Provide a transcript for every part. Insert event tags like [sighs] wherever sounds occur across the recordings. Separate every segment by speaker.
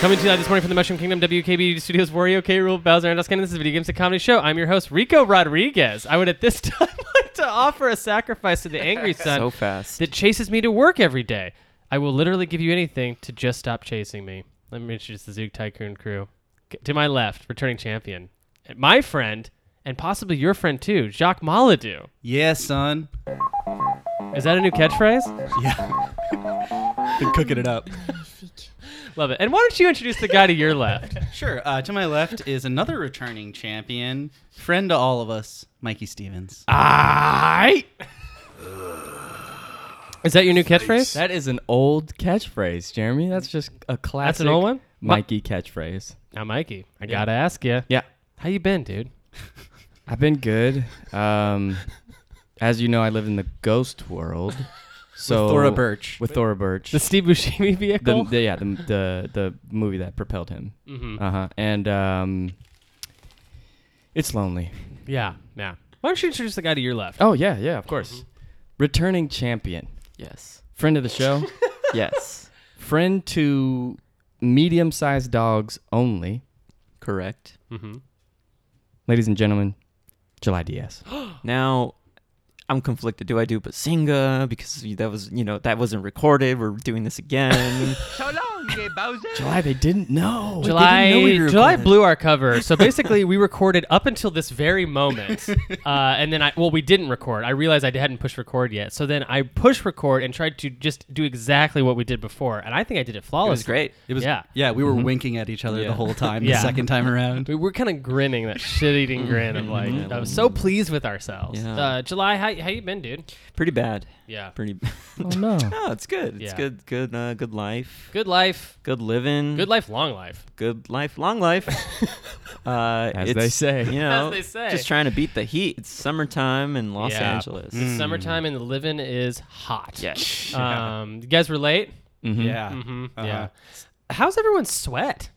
Speaker 1: Coming to you live this morning from the Mushroom Kingdom, WKBD Studios, Wario K. Rule, Bowser, and Duskin. This is Video Games and Comedy Show. I'm your host, Rico Rodriguez. I would at this [laughs] time like to offer a sacrifice to the angry sun
Speaker 2: [laughs] So fast.
Speaker 1: that chases me to work every day. I will literally give you anything to just stop chasing me. Let me introduce the Zook Tycoon crew. K- To my left, returning champion, and my friend, and possibly your friend too, Jacques Maladou.
Speaker 3: Yeah, son.
Speaker 1: Is that a new catchphrase?
Speaker 3: [laughs] Yeah. [laughs] Been cooking it up.
Speaker 1: [laughs] Love it. And why don't you introduce the guy to your left?
Speaker 3: Sure. Uh, to my left is another returning champion, friend to all of us, Mikey Stevens.
Speaker 1: I. Is that your new catchphrase?
Speaker 2: That is an old catchphrase, Jeremy. That's just a classic.
Speaker 1: That's an old one? Mi-
Speaker 2: Mikey catchphrase.
Speaker 1: Now, Mikey, I gotta ask you,
Speaker 2: Yeah,
Speaker 1: how you been, dude?
Speaker 2: I've been good. Um, as you know, I live in the ghost [laughs] world. So
Speaker 1: Oh.
Speaker 3: Thora Birch.
Speaker 2: With Thora Birch.
Speaker 1: The Steve Buscemi
Speaker 2: the,
Speaker 1: vehicle.
Speaker 2: the- yeah, the, the the movie that propelled him.
Speaker 1: Mhm.
Speaker 2: Uh huh. And um, it's lonely.
Speaker 1: yeah, yeah. Why don't you introduce the guy to your left?
Speaker 2: Oh yeah, yeah, of course. Returning champion,
Speaker 1: [laughs]
Speaker 4: Yes.
Speaker 2: friend of the [laughs] show,
Speaker 4: Yes.
Speaker 2: friend to medium-sized dogs only.
Speaker 4: Correct.
Speaker 1: Mm-hmm.
Speaker 2: Ladies and gentlemen, July
Speaker 1: [gasps]
Speaker 2: Diaz.
Speaker 4: Now, I'm conflicted. Do I do Basinga because that was, you know, that wasn't recorded. We're doing
Speaker 1: [laughs]
Speaker 4: this again.
Speaker 2: July, they didn't know.
Speaker 1: July
Speaker 3: know we were
Speaker 1: July
Speaker 3: recording.
Speaker 1: blew our cover, so basically we recorded up until this very moment, uh, and then I well we didn't record. I realized I hadn't pushed record yet, so then I pushed record and tried to just do exactly what we did before, and I think I did it
Speaker 4: it
Speaker 1: flawlessly.
Speaker 4: was great.
Speaker 3: It was
Speaker 1: Oh, Yeah.
Speaker 3: Yeah, we were winking at each other
Speaker 4: Yeah.
Speaker 3: the whole time
Speaker 1: Mm-hmm. [laughs] Yeah.
Speaker 3: the second time around.
Speaker 1: [laughs] We were kind of grinning that [laughs] shit-eating grin of like I was so pleased with ourselves.
Speaker 4: Yeah.
Speaker 1: Uh, July, how how you been, dude?
Speaker 4: Pretty bad.
Speaker 1: Yeah,
Speaker 4: Pretty. [laughs]
Speaker 2: Oh no.
Speaker 4: no, it's good. It's
Speaker 1: Yeah.
Speaker 4: good. Good. Uh, good life.
Speaker 1: good life,
Speaker 4: Good living.
Speaker 1: good life, long life.
Speaker 4: Good life.
Speaker 1: [laughs]
Speaker 4: Long life. uh,
Speaker 2: As
Speaker 4: it's,
Speaker 2: they say.
Speaker 4: You know,
Speaker 1: they say.
Speaker 4: just trying to beat the heat. It's summertime in Los
Speaker 1: Yeah. Mm.
Speaker 4: Angeles.
Speaker 1: It's summertime and the living is hot.
Speaker 4: Yes.
Speaker 1: Um, you guys relate? [laughs]
Speaker 3: Yeah.
Speaker 1: Mm-hmm.
Speaker 3: Uh-huh.
Speaker 1: Yeah. How's everyone's sweat?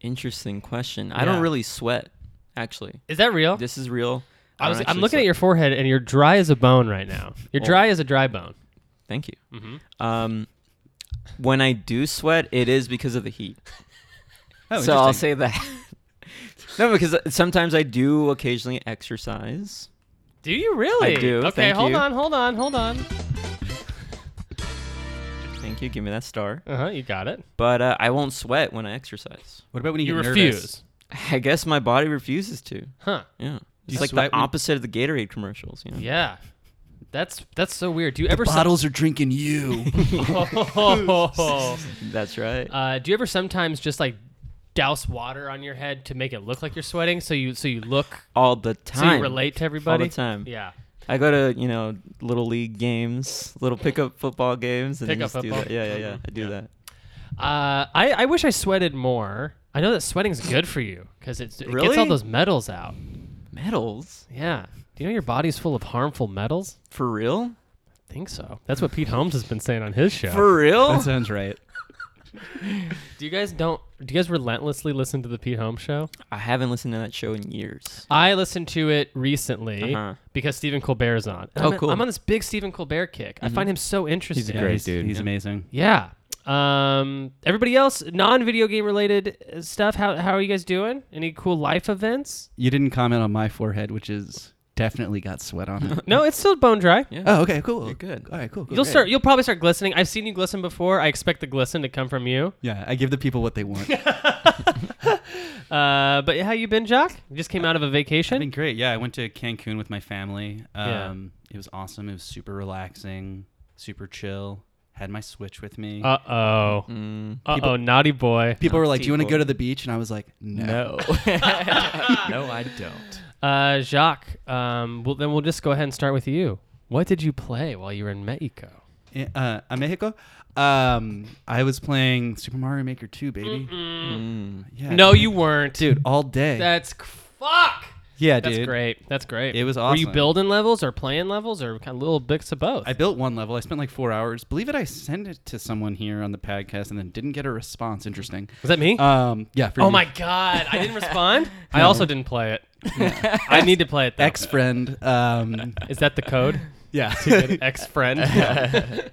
Speaker 4: Interesting question. I don't
Speaker 1: Yeah.
Speaker 4: really sweat, actually.
Speaker 1: Is that real?
Speaker 4: This is real.
Speaker 1: I was,
Speaker 4: don't
Speaker 1: I'm
Speaker 4: actually
Speaker 1: looking
Speaker 4: sweat.
Speaker 1: at your forehead and you're dry as a bone right now. You're
Speaker 4: Well-
Speaker 1: dry as a dry bone.
Speaker 4: Thank you.
Speaker 1: Mhm.
Speaker 4: Um, when I do sweat, it is because of the heat.
Speaker 3: Oh,
Speaker 4: so I'll
Speaker 3: interesting.
Speaker 4: say that. [laughs] no, because uh, sometimes I do occasionally exercise.
Speaker 1: Do you really?
Speaker 4: I do,
Speaker 1: Okay,
Speaker 4: thank
Speaker 1: hold
Speaker 4: you.
Speaker 1: on, hold on, hold on.
Speaker 4: Thank you. Give me that star.
Speaker 1: Uh huh. You got it.
Speaker 4: But uh, I won't sweat when I exercise.
Speaker 3: What about when you,
Speaker 1: You
Speaker 3: get
Speaker 1: refuse,
Speaker 3: nervous?
Speaker 4: I guess my body refuses to.
Speaker 1: huh?
Speaker 4: Yeah. It's
Speaker 3: You
Speaker 4: like
Speaker 3: sweat
Speaker 4: the
Speaker 3: when-
Speaker 4: opposite of the Gatorade commercials. You know?
Speaker 1: Yeah. That's that's so weird. Do you ever
Speaker 3: Bottles are drinking you.
Speaker 1: [laughs] Oh.
Speaker 4: That's right.
Speaker 1: Uh, do you ever sometimes just like douse water on your head to make it look like you're sweating so you so you look
Speaker 4: All the
Speaker 1: so
Speaker 4: time.
Speaker 1: you relate to everybody?
Speaker 4: All the time.
Speaker 1: Yeah.
Speaker 4: I go to, you know, little league games, little pickup football games. And
Speaker 1: Pickup
Speaker 4: just do
Speaker 1: football.
Speaker 4: that. Yeah, yeah, yeah. I do
Speaker 1: Yeah.
Speaker 4: that.
Speaker 1: Uh, I, I wish I sweated more. I know that sweating's good for you because it gets all
Speaker 4: Really?
Speaker 1: those metals out.
Speaker 4: Medals?
Speaker 1: Yeah. Do you know your body's full of harmful metals?
Speaker 4: For real?
Speaker 1: I think so. That's what Pete Holmes has been saying on his show.
Speaker 4: For real?
Speaker 3: [laughs] that
Speaker 1: [laughs]
Speaker 3: sounds right.
Speaker 1: do you guys don't? Do you guys relentlessly listen to the Pete Holmes show?
Speaker 4: I haven't listened to that show in years.
Speaker 1: I listened to it recently
Speaker 4: Uh-huh.
Speaker 1: because Stephen Colbert is on. And
Speaker 4: Oh,
Speaker 1: I'm,
Speaker 4: cool. Mm-hmm.
Speaker 1: I'm on this big Stephen Colbert kick. I find him so interesting.
Speaker 2: He's a great
Speaker 3: he's,
Speaker 2: dude.
Speaker 3: He's amazing.
Speaker 1: Yeah. Um, everybody else, non-video game related uh, stuff. How how are you guys doing? Any cool life events?
Speaker 3: You didn't comment on my forehead, which is definitely got sweat on [laughs] it.
Speaker 1: No, it's still bone dry.
Speaker 4: Yeah.
Speaker 3: oh, okay, cool.
Speaker 4: You're good.
Speaker 3: All right, cool. cool
Speaker 1: You'll
Speaker 3: great.
Speaker 1: start. You'll probably start glistening. I've seen you glisten before. I expect the glisten to come from you.
Speaker 3: Yeah, I give the people what they want.
Speaker 1: Uh, but how you been, Jock? You just came out of a
Speaker 3: I've been
Speaker 1: vacation.
Speaker 3: great. Yeah, I went to Cancun with my family.
Speaker 1: Yeah.
Speaker 3: Um, It was awesome. It was super relaxing, super chill. Had my Switch with me.
Speaker 1: Uh oh.
Speaker 4: Mm,
Speaker 1: Uh oh. Naughty boy.
Speaker 3: people were like, "Do you want to
Speaker 4: people-
Speaker 3: go to the beach?" And I was like, "No."
Speaker 2: [laughs] no, I don't.
Speaker 1: Uh, Jacques. Um. Well, then we'll just go ahead and start with you. What did you play while you were in Mexico?
Speaker 3: In- Uh, a Mexico, um, I was playing Super Mario Maker 2, baby.
Speaker 4: mm.
Speaker 3: Yeah,
Speaker 1: No, you weren't,
Speaker 3: dude, [laughs] all day.
Speaker 1: That's c- fuck.
Speaker 3: yeah,
Speaker 1: That's
Speaker 3: dude.
Speaker 1: great. That's great.
Speaker 3: It was
Speaker 1: Were you
Speaker 3: awesome.
Speaker 1: building levels or playing levels or kind of little bits of both?
Speaker 3: I built one level. I spent like four hours. Believe it, I sent it to someone here on the podcast and then didn't get a response. Interesting.
Speaker 1: Was that me?
Speaker 3: Um, yeah. For
Speaker 1: oh
Speaker 3: you. [laughs]
Speaker 1: my god! I didn't respond. I [laughs] also didn't play it. I need to play it. Though. [laughs]
Speaker 3: ex friend. Um, [laughs]
Speaker 1: Is that the code?
Speaker 3: Yeah.
Speaker 1: ex
Speaker 3: [laughs]
Speaker 1: friend.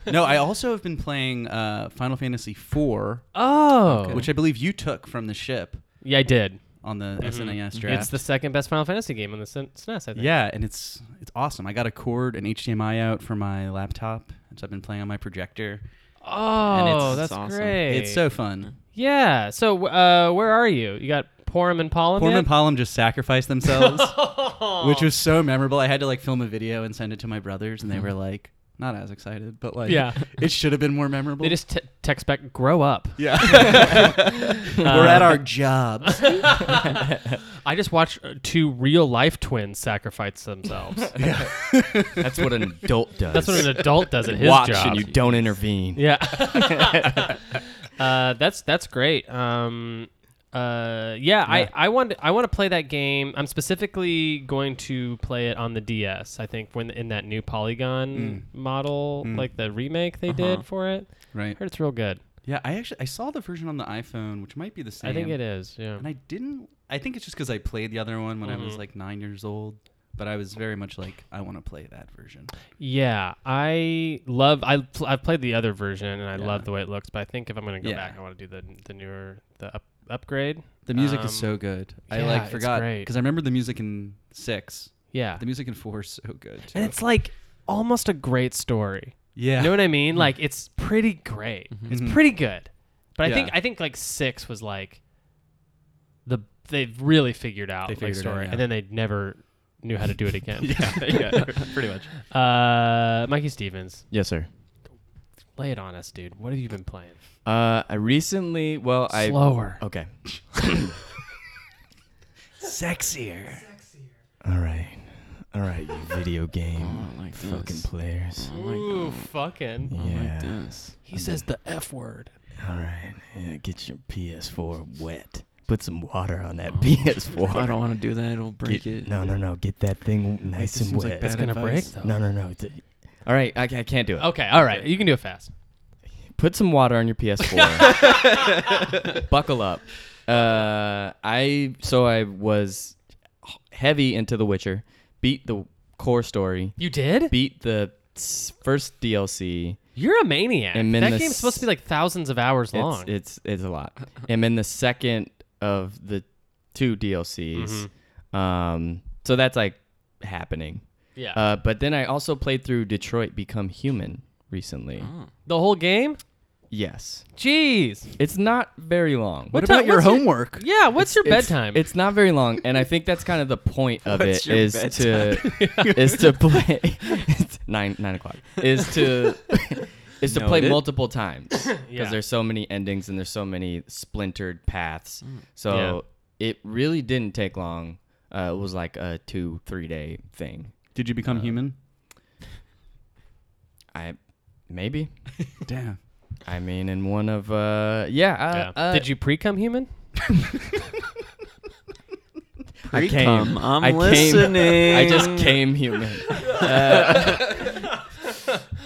Speaker 3: no, I also have been playing uh, Final Fantasy IV,
Speaker 1: [laughs] Oh,
Speaker 3: which I believe you took from the ship
Speaker 1: yeah, I did.
Speaker 3: on the
Speaker 1: Mm-hmm.
Speaker 3: SNES draft.
Speaker 1: It's the second best Final Fantasy game on the SN- SNES. E I think.
Speaker 3: yeah, and it's it's awesome. I got a cord and HDMI out for my laptop, and so I've been playing on my projector.
Speaker 1: Oh,
Speaker 3: it's-
Speaker 1: that's
Speaker 4: it's awesome.
Speaker 1: great.
Speaker 3: It's so fun.
Speaker 1: Yeah. So uh, where are you? You got Porum and Pollum.
Speaker 3: Porm
Speaker 1: yet?
Speaker 3: and Pollum just sacrificed themselves,
Speaker 1: [laughs]
Speaker 3: which was so memorable. I had to like film a video and send it to my brothers, and they were like, not as excited, but like,
Speaker 1: Yeah.
Speaker 3: [laughs] it should have been more memorable.
Speaker 1: They just t- text back, grow up.
Speaker 3: yeah,
Speaker 1: uh,
Speaker 3: we're at our jobs.
Speaker 1: [laughs] I just watched uh, two real life twins sacrifice themselves.
Speaker 2: That's what an adult does.
Speaker 1: That's what an adult does at his
Speaker 2: Watch
Speaker 1: job.
Speaker 2: and you don't intervene.
Speaker 1: [laughs] Yeah. [laughs] uh, that's that's great. Um, uh, yeah, I, I want I want to play that game. I'm specifically going to play it on the DS. I think when in that new Polygon model, like the remake they did for it.
Speaker 3: Right.
Speaker 1: heard it's real good.
Speaker 3: Yeah, I actually I saw the version on the iPhone, which might be the same.
Speaker 1: I think it is. Yeah.
Speaker 3: And I didn't. I think it's just because I played the other one when I
Speaker 1: Mm-hmm.
Speaker 3: was like nine years old. But I was very much like, I want to play that version.
Speaker 1: Yeah, I love. I pl- I've played the other version and I
Speaker 3: Yeah.
Speaker 1: love the way it looks. But I think if I'm gonna go
Speaker 3: Yeah.
Speaker 1: back, I want to do the the newer the up, upgrade.
Speaker 3: The music is
Speaker 1: Um,
Speaker 3: so good. I
Speaker 1: yeah,
Speaker 3: like
Speaker 1: it's
Speaker 3: forgot
Speaker 1: great.
Speaker 3: because I remember the music in six.
Speaker 1: Yeah,
Speaker 3: The music in four is so good. Too.
Speaker 1: and it's like almost a great story.
Speaker 3: yeah,
Speaker 1: You know what I mean? Like it's pretty great.
Speaker 3: Mhm.
Speaker 1: It's pretty good. But I think
Speaker 3: Yeah.
Speaker 1: I think like six was like the they've really figured out
Speaker 3: They
Speaker 1: like,
Speaker 3: figured it out,
Speaker 1: story,
Speaker 3: yeah.
Speaker 1: and then they never knew how to do it again.
Speaker 3: [laughs] yeah, pretty much.
Speaker 1: Uh, Mikey Stevens,
Speaker 2: [laughs] Yes, sir.
Speaker 1: lay it on us, dude. What have you been playing?
Speaker 2: Uh, I recently, well, I
Speaker 1: Slower. [laughs]
Speaker 2: okay.
Speaker 3: Sexier.
Speaker 2: All right, all right, you
Speaker 1: Oh,
Speaker 2: video game
Speaker 4: I like
Speaker 2: fucking
Speaker 4: this.
Speaker 2: players.
Speaker 3: Oh
Speaker 4: I
Speaker 1: Ooh,
Speaker 4: like,
Speaker 1: fucking.
Speaker 4: I like
Speaker 2: Yeah.
Speaker 4: this.
Speaker 1: He says the f word.
Speaker 2: All right, yeah, get your PS4 wet. Put some water on that PS4.
Speaker 4: I don't want to do that. It'll break
Speaker 2: Get-
Speaker 4: it.
Speaker 2: No, no, no. Get that thing nice
Speaker 4: this
Speaker 2: and
Speaker 4: seems
Speaker 2: wet.
Speaker 4: like bad
Speaker 1: It's gonna break
Speaker 4: advice.
Speaker 1: though.
Speaker 2: No, no, no. Th- All right, I, I can't do it.
Speaker 1: Okay, all right. You can do it fast.
Speaker 2: Put some water on your PS4. Buckle up. Uh, I so I was h- heavy into The Witcher. Beat the core story.
Speaker 1: You did?
Speaker 2: Beat the s- first DLC.
Speaker 1: You're a maniac.
Speaker 2: And then
Speaker 1: That
Speaker 2: the
Speaker 1: game's supposed to be like thousands of hours long.
Speaker 2: It's it's, it's a lot. And then the second of the two DLCs.
Speaker 1: Mm-hmm.
Speaker 2: Um, so that's like happening.
Speaker 1: yeah.
Speaker 2: Uh, but then I also played through Detroit Become Human recently.
Speaker 1: the whole game?
Speaker 2: Yes.
Speaker 1: Jeez.
Speaker 2: It's not very long.
Speaker 1: What
Speaker 3: What about
Speaker 1: ti-
Speaker 3: your
Speaker 1: what's your-
Speaker 3: homework?
Speaker 1: Yeah, what's your
Speaker 2: It's-
Speaker 1: bedtime?
Speaker 2: It's not very long, and I think that's kind of the point of
Speaker 4: What's
Speaker 2: it
Speaker 4: your
Speaker 2: is to is to play it's nine nine o'clock is to is to play
Speaker 4: Noted.
Speaker 2: multiple times because
Speaker 1: Yeah.
Speaker 2: there's so many endings and there's so many splintered paths. So it really didn't take long. Uh, it was like a two three day thing.
Speaker 3: Did you
Speaker 1: Uh, [laughs]
Speaker 3: become human?
Speaker 2: I maybe
Speaker 3: Damn.
Speaker 2: I mean in one of uh yeah, uh,
Speaker 1: Yeah.
Speaker 2: uh,
Speaker 1: Did you pre-come human?
Speaker 2: I came.
Speaker 4: Come, I'm
Speaker 2: I came-
Speaker 4: listening.
Speaker 2: I
Speaker 1: [laughs]
Speaker 2: just came human. Uh,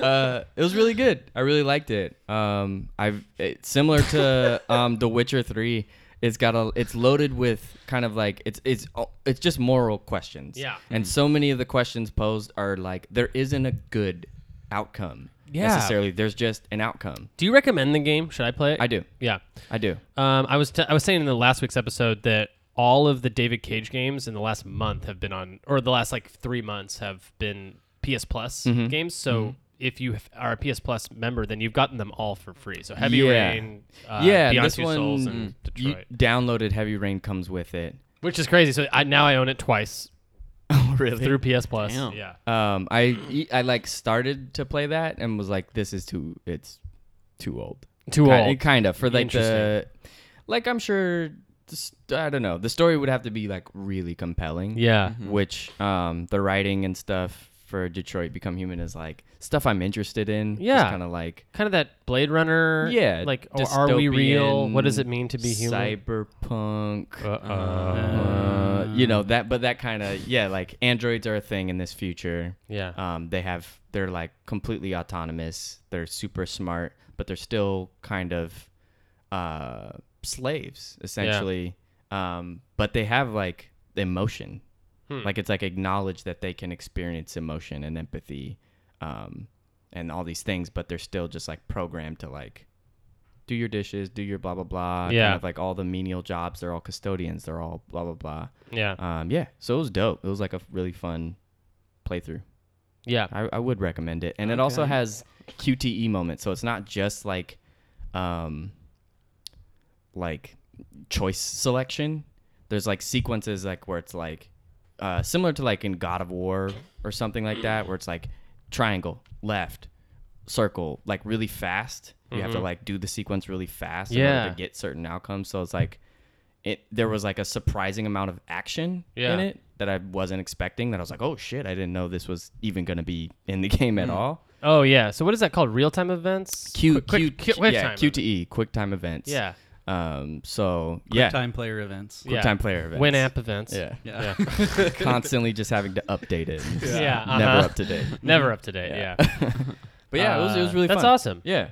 Speaker 2: uh, it was really good. I really liked it. Um, I've it's
Speaker 1: [laughs]
Speaker 2: similar to um, The Witcher Three. It's got a. It's loaded with kind of like it's it's uh, it's just moral questions.
Speaker 1: Yeah.
Speaker 2: And so many of the questions posed are like there isn't a good outcome
Speaker 1: Yeah.
Speaker 2: necessarily. There's just an outcome.
Speaker 1: Do you recommend the game? Should I play it?
Speaker 2: I do.
Speaker 1: Yeah.
Speaker 2: I do.
Speaker 1: Um, I was t- I was saying in the last week's episode that all of the David Cage games in the last month have been on, or the last like three months have been PS Plus
Speaker 2: Mm-hmm.
Speaker 1: games. So if you have- are a PS Plus member, then you've gotten them all for free. So Heavy
Speaker 2: Yeah.
Speaker 1: Rain, uh,
Speaker 2: yeah.
Speaker 1: Beyond
Speaker 2: this
Speaker 1: Two
Speaker 2: one mm,
Speaker 1: Souls, and
Speaker 2: you
Speaker 1: Detroit,
Speaker 2: downloaded Heavy Rain comes with it.
Speaker 1: which is crazy. So I, now I own it
Speaker 2: [laughs]
Speaker 1: twice
Speaker 2: Oh, really?
Speaker 1: through PS Plus.
Speaker 4: Damn.
Speaker 1: Yeah.
Speaker 2: um i i like started to play that and was like this is too it's too old
Speaker 1: Too
Speaker 2: Ki-
Speaker 1: old.
Speaker 2: kind of for like the like i'm sure just, i don't know the story would have to be like really compelling
Speaker 1: Yeah.
Speaker 2: which um the writing and stuff for detroit become human is like stuff i'm interested in
Speaker 1: Yeah.
Speaker 2: kind of like
Speaker 1: Kind of that Blade Runner.
Speaker 2: yeah
Speaker 1: Like, or are we real?
Speaker 2: dystopian,
Speaker 1: What does it mean to be human? Uh-uh.
Speaker 2: cyberpunk
Speaker 1: Uh-oh.
Speaker 2: uh, you know that but that kind of yeah like androids are a thing in this future
Speaker 1: Yeah.
Speaker 2: um, they have they're like completely autonomous. They're super smart, but they're still kind of uh, slaves essentially. Um, but they have like emotion. Like it's like acknowledge that they can experience emotion and empathy um, and all these things, but they're still just like programmed to like do your dishes, do your blah blah blah.
Speaker 1: Yeah.
Speaker 2: Kind of like all the menial jobs. They're all custodians. They're all blah blah blah.
Speaker 1: Yeah.
Speaker 2: Um, yeah. So it was dope. It was like a really fun playthrough.
Speaker 1: Yeah.
Speaker 2: I, I would recommend it. And it also
Speaker 4: Okay.
Speaker 2: has QTE moments, so it's not just like um like choice selection. There's like sequences like where it's like uh similar to like in God of War or something like that where it's like triangle, left, circle, like really fast. You have to like do the sequence really fast in
Speaker 1: Yeah.
Speaker 2: order to get certain outcomes. So it's like it there was like a surprising amount of action
Speaker 1: Yeah.
Speaker 2: in it that I wasn't expecting. That I was like, oh shit, I didn't know this was even gonna be in the [laughs] game at all.
Speaker 1: Oh yeah. So what is that called? Real time events?
Speaker 2: Q,
Speaker 1: Quick- quick-
Speaker 2: Q,
Speaker 1: qui- quick
Speaker 2: yeah,
Speaker 1: time
Speaker 2: QTE, quick time events.
Speaker 1: Yeah.
Speaker 2: Um. So yeah,
Speaker 3: time player events.
Speaker 1: Yeah.
Speaker 2: quick time player events.
Speaker 1: Win app events.
Speaker 2: Yeah. [laughs]
Speaker 3: Yeah.
Speaker 2: Constantly just having to update it.
Speaker 1: [laughs] Yeah.
Speaker 2: Never
Speaker 1: uh-huh.
Speaker 2: up to date.
Speaker 1: Never up to date.
Speaker 2: Mm-hmm. Yeah.
Speaker 1: Yeah.
Speaker 2: [laughs] But yeah, it was it was
Speaker 1: Uh,
Speaker 2: really
Speaker 1: that's
Speaker 2: fun.
Speaker 1: awesome.
Speaker 2: Yeah.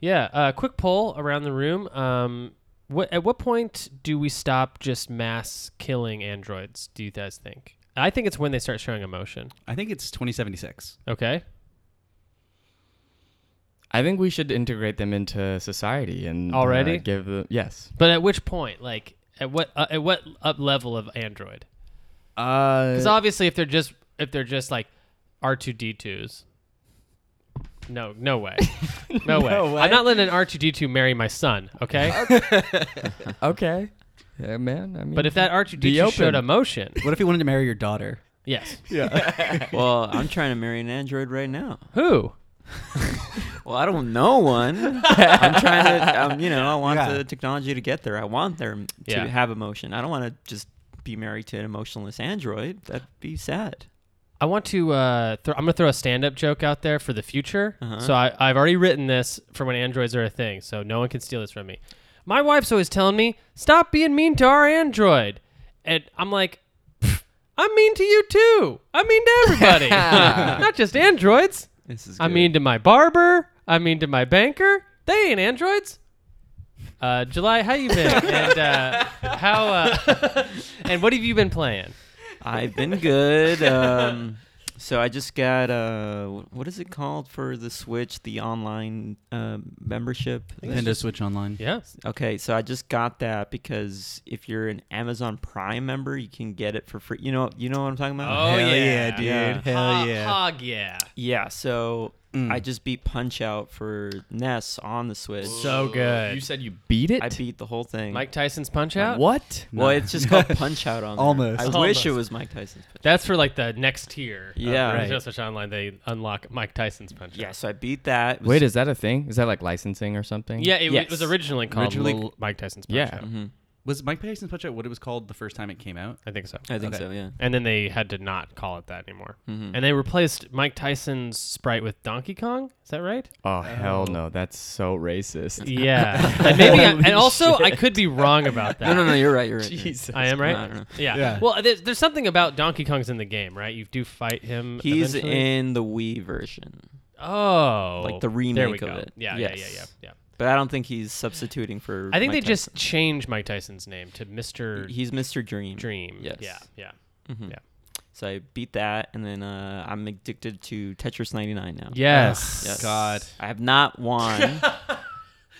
Speaker 1: Yeah. Uh, quick poll around the room. Um, what at what point do we stop just mass killing androids? Do you guys think? I think it's when they start showing emotion.
Speaker 3: [laughs] I think it's 2076.
Speaker 1: Okay.
Speaker 2: I think we should integrate them into society and uh,
Speaker 1: Already?
Speaker 2: give them yes.
Speaker 1: But at which point, like at what uh, at what up level of android? Because
Speaker 2: Uh,
Speaker 1: obviously, if they're just if they're just like R two D twos. No, no
Speaker 2: [laughs]
Speaker 1: way. No, way.
Speaker 2: way. Uh,
Speaker 1: I'm not letting an R2D2 marry my son, okay?
Speaker 2: okay. Yeah, man. I mean,
Speaker 1: But if that
Speaker 2: Be
Speaker 1: R2D2
Speaker 2: open.
Speaker 1: showed emotion,
Speaker 3: What if he wanted to marry your daughter?
Speaker 2: [laughs]
Speaker 1: yes.
Speaker 4: well, I'm trying to marry an android right now.
Speaker 1: Who?
Speaker 4: Well, I don't know one. [laughs] I'm trying to, [laughs] um, you know, I want
Speaker 3: Yeah.
Speaker 4: the technology to get there. I want them to
Speaker 1: Yeah.
Speaker 4: have emotion. I don't want to just be married to an emotionless android. That'd be sad.
Speaker 1: I want to. Uh, throw I'm going to throw a stand-up joke out there for the future.
Speaker 4: Uh-huh.
Speaker 1: So I, I've already written this for when androids are a thing, so no one can steal this from me. My wife's always telling me, "Stop being mean to our android," and I'm like, "Pff, "I'm mean to you too. I'm mean to everybody, [laughs]
Speaker 3: [laughs]
Speaker 1: not just androids.
Speaker 4: This is.
Speaker 1: I'm mean to my barber. I'm mean to my banker. They ain't androids." Uh, July, how you been? and uh, how? Uh, and what have you been playing?
Speaker 4: I've been [laughs] good. Um, so I just got uh, wh- what is it called for the Switch? The online uh, membership.
Speaker 3: Nintendo Switch Online.
Speaker 1: Yeah.
Speaker 4: Okay, so I just got that because if you're an Amazon Prime member, you can get it for free. You know, you know what I'm talking about?
Speaker 1: Oh,
Speaker 3: Hell
Speaker 1: yeah.
Speaker 3: dude.
Speaker 4: Oh, Yeah.
Speaker 3: Hell
Speaker 1: Hog-
Speaker 3: yeah.
Speaker 1: Uh, Hog yeah.
Speaker 4: Yeah. So
Speaker 3: Mm.
Speaker 4: I just beat Punch Out for NES on the Switch.
Speaker 1: So good.
Speaker 2: you said you beat it.
Speaker 4: I beat the whole thing.
Speaker 1: Mike Tyson's Punch Out?
Speaker 2: what?
Speaker 4: well,
Speaker 3: No.
Speaker 4: it's just called Punch Out on there.
Speaker 3: Almost.
Speaker 4: I wish
Speaker 1: Almost.
Speaker 4: it was Mike Tyson's. Punch.
Speaker 1: That's for like the next tier.
Speaker 4: Yeah.
Speaker 1: Right.
Speaker 3: Right.
Speaker 1: Just Switch Online, they unlock Mike Tyson's Punch
Speaker 4: Oh, Yeah.
Speaker 1: Out.
Speaker 4: So I beat that. It was-
Speaker 2: Wait, is that a thing? Is that like licensing or something?
Speaker 1: Yeah, it,
Speaker 4: Yes.
Speaker 1: was originally called
Speaker 3: Originally-
Speaker 1: Lil Mike Tyson's Punch
Speaker 2: Yeah.
Speaker 1: Out.
Speaker 4: Mhm.
Speaker 3: Was Mike Tyson's Punch Out what it was called the first time it came out?
Speaker 1: I think so.
Speaker 4: I think
Speaker 3: Okay.
Speaker 4: so. Yeah.
Speaker 1: And then they had to not call it that anymore.
Speaker 4: Mhm.
Speaker 1: And they replaced Mike Tyson's sprite with Donkey Kong. Is that right?
Speaker 4: [laughs]
Speaker 2: Oh hell no, that's so racist.
Speaker 1: Yeah.
Speaker 4: [laughs]
Speaker 1: and maybe, I, and also I could be wrong about that.
Speaker 4: No, no, no. You're right. You're right. you're right.
Speaker 2: Jesus.
Speaker 1: I am right.
Speaker 4: I don't know.
Speaker 1: Yeah.
Speaker 3: Yeah.
Speaker 1: Well, there's, there's something about Donkey Kong's in the game, right? You do fight him.
Speaker 4: He's
Speaker 1: eventually.
Speaker 4: in the Wii version,
Speaker 1: Oh,
Speaker 4: like the
Speaker 1: there we
Speaker 4: remake
Speaker 1: go.
Speaker 4: of it.
Speaker 1: Yeah, yeah,
Speaker 4: Yes.
Speaker 1: yeah, yeah, yeah.
Speaker 4: but I don't think he's substituting for.
Speaker 1: I think
Speaker 4: Mike
Speaker 1: they just changed Mike Tyson's name to Mister
Speaker 4: Tyson. He's Mr. Dream.
Speaker 1: Dream.
Speaker 4: Yes.
Speaker 1: Yeah, yeah.
Speaker 4: Mhm.
Speaker 1: Yeah.
Speaker 4: So I beat that, and then uh, I'm addicted to Tetris 99 now.
Speaker 1: Yes.
Speaker 4: Yes.
Speaker 3: God.
Speaker 4: I have not won,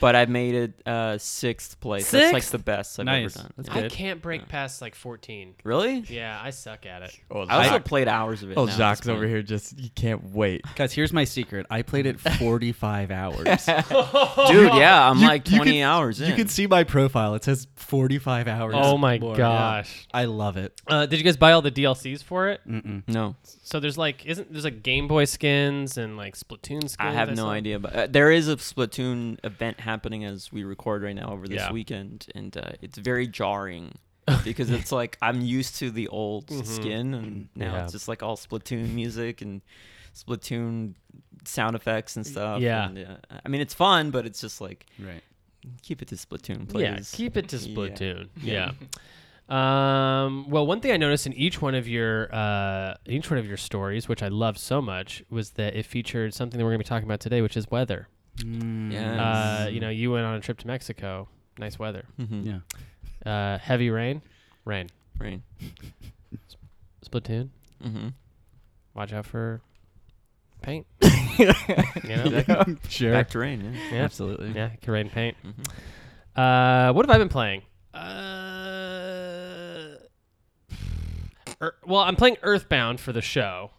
Speaker 4: but I've made it uh, sixth place. That's like
Speaker 1: Sixth?
Speaker 4: the best I've
Speaker 3: Nice.
Speaker 4: ever done.
Speaker 3: That's
Speaker 4: Yeah.
Speaker 1: I
Speaker 3: good.
Speaker 1: can't break past like 14.
Speaker 4: Really?
Speaker 1: Yeah, I suck at it.
Speaker 2: Oh,
Speaker 4: I also
Speaker 2: Jacques-
Speaker 4: played hours of it.
Speaker 2: oh,
Speaker 4: now at
Speaker 2: Jacques
Speaker 4: this point.
Speaker 2: over here just you can't wait.
Speaker 3: Guys, here's my secret. I played
Speaker 1: [laughs]
Speaker 3: it 45 hours.
Speaker 4: Dude, yeah, I'm
Speaker 3: Oh, You-
Speaker 4: like
Speaker 3: you
Speaker 4: 20
Speaker 3: can-
Speaker 4: hours in.
Speaker 3: You can see my profile. It says 45 hours.
Speaker 1: Oh my
Speaker 3: more.
Speaker 1: gosh.
Speaker 3: Yeah. I love it.
Speaker 1: Uh, did you guys buy all the DLCs for it?
Speaker 3: Mm-mm.
Speaker 4: No,
Speaker 1: So there's like isn't there's like Game Boy skins and like Splatoon skins.
Speaker 4: I have no
Speaker 1: saw?
Speaker 4: idea. But uh, there is a Splatoon event happening as we record right now over this
Speaker 1: Yeah.
Speaker 4: weekend, and uh, it's very jarring
Speaker 1: [laughs]
Speaker 4: because it's like I'm used to the old skin, and now
Speaker 1: Mm-hmm. Yeah.
Speaker 4: it's just like all Splatoon music and Splatoon sound effects and stuff.
Speaker 1: Yeah.
Speaker 4: and, uh, I mean it's fun, but it's just like
Speaker 3: Right.
Speaker 4: keep it to Splatoon, please.
Speaker 1: Yeah, keep it to
Speaker 4: Yeah.
Speaker 1: Splatoon. Yeah. Um, well, one thing I noticed in each one of your uh, each one of your stories, which I loved so much, was that it featured something that we're going to be talking about today, which is weather.
Speaker 3: Mm.
Speaker 1: Uh, you know, you went on a trip to Mexico. Nice weather.
Speaker 4: Mhm.
Speaker 3: Yeah.
Speaker 1: Uh, heavy rain. Rain.
Speaker 4: Right.
Speaker 1: Splatoon.
Speaker 4: Mm-hmm. [laughs]
Speaker 1: Watch out for paint. You know?
Speaker 4: Exactly.
Speaker 3: sure.
Speaker 4: Back to rain. Yeah.
Speaker 1: Yeah.
Speaker 3: Absolutely.
Speaker 1: Yeah, can write and paint.
Speaker 4: Mhm.
Speaker 1: Uh, what have I been playing? Uh, er, well, I'm playing Earthbound for the show,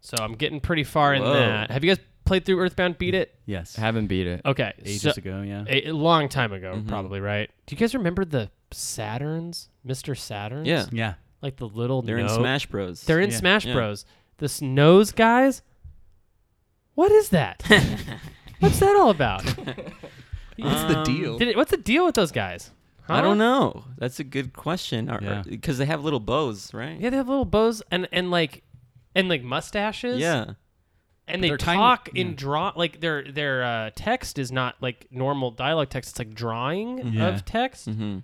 Speaker 1: so I'm getting pretty far in
Speaker 4: Whoa.
Speaker 1: that. Have you guys played through Earthbound? Beat it.
Speaker 3: Yes.
Speaker 2: Haven't beat it.
Speaker 1: Okay,
Speaker 3: Ages
Speaker 1: so-
Speaker 3: ago, yeah.
Speaker 1: a, a long time ago,
Speaker 4: Mhm.
Speaker 1: probably right. Do you guys remember the Saturns, Mr. Saturns?
Speaker 4: Yeah.
Speaker 3: yeah.
Speaker 1: like the little
Speaker 4: They're in
Speaker 1: nose-
Speaker 4: Smash Bros.
Speaker 1: They're in
Speaker 3: Yeah.
Speaker 1: Smash
Speaker 4: Yeah.
Speaker 1: Bros. This nose guys. What is
Speaker 4: [laughs]
Speaker 1: that? What's that all about?
Speaker 4: What's the Um, deal?
Speaker 1: Did it, what's the deal with those guys?
Speaker 4: I don't
Speaker 1: Huh?
Speaker 4: know. That's a good question.
Speaker 3: Yeah.
Speaker 4: Because they have little bows, right?
Speaker 1: Yeah, they have little bows and and like and like mustaches.
Speaker 4: Yeah.
Speaker 1: and
Speaker 3: But
Speaker 1: they
Speaker 3: they're kind-
Speaker 1: talk
Speaker 3: yeah.
Speaker 1: in draw like their their uh, text is not like normal dialogue text. It's like drawing
Speaker 3: Yeah.
Speaker 1: of text.
Speaker 4: Mm-hmm.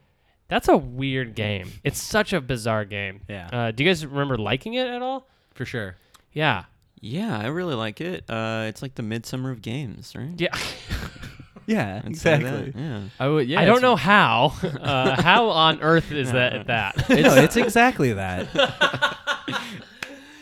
Speaker 1: That's a weird game. It's such a bizarre game.
Speaker 3: Yeah.
Speaker 1: Uh, do you guys remember liking it at all?
Speaker 3: For sure.
Speaker 1: Yeah.
Speaker 4: Yeah, I really like it. Uh, it's like the midsummer of games, right?
Speaker 1: Yeah. [laughs]
Speaker 3: Yeah.
Speaker 4: I'd say that,
Speaker 3: exactly.
Speaker 4: Yeah.
Speaker 2: I would. Yeah.
Speaker 1: I don't
Speaker 2: it's-
Speaker 1: know how. Uh, how on earth is that that?
Speaker 3: no, [laughs] [laughs] it's
Speaker 1: [laughs]
Speaker 3: exactly that.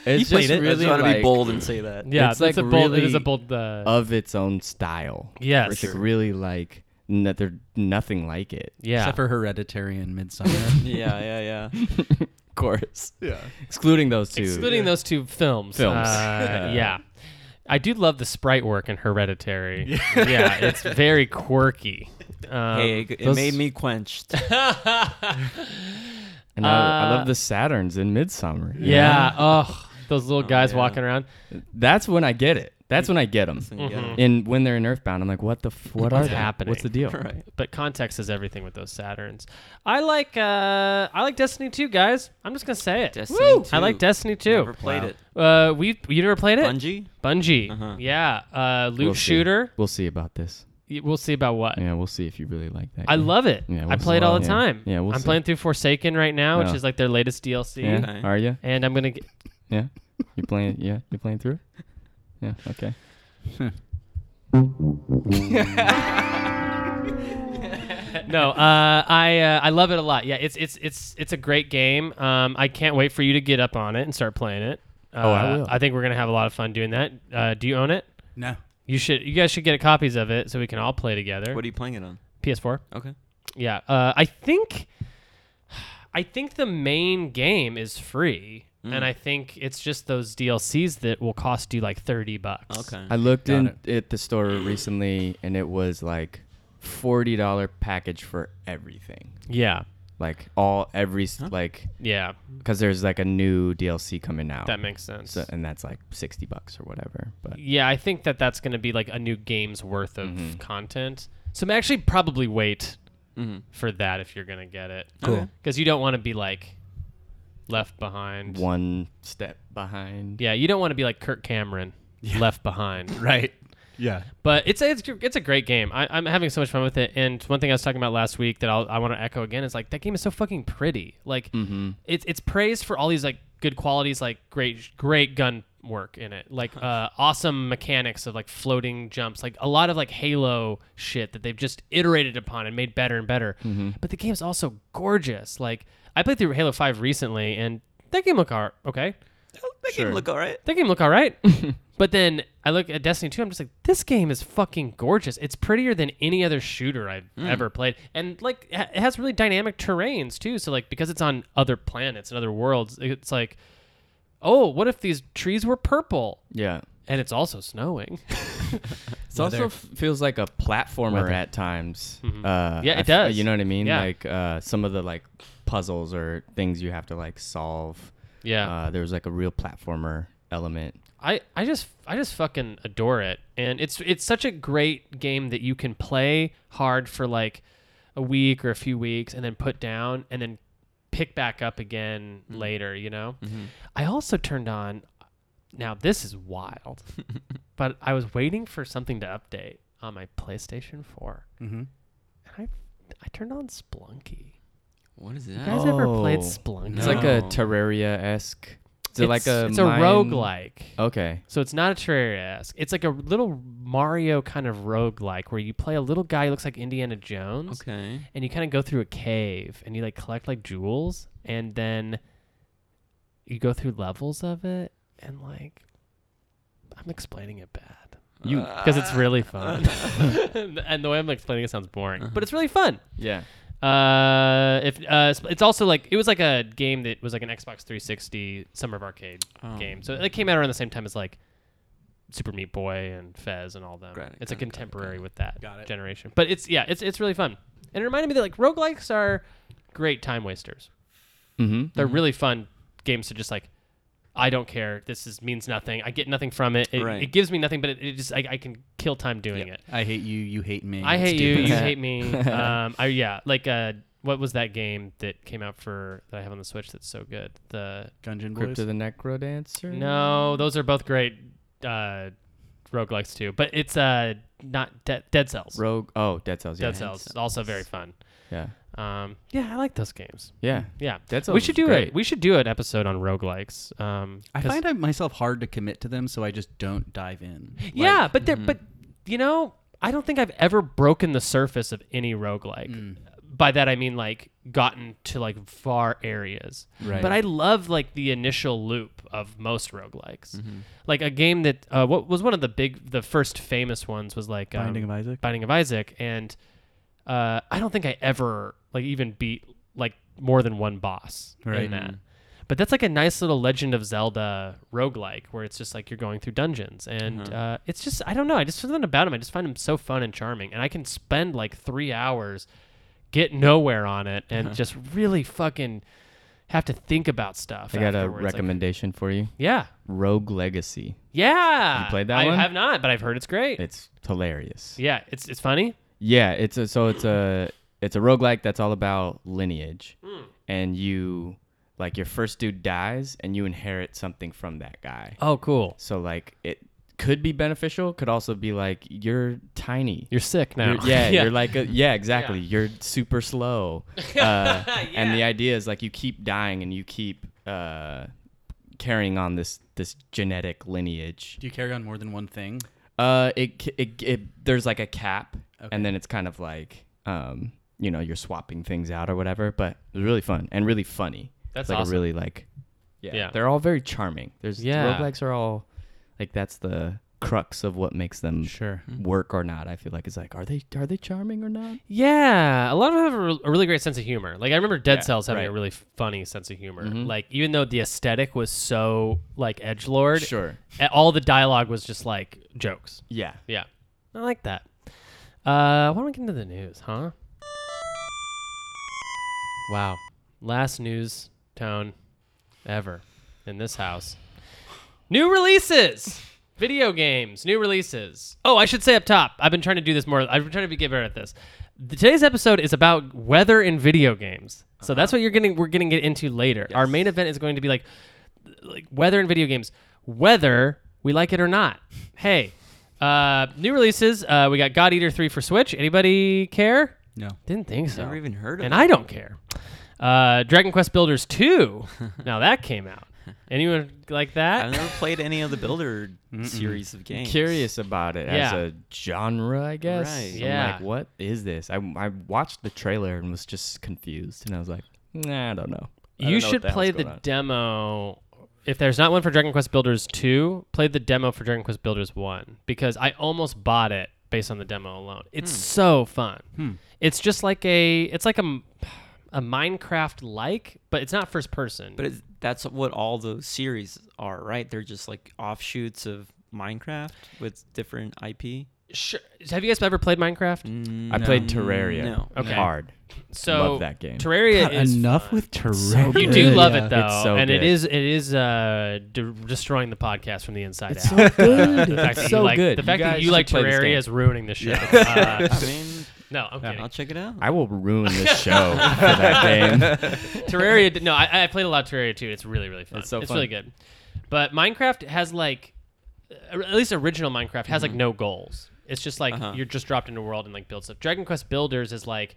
Speaker 2: It's
Speaker 3: He played
Speaker 2: just
Speaker 3: it. I
Speaker 4: I
Speaker 2: really
Speaker 4: just want to
Speaker 2: like
Speaker 4: be bold and
Speaker 1: [laughs]
Speaker 4: say that.
Speaker 1: Yeah,
Speaker 2: It's,
Speaker 1: it's
Speaker 2: like,
Speaker 1: a bold. it is a
Speaker 2: really
Speaker 1: bold. Uh,
Speaker 2: of its own style.
Speaker 1: Yes.
Speaker 2: It's like really like n- that. They're nothing like it.
Speaker 1: yeah.
Speaker 3: Except for Hereditary and Midsummer. [laughs]
Speaker 4: yeah, yeah, [laughs] yeah.
Speaker 2: Of course. Yeah. Excluding those two.
Speaker 1: Excluding those two films.
Speaker 2: Films. [laughs]
Speaker 1: Uh, yeah. I do love the sprite work in Hereditary. Yeah, it's very quirky. Um,
Speaker 4: hey, it, it
Speaker 2: those-
Speaker 4: made me quenched.
Speaker 2: and I, I
Speaker 1: uh,
Speaker 2: love the Saturns in Midsummer. you
Speaker 1: yeah. Oh, those little guys
Speaker 4: yeah.
Speaker 1: walking around.
Speaker 2: know? That's when I get it. That's when I get them.
Speaker 4: So, yeah.
Speaker 2: And when they're in Earthbound, I'm like, what the? F- what are
Speaker 1: What's
Speaker 2: they?
Speaker 1: happening?
Speaker 2: What's the deal?
Speaker 4: Right.
Speaker 1: But context is everything with those Saturns. I like. Uh, I like Destiny 2, guys. I'm just gonna say it.
Speaker 4: Destiny
Speaker 1: Woo!
Speaker 4: 2.
Speaker 1: I like Destiny 2.
Speaker 4: Never played it.
Speaker 1: Uh, we you never played it?
Speaker 4: Bungie?
Speaker 1: Bungie.
Speaker 4: Uh-huh.
Speaker 1: Yeah. Uh, loot
Speaker 2: We'll see.
Speaker 1: shooter.
Speaker 2: We'll see about this.
Speaker 1: Y- We'll see about what.
Speaker 2: Yeah, we'll see if you really like that.
Speaker 1: I
Speaker 2: game.
Speaker 1: love it.
Speaker 2: Yeah,
Speaker 1: I
Speaker 2: we'll
Speaker 1: play it
Speaker 2: see.
Speaker 1: all the
Speaker 2: Yeah.
Speaker 1: time.
Speaker 2: Yeah, we'll
Speaker 1: I'm
Speaker 2: see.
Speaker 1: playing through Forsaken right now, which
Speaker 2: Yeah.
Speaker 1: is like their latest DLC.
Speaker 2: Yeah.
Speaker 4: Okay.
Speaker 2: Are you?
Speaker 1: And I'm gonna get,
Speaker 2: Yeah. You playing? Yeah. You playing through? it? Yeah. Okay.
Speaker 1: no. Uh, I uh, I love it a lot. Yeah, it's it's it's it's a great game. Um, I can't wait for you to get up on it and start playing it. Uh,
Speaker 2: Oh, I will.
Speaker 1: I think we're gonna have a lot of fun doing that. Uh, do you own it?
Speaker 3: no.
Speaker 1: You should. You guys should get copies of it so we can all play together.
Speaker 4: What are you playing it on?
Speaker 1: PS4.
Speaker 4: Okay.
Speaker 1: Yeah. Uh, I think I think the main game is free.
Speaker 4: Hmm.
Speaker 1: And I think it's just those DLCs that will cost you like thirty bucks.
Speaker 4: Okay.
Speaker 2: I looked
Speaker 3: Got
Speaker 2: in
Speaker 3: it.
Speaker 2: at the store recently, and it was like forty dollar package for everything,
Speaker 1: Yeah.
Speaker 2: like all every s
Speaker 4: Huh?
Speaker 2: like
Speaker 1: Yeah.
Speaker 2: because there's like a new DLC coming out.
Speaker 1: That makes sense.
Speaker 2: so, and that's like sixty bucks or whatever. But
Speaker 1: yeah, I think that that's going to be like a new game's worth of
Speaker 2: Mhm.
Speaker 1: content. So actually, probably wait
Speaker 4: Mm-hmm.
Speaker 1: for that if you're going to get it,
Speaker 3: Cool.
Speaker 4: Okay.
Speaker 1: because you don't want to be like left behind.
Speaker 2: one step behind.
Speaker 1: Yeah, you don't want to be like Kirk Cameron left behind.
Speaker 3: [laughs] Right. Yeah.
Speaker 1: But it's a, it's it's a great game. I, I'm having so much fun with it. And one thing I was talking about last week that I'll, I want to echo again is like that game is so fucking pretty. Like
Speaker 3: Mm-hmm.
Speaker 1: it's it's praised for all these like good qualities, like great great gun work in it, like uh, awesome mechanics of like floating jumps, like a lot of like Halo shit that they've just iterated upon and made better and better.
Speaker 3: Mm-hmm.
Speaker 1: But the game's also gorgeous. Like I played through Halo Five recently, and that game looked ar- okay
Speaker 4: That game look all right.
Speaker 1: that game look all right. but then I look at Destiny 2, I'm just like, this game is fucking gorgeous. It's prettier than any other shooter I've ever played. And like ha- it has really dynamic terrains too. So like because it's on other planets and other worlds, it's like, oh, what if these trees were purple?
Speaker 2: Yeah.
Speaker 1: And it's also snowing. [laughs]
Speaker 2: It also f- feels like a platformer at times. Uh,
Speaker 1: Mm-hmm. Yeah,
Speaker 2: I
Speaker 1: it
Speaker 2: f-
Speaker 1: does.
Speaker 2: You know what I mean?
Speaker 1: Yeah.
Speaker 2: Like uh, some of the like puzzles or things you have to like solve.
Speaker 1: Yeah.
Speaker 2: Uh, there was like a real platformer element.
Speaker 1: I, I just I just fucking adore it. And it's it's such a great game that you can play hard for like a week or a few weeks and then put down and then pick back up again
Speaker 2: Mm-hmm.
Speaker 1: later, you know? I also turned on now this is
Speaker 2: [laughs]
Speaker 1: wild. but I was waiting for something to update on my PlayStation 4.
Speaker 3: Mm-hmm.
Speaker 1: And I I turned on Splunky.
Speaker 4: What is
Speaker 1: You
Speaker 4: that?
Speaker 1: guys ever played
Speaker 2: Oh.
Speaker 1: Splunky?
Speaker 2: It's like a
Speaker 4: No.
Speaker 2: Terraria esque. Is it like a
Speaker 1: It's a
Speaker 2: mine-
Speaker 1: roguelike.
Speaker 2: Okay.
Speaker 1: So it's not a Terraria-esque. It's like a little Mario kind of roguelike where you play a little guy who looks like Indiana Jones
Speaker 4: Okay.
Speaker 1: and you kind of go through a cave and you like collect like jewels and then you go through levels of it and like I'm explaining it bad.
Speaker 2: You-
Speaker 1: because it's really fun. [laughs] and the way I'm explaining it sounds boring, but it's really fun.
Speaker 2: Yeah.
Speaker 1: Uh, if uh, it's- it's also like it was like a game that was like an Xbox 360 summer of arcade
Speaker 4: Oh.
Speaker 1: game, so it came out around the same time as like Super Meat Boy and Fez and all them.
Speaker 4: Got it,
Speaker 1: it's a
Speaker 4: got it, got it,
Speaker 1: contemporary with that
Speaker 3: Got it.
Speaker 1: generation, but it's yeah, it's it's really fun, and it reminded me that like roguelikes are great time wasters.
Speaker 2: Mm-hmm.
Speaker 1: They're really fun games to just like. I don't care. This is means nothing. I get nothing from it. It,
Speaker 4: Right.
Speaker 1: it gives me nothing, but it, it just I, I can kill time doing it.
Speaker 3: I hate you. You hate me.
Speaker 1: I
Speaker 3: It's
Speaker 1: hate you.
Speaker 3: stupid. [laughs]
Speaker 1: You hate me. Um, I, yeah, like uh, what was that game that came out for that I have on the Switch that's so good? The
Speaker 3: Gungeon
Speaker 2: Crypt
Speaker 3: Boys.
Speaker 2: of the Necro Dancer.
Speaker 1: no, those are both great uh, roguelikes too, but it's uh not de- Dead Cells.
Speaker 2: Rogue. Oh, Dead Cells. Yeah.
Speaker 1: Dead Cells also very fun.
Speaker 2: Yeah.
Speaker 1: Um, yeah, I like those games.
Speaker 2: Yeah.
Speaker 1: Yeah,
Speaker 2: Dead Cells.
Speaker 1: we should do
Speaker 2: great.
Speaker 1: it. We should do an episode on roguelikes. Um,
Speaker 3: I
Speaker 1: 'cause-
Speaker 3: find myself hard to commit to them, so I just don't dive in. Like, mm-hmm.
Speaker 1: yeah, but there, but you know, I don't think I've ever broken the surface of any roguelike.
Speaker 3: Mm.
Speaker 1: By that I mean like gotten to like far areas.
Speaker 3: Right.
Speaker 1: But I love like the initial loop of most roguelikes.
Speaker 3: Mm-hmm.
Speaker 1: Like a game that uh, what was one of the big the first famous ones was like um,
Speaker 3: Binding of Isaac.
Speaker 1: Binding of Isaac and uh, I don't think I ever like even beat like more than one boss in
Speaker 3: Right.
Speaker 1: that. But that's like a nice little Legend of Zelda roguelike where it's just like you're going through dungeons and uh, it's just I don't know I just something about him I just find him so fun and charming and I can spend like three hours get nowhere on it and just really fucking have to think about stuff.
Speaker 2: I got a
Speaker 1: afterwards. Like,
Speaker 2: recommendation for you.
Speaker 1: yeah,
Speaker 2: Rogue Legacy.
Speaker 1: yeah.
Speaker 2: You played that
Speaker 1: I
Speaker 2: one?
Speaker 1: have not, but I've heard it's great.
Speaker 2: It's hilarious.
Speaker 1: yeah, it's it's funny.
Speaker 2: Yeah, it's a so it's a it's a roguelike that's all about lineage. And you like your first dude dies and you inherit something from that guy.
Speaker 1: Oh, cool.
Speaker 2: So like it could be beneficial, could also be like you're tiny.
Speaker 1: You're sick now.
Speaker 2: You're- [laughs] yeah, you're like a, yeah, exactly. You're super [laughs] slow. Uh, And the idea is like you keep dying and you keep uh, carrying on this this genetic lineage.
Speaker 3: Do you carry on more than one thing?
Speaker 2: Uh, it, c- it, it there's like a cap,
Speaker 3: Okay.
Speaker 2: and then it's kind of like um, you know, you're swapping things out or whatever. But it was really fun and really funny.
Speaker 1: That's
Speaker 2: like a
Speaker 1: awesome.
Speaker 2: really like, yeah,
Speaker 1: Yeah.
Speaker 2: they're all very charming. There's
Speaker 1: Yeah.
Speaker 2: yeah, roguelikes are all like that's the crux of what makes them
Speaker 3: Sure.
Speaker 2: work or not. I feel like it's like are they are they charming or not?
Speaker 1: Yeah, a lot of them have a, re- a really great sense of humor. Like I remember Dead Cells having a
Speaker 2: right.
Speaker 1: really funny sense of humor.
Speaker 2: Mhm.
Speaker 1: Like even though the aesthetic was so like edge lord,
Speaker 2: Sure.
Speaker 1: all the dialogue was just like jokes.
Speaker 2: Yeah.
Speaker 1: Yeah, I like that. Uh, why don't we get into the news, huh? Wow, last news tone ever in this house. New releases, video games, new releases. Oh, I should say up top. I've been trying to do this more. I've been trying to be get better at this. The- Today's episode is about weather in video games. So that's what you're getting. We're getting get into later. Our main event is going to be like like weather in video games, whether we like it or not. Hey, uh, new releases. Uh, we got God Eater three for Switch. Anybody care?
Speaker 3: No.
Speaker 1: Didn't think so.
Speaker 4: Never even heard of
Speaker 1: and
Speaker 4: it.
Speaker 1: I don't care. Uh, Dragon Quest Builders two. [laughs] now that came out. Anyone like
Speaker 4: I've
Speaker 1: that?
Speaker 4: never played any of the Builder series of games.
Speaker 2: Curious about it as
Speaker 1: Yeah.
Speaker 2: a genre, I guess.
Speaker 4: Right.
Speaker 2: I'm
Speaker 1: Yeah.
Speaker 2: like, what is this? I, I watched the trailer and was just confused, and I was like, nah, I don't know. I don't know
Speaker 1: You
Speaker 2: what
Speaker 1: should
Speaker 2: the hell's
Speaker 1: play the
Speaker 2: going on.
Speaker 1: demo. If there's not one for Dragon Quest Builders 2, play the demo for Dragon Quest Builders 1 because I almost bought it based on the demo alone. It's
Speaker 2: Hmm.
Speaker 1: so fun. It's just like a it's like a m- a Minecraft like, but it's not first person.
Speaker 4: But it's, that's what all those series are, right? They're just like offshoots of Minecraft with different IP.
Speaker 1: sure. Have you guys ever played Minecraft?
Speaker 4: Mm,
Speaker 2: I played Terraria.
Speaker 4: No.
Speaker 1: Okay.
Speaker 2: Hard.
Speaker 1: So
Speaker 2: Mm, Love that game.
Speaker 1: Terraria is
Speaker 3: enough with Terraria.
Speaker 1: You do love it though,
Speaker 2: It's so
Speaker 1: and it
Speaker 2: good.
Speaker 1: is it is uh, de- destroying the podcast from the inside
Speaker 2: It's
Speaker 1: out.
Speaker 2: so
Speaker 1: [laughs]
Speaker 2: good.
Speaker 1: The fact
Speaker 2: It's
Speaker 1: that
Speaker 2: so
Speaker 1: you like,
Speaker 2: good.
Speaker 1: The
Speaker 2: You
Speaker 1: fact that
Speaker 2: guys
Speaker 1: you like
Speaker 2: should play this
Speaker 1: Terraria
Speaker 2: game.
Speaker 1: is ruining the show.
Speaker 2: [laughs]
Speaker 1: Uh,
Speaker 4: I mean,
Speaker 1: no, I'm kidding. [laughs]
Speaker 4: I'll check it out.
Speaker 2: I will ruin the show for that game.
Speaker 1: Terraria. did- No, I, I played a lot of Terraria too. It's really really fun.
Speaker 2: It's so
Speaker 1: It's
Speaker 2: fun.
Speaker 1: really good. But Minecraft has like, uh, at least original Minecraft has like
Speaker 4: Mm-hmm.
Speaker 1: no goals. It's just like
Speaker 4: Uh-huh.
Speaker 1: you're just dropped into a world and like build stuff. Dragon Quest Builders is like,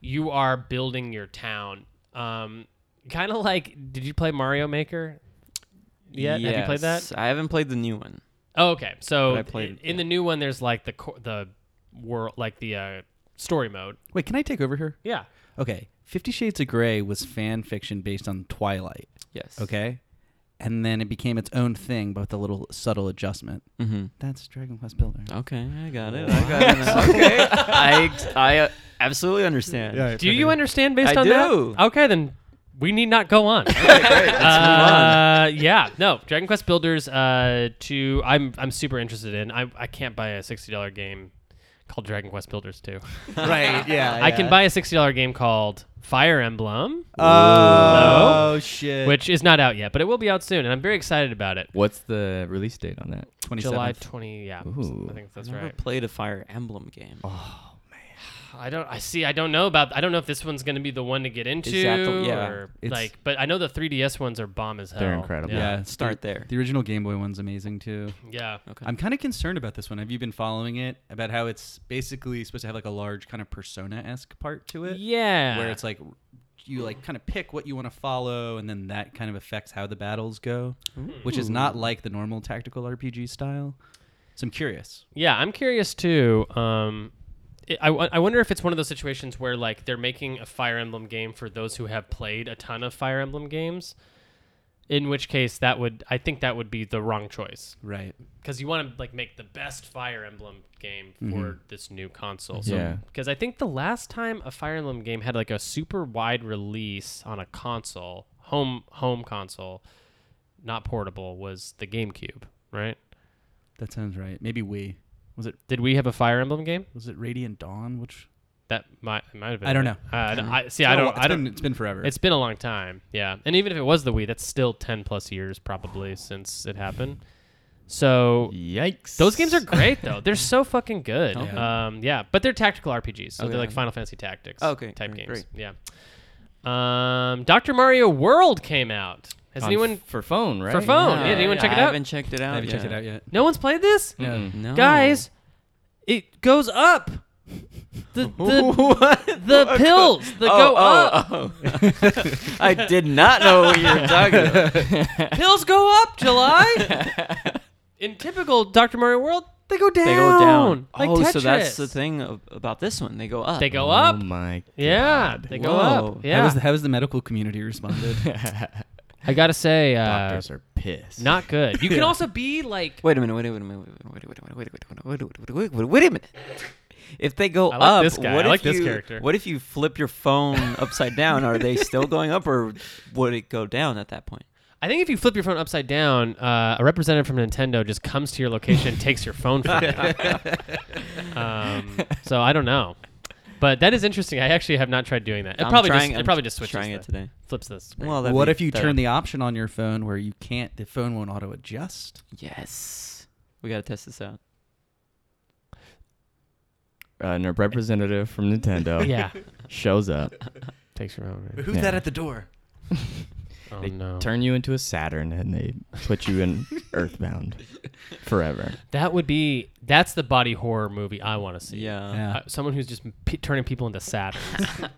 Speaker 1: you are building your town. Um, kind of like, did you play Mario Maker? Yet? Have you played that?
Speaker 4: Yes. I haven't played the new one.
Speaker 1: Oh, okay. So
Speaker 4: But I played
Speaker 1: in
Speaker 4: it, yeah.
Speaker 1: the new one, there's like the co- the world, like the uh, story mode.
Speaker 3: Wait, can I take over here?
Speaker 1: Yeah.
Speaker 3: Okay. Fifty Shades of Grey was fan fiction based on Twilight.
Speaker 4: Yes.
Speaker 3: Okay. and then it became its own thing, but with a little subtle adjustment.
Speaker 4: Mm-hmm. Oh.
Speaker 3: That's Dragon Quest Builder.
Speaker 4: Okay, I got it. I got it. now. okay, [laughs] I I uh, absolutely understand.
Speaker 1: Do you understand based
Speaker 4: I
Speaker 1: on
Speaker 4: do.
Speaker 1: that? Okay, then we need not go on. uh, yeah, no, Dragon Quest Builders uh, two. I'm I'm super interested in. I I can't buy a sixty dollar game called Dragon Quest Builders two.
Speaker 3: [laughs] right. Yeah. Uh,
Speaker 1: I can buy a sixty dollar game called Fire Emblem,
Speaker 3: Oh shit.
Speaker 1: which is not out yet, but it will be out soon, and I'm very excited about it.
Speaker 2: What's the release date on that?
Speaker 3: 27th.
Speaker 1: July twenty. Yeah,
Speaker 2: Ooh.
Speaker 1: I think that's
Speaker 4: I've never
Speaker 1: right.
Speaker 4: played a Fire Emblem game.
Speaker 1: I don't. I see. I don't know about. I don't know if this one's going to be the one to get into.
Speaker 4: that the- yeah,
Speaker 1: or,
Speaker 3: it's-
Speaker 1: like, but I know the 3DS ones are bomb as hell.
Speaker 2: They're incredible.
Speaker 1: Yeah.
Speaker 3: Yeah.
Speaker 4: Start there.
Speaker 3: The original Game Boy one's amazing too.
Speaker 1: Yeah.
Speaker 4: Okay.
Speaker 3: I'm kind of concerned about this one. Have you been following it? About how it's basically supposed to have like a large kind of persona esque part to it,
Speaker 1: Yeah.
Speaker 3: where it's like you like kind of pick what you want to follow, and then that kind of affects how the battles go, which is not like the normal tactical RPG style. So I'm curious.
Speaker 1: Yeah, I'm curious too. Um, it, I, wo- I wonder if it's one of those situations where like they're making a Fire Emblem game for those who have played a ton of Fire Emblem games. In which case, that would I think that would be the wrong choice
Speaker 3: Right.
Speaker 1: because you want to like make the best Fire Emblem game for this new console. So,
Speaker 2: Yeah.
Speaker 1: Because I think the last time a Fire Emblem game had like a super wide release on a console, home home console, not portable, was the GameCube, right?
Speaker 3: That sounds right. Maybe we was it
Speaker 1: Did we have a Fire Emblem game?
Speaker 3: was it Radiant Dawn? Which
Speaker 1: That might it might have been.
Speaker 3: I don't
Speaker 1: it.
Speaker 3: know.
Speaker 1: Uh, I, don't- I- see. I don't. I don't.
Speaker 3: It's been forever.
Speaker 1: It's been a long time. Yeah, and even if it was the Wii, that's still ten plus years probably since it happened. So
Speaker 2: Yikes.
Speaker 1: those games are
Speaker 2: [laughs]
Speaker 1: great though. They're so fucking good.
Speaker 3: Okay.
Speaker 1: Um, yeah, but they're tactical RPGs, so
Speaker 4: Okay.
Speaker 1: they're like Final Fantasy Tactics.
Speaker 4: Okay,
Speaker 1: type
Speaker 4: great,
Speaker 1: games. Yeah. Um, Doctor Mario World came out. Has
Speaker 2: On
Speaker 1: anyone?
Speaker 2: f- for phone, right?
Speaker 1: for phone.
Speaker 4: Yeah,
Speaker 1: Yeah, did anyone check it
Speaker 4: I
Speaker 1: out?
Speaker 4: haven't checked it out.
Speaker 3: I haven't checked
Speaker 4: yet.
Speaker 3: it out yet.
Speaker 1: No one's played this.
Speaker 2: Mm.
Speaker 4: No.
Speaker 1: Guys, it goes up. The the,
Speaker 4: what?
Speaker 1: the pills that
Speaker 4: oh,
Speaker 1: go
Speaker 4: oh,
Speaker 1: up.
Speaker 4: oh. [laughs] I did not know what you were talking about.
Speaker 1: Pills go up,
Speaker 4: [laughs]
Speaker 1: July. In typical Dr. Mario world, they go down.
Speaker 4: They go down.
Speaker 1: Like
Speaker 4: oh,
Speaker 1: Tetris.
Speaker 4: so that's the thing of, about this one. They go up.
Speaker 1: They go
Speaker 2: Oh
Speaker 1: up. [laughs]
Speaker 2: my.
Speaker 1: Yeah, they go up.
Speaker 4: Whoa.
Speaker 1: Yeah.
Speaker 3: How has the, how has the medical
Speaker 1: [laughs]
Speaker 3: community responded?
Speaker 1: I gotta say, uh,
Speaker 2: Doctors are pissed.
Speaker 1: not good.
Speaker 4: [laughs]
Speaker 1: You can also be like,
Speaker 4: Wait a minute. Wait a minute. Wait a minute. Wait a minute. Wait a minute. Wait a minute. Wait a minute. Wait a minute. Wait a- Wait a minute. If they go
Speaker 1: I like
Speaker 4: up,
Speaker 1: this guy.
Speaker 4: what
Speaker 1: I
Speaker 4: if
Speaker 1: like this
Speaker 4: you,
Speaker 1: character.
Speaker 4: What if you flip your phone upside down? Are they still going up, or would it go down at that point?
Speaker 1: I think if you flip your phone upside down, uh, a representative from Nintendo just comes to your location and takes your phone from you.
Speaker 4: [laughs]
Speaker 1: um, so I don't know, but that is interesting. I actually have not tried doing that. It
Speaker 4: I'm
Speaker 1: probably
Speaker 4: trying,
Speaker 1: just it
Speaker 4: I'm
Speaker 1: probably just switches
Speaker 4: trying
Speaker 1: the,
Speaker 4: it today.
Speaker 1: flips this.
Speaker 4: Well, that'd
Speaker 3: what
Speaker 4: be
Speaker 3: if you
Speaker 4: better.
Speaker 3: turn the option on your phone where you can't? The phone won't auto adjust.
Speaker 4: Yes, we gotta test this out.
Speaker 2: Uh, and a representative from Nintendo
Speaker 1: [laughs]
Speaker 4: [laughs]
Speaker 1: yeah, Oh.
Speaker 2: shows up.
Speaker 1: takes your phone.
Speaker 3: Who's
Speaker 2: Yeah.
Speaker 3: that at the door?
Speaker 1: Oh
Speaker 2: They
Speaker 1: no,
Speaker 2: Turn you into a Saturn and they put you [laughs] in Earthbound forever.
Speaker 1: that would be that's the body horror movie I want to see.
Speaker 4: Yeah.
Speaker 1: Uh, someone who's just p- turning people into
Speaker 2: [laughs]
Speaker 1: Saturns.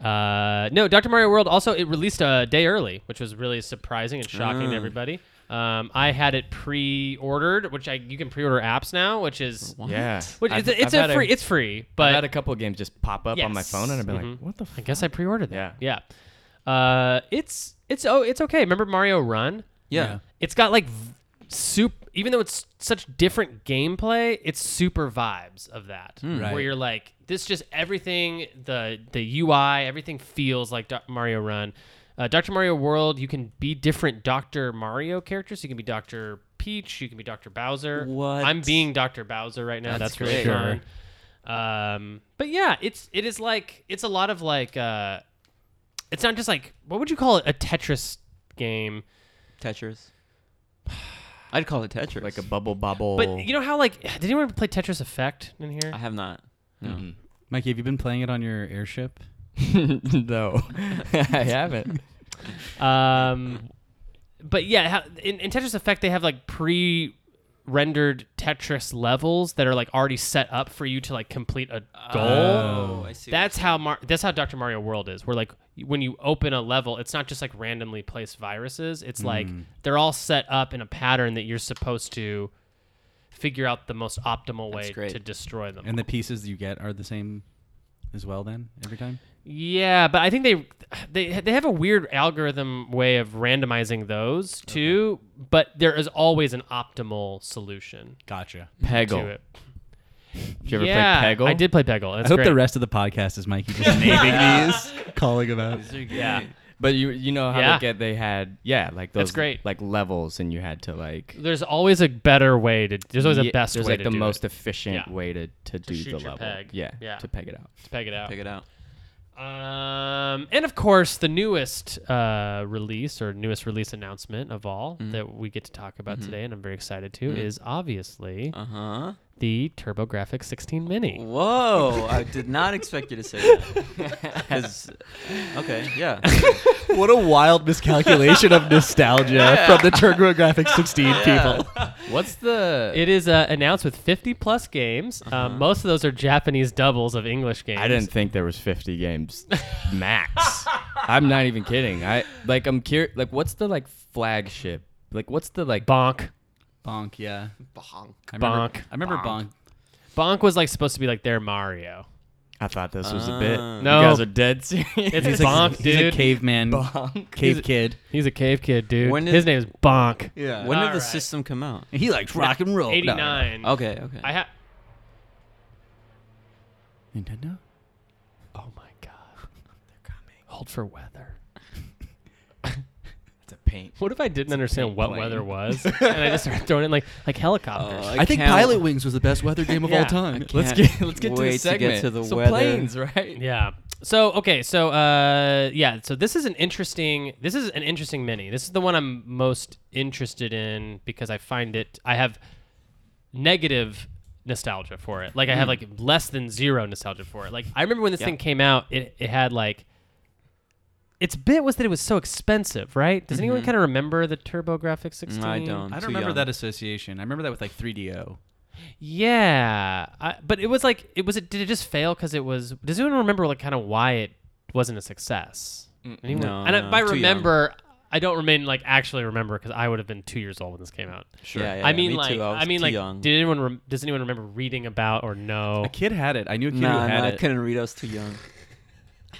Speaker 1: uh, no, Dr. Mario World also it released a day early, which was really surprising and shocking
Speaker 2: Mm.
Speaker 4: Ah.
Speaker 1: to everybody. Um, I had it pre-ordered, which I you can pre-order apps now, which is
Speaker 4: What?
Speaker 2: Yeah.
Speaker 1: which
Speaker 2: I've-
Speaker 1: is, it's
Speaker 2: I've
Speaker 1: a
Speaker 2: had
Speaker 1: free it's free,
Speaker 2: I've had
Speaker 1: but
Speaker 2: a couple games just pop up on my phone and I've been
Speaker 1: Yes. Mm-hmm.
Speaker 2: like, what the
Speaker 1: I
Speaker 2: fuck?
Speaker 1: guess I pre-ordered that. Yeah, yeah. Uh, it's it's oh it's okay. Remember Mario Run?
Speaker 4: Yeah.
Speaker 1: It's got like v- soup. Even though it's such different gameplay, it's super vibes of that. Where
Speaker 3: Right.
Speaker 1: you're like, this just everything the the UI, everything feels like Doc- Mario Run. Uh, Doctor Mario World, you can be different Doctor Mario characters. You can be Doctor Peach. You can be Doctor Bowser.
Speaker 4: What?
Speaker 1: I'm being Doctor Bowser right now. That's,
Speaker 4: That's
Speaker 1: really
Speaker 4: great.
Speaker 1: fun. Um, but yeah, it's it is like it's a lot of like uh, it's not just like what would you call it a Tetris game.
Speaker 4: Tetris. I'd call it Tetris.
Speaker 2: Like a bubble
Speaker 1: [laughs]
Speaker 2: bobble.
Speaker 1: But you know how like [sighs] did anyone play Tetris Effect in here?
Speaker 4: Oh. I have not. No.
Speaker 2: Mhm.
Speaker 3: Mikey, have you been playing it on your airship?
Speaker 2: [laughs] no, [laughs] I haven't. [laughs]
Speaker 1: Um, but yeah, how, in, in Tetris Effect they have like pre-rendered Tetris levels that are like already set up for you to like complete a goal.
Speaker 4: Oh, I see.
Speaker 1: That's how Mar- that's how Dr. Mario World is. Where like when you open a level, it's not just like randomly placed viruses.
Speaker 4: Hmm.
Speaker 1: It's like they're all set up in a pattern that you're supposed to figure out the most optimal way
Speaker 4: great.
Speaker 1: to destroy them.
Speaker 3: And the pieces you get are the same as well. Then every time.
Speaker 1: Yeah, but I think they they they have a weird algorithm way of randomizing those too. But there is always an optimal solution
Speaker 3: Gotcha.
Speaker 1: to
Speaker 2: Peggle.
Speaker 1: it.
Speaker 2: Did you ever
Speaker 1: yeah,
Speaker 2: play Peggle?
Speaker 1: I did play Peggle.
Speaker 3: I
Speaker 1: That's
Speaker 3: hope
Speaker 1: great.
Speaker 3: the rest of the podcast is Mikey [laughs] just naming these, calling them
Speaker 1: [laughs]
Speaker 3: out.
Speaker 1: Yeah.
Speaker 2: But you you know how
Speaker 1: Yeah.
Speaker 2: they get they had yeah like those
Speaker 1: That's great.
Speaker 2: like levels and you had to like
Speaker 1: There's always a better way to. There's always
Speaker 2: Yeah,
Speaker 1: a best
Speaker 2: there's
Speaker 1: way
Speaker 2: like
Speaker 1: to
Speaker 2: the
Speaker 1: do
Speaker 2: most
Speaker 1: it,
Speaker 2: efficient
Speaker 1: Yeah.
Speaker 2: way to to, do
Speaker 1: shoot
Speaker 2: the
Speaker 1: your
Speaker 2: level
Speaker 1: peg.
Speaker 2: Yeah,
Speaker 1: Yeah.
Speaker 2: to peg it out.
Speaker 1: to peg it out.
Speaker 4: Pick it out.
Speaker 1: Um, and of course, the newest uh, release or newest release announcement of all
Speaker 2: Mm-hmm.
Speaker 1: that we get to talk about today, and I'm very excited to, is obviously
Speaker 4: Uh
Speaker 2: Uh-huh.
Speaker 4: huh.
Speaker 1: the TurboGrafx 16 Mini.
Speaker 4: Whoa! I did not expect you to say that. [laughs] 'Cause- okay, yeah.
Speaker 3: What a [laughs] wild miscalculation of nostalgia from the TurboGrafx 16 people.
Speaker 2: What's the?
Speaker 1: It is uh, announced with 50 plus games. Um, most of those are Japanese doubles of English games.
Speaker 2: I didn't think there was 50 games max. I'm not even kidding. I like I'm curious. Like what's the like flagship? Like what's the like?
Speaker 1: Bonk.
Speaker 3: Bonk, yeah.
Speaker 4: Bonk.
Speaker 3: I remember,
Speaker 1: Bonk.
Speaker 3: I remember
Speaker 2: Bonk.
Speaker 3: Bonk.
Speaker 1: Bonk was like supposed to be like their Mario.
Speaker 2: I thought this was a
Speaker 4: Ah.
Speaker 2: bit.
Speaker 1: No.
Speaker 2: you guys are dead serious.
Speaker 1: It's
Speaker 3: He's
Speaker 1: Bonk,
Speaker 3: a,
Speaker 1: dude.
Speaker 3: He's a caveman,
Speaker 2: Bonk.
Speaker 3: cave
Speaker 1: He's a-
Speaker 3: kid.
Speaker 1: He's a cave kid, dude.
Speaker 4: When did-
Speaker 1: His name is Bonk.
Speaker 3: Yeah.
Speaker 4: When did the
Speaker 1: Alright.
Speaker 4: system come out?
Speaker 3: He likes rock and roll. No, no, no.
Speaker 1: 89.
Speaker 4: Okay, okay.
Speaker 1: Mm-hmm. I ha-
Speaker 3: Nintendo?
Speaker 1: Oh my god. They're coming. Hold for weather.
Speaker 2: It's a paint.
Speaker 1: What if I didn't understand
Speaker 2: pink
Speaker 1: what
Speaker 2: plane.
Speaker 1: weather was and I just started throwing in like like helicopters?
Speaker 4: Oh,
Speaker 3: I, think
Speaker 4: can't-
Speaker 3: Pilot Wings was the best weather game of
Speaker 1: Yeah.
Speaker 3: all time.
Speaker 2: Let's
Speaker 4: Can't [laughs]
Speaker 1: [laughs]
Speaker 2: get let's get to
Speaker 4: wait
Speaker 2: the
Speaker 4: to get
Speaker 2: segment.
Speaker 4: to the
Speaker 2: so
Speaker 4: weather.
Speaker 2: planes, right?
Speaker 1: yeah. So okay, so uh yeah, so this is an interesting this is an interesting mini. This is the one I'm most interested in because I find it I have negative nostalgia for it. Like I have like less than zero nostalgia for it. Like I remember when this
Speaker 4: Hmm. Yeah.
Speaker 1: thing came out, it, it had like its bit was that it was so expensive, right? Does anyone kind of remember the TurboGrafx 16?
Speaker 4: Mm-hmm. Mm, I
Speaker 3: I
Speaker 4: don't. Too
Speaker 3: don't remember
Speaker 4: young.
Speaker 3: that association. I remember that with like 3DO.
Speaker 1: Yeah, I, but it was like it was. It, did it just fail because it was? Does anyone remember like kind of why it wasn't a success? Anyone?
Speaker 4: No,
Speaker 1: and I,
Speaker 4: no,
Speaker 1: by
Speaker 4: Mm, too young.
Speaker 1: remember, I don't remain like actually remember because I would have been two years old when this came out.
Speaker 4: Sure. Yeah, yeah,
Speaker 1: I
Speaker 4: yeah,
Speaker 1: mean,
Speaker 4: me
Speaker 1: like,
Speaker 4: too.
Speaker 1: I,
Speaker 4: was
Speaker 1: mean,
Speaker 4: too
Speaker 1: like,
Speaker 4: young.
Speaker 1: did anyone? Rem- does anyone remember reading about or know?
Speaker 4: [laughs]
Speaker 3: A kid had it. I knew a kid who
Speaker 4: Nah,
Speaker 3: had
Speaker 4: nah, I
Speaker 3: it.
Speaker 4: couldn't read. I was too young.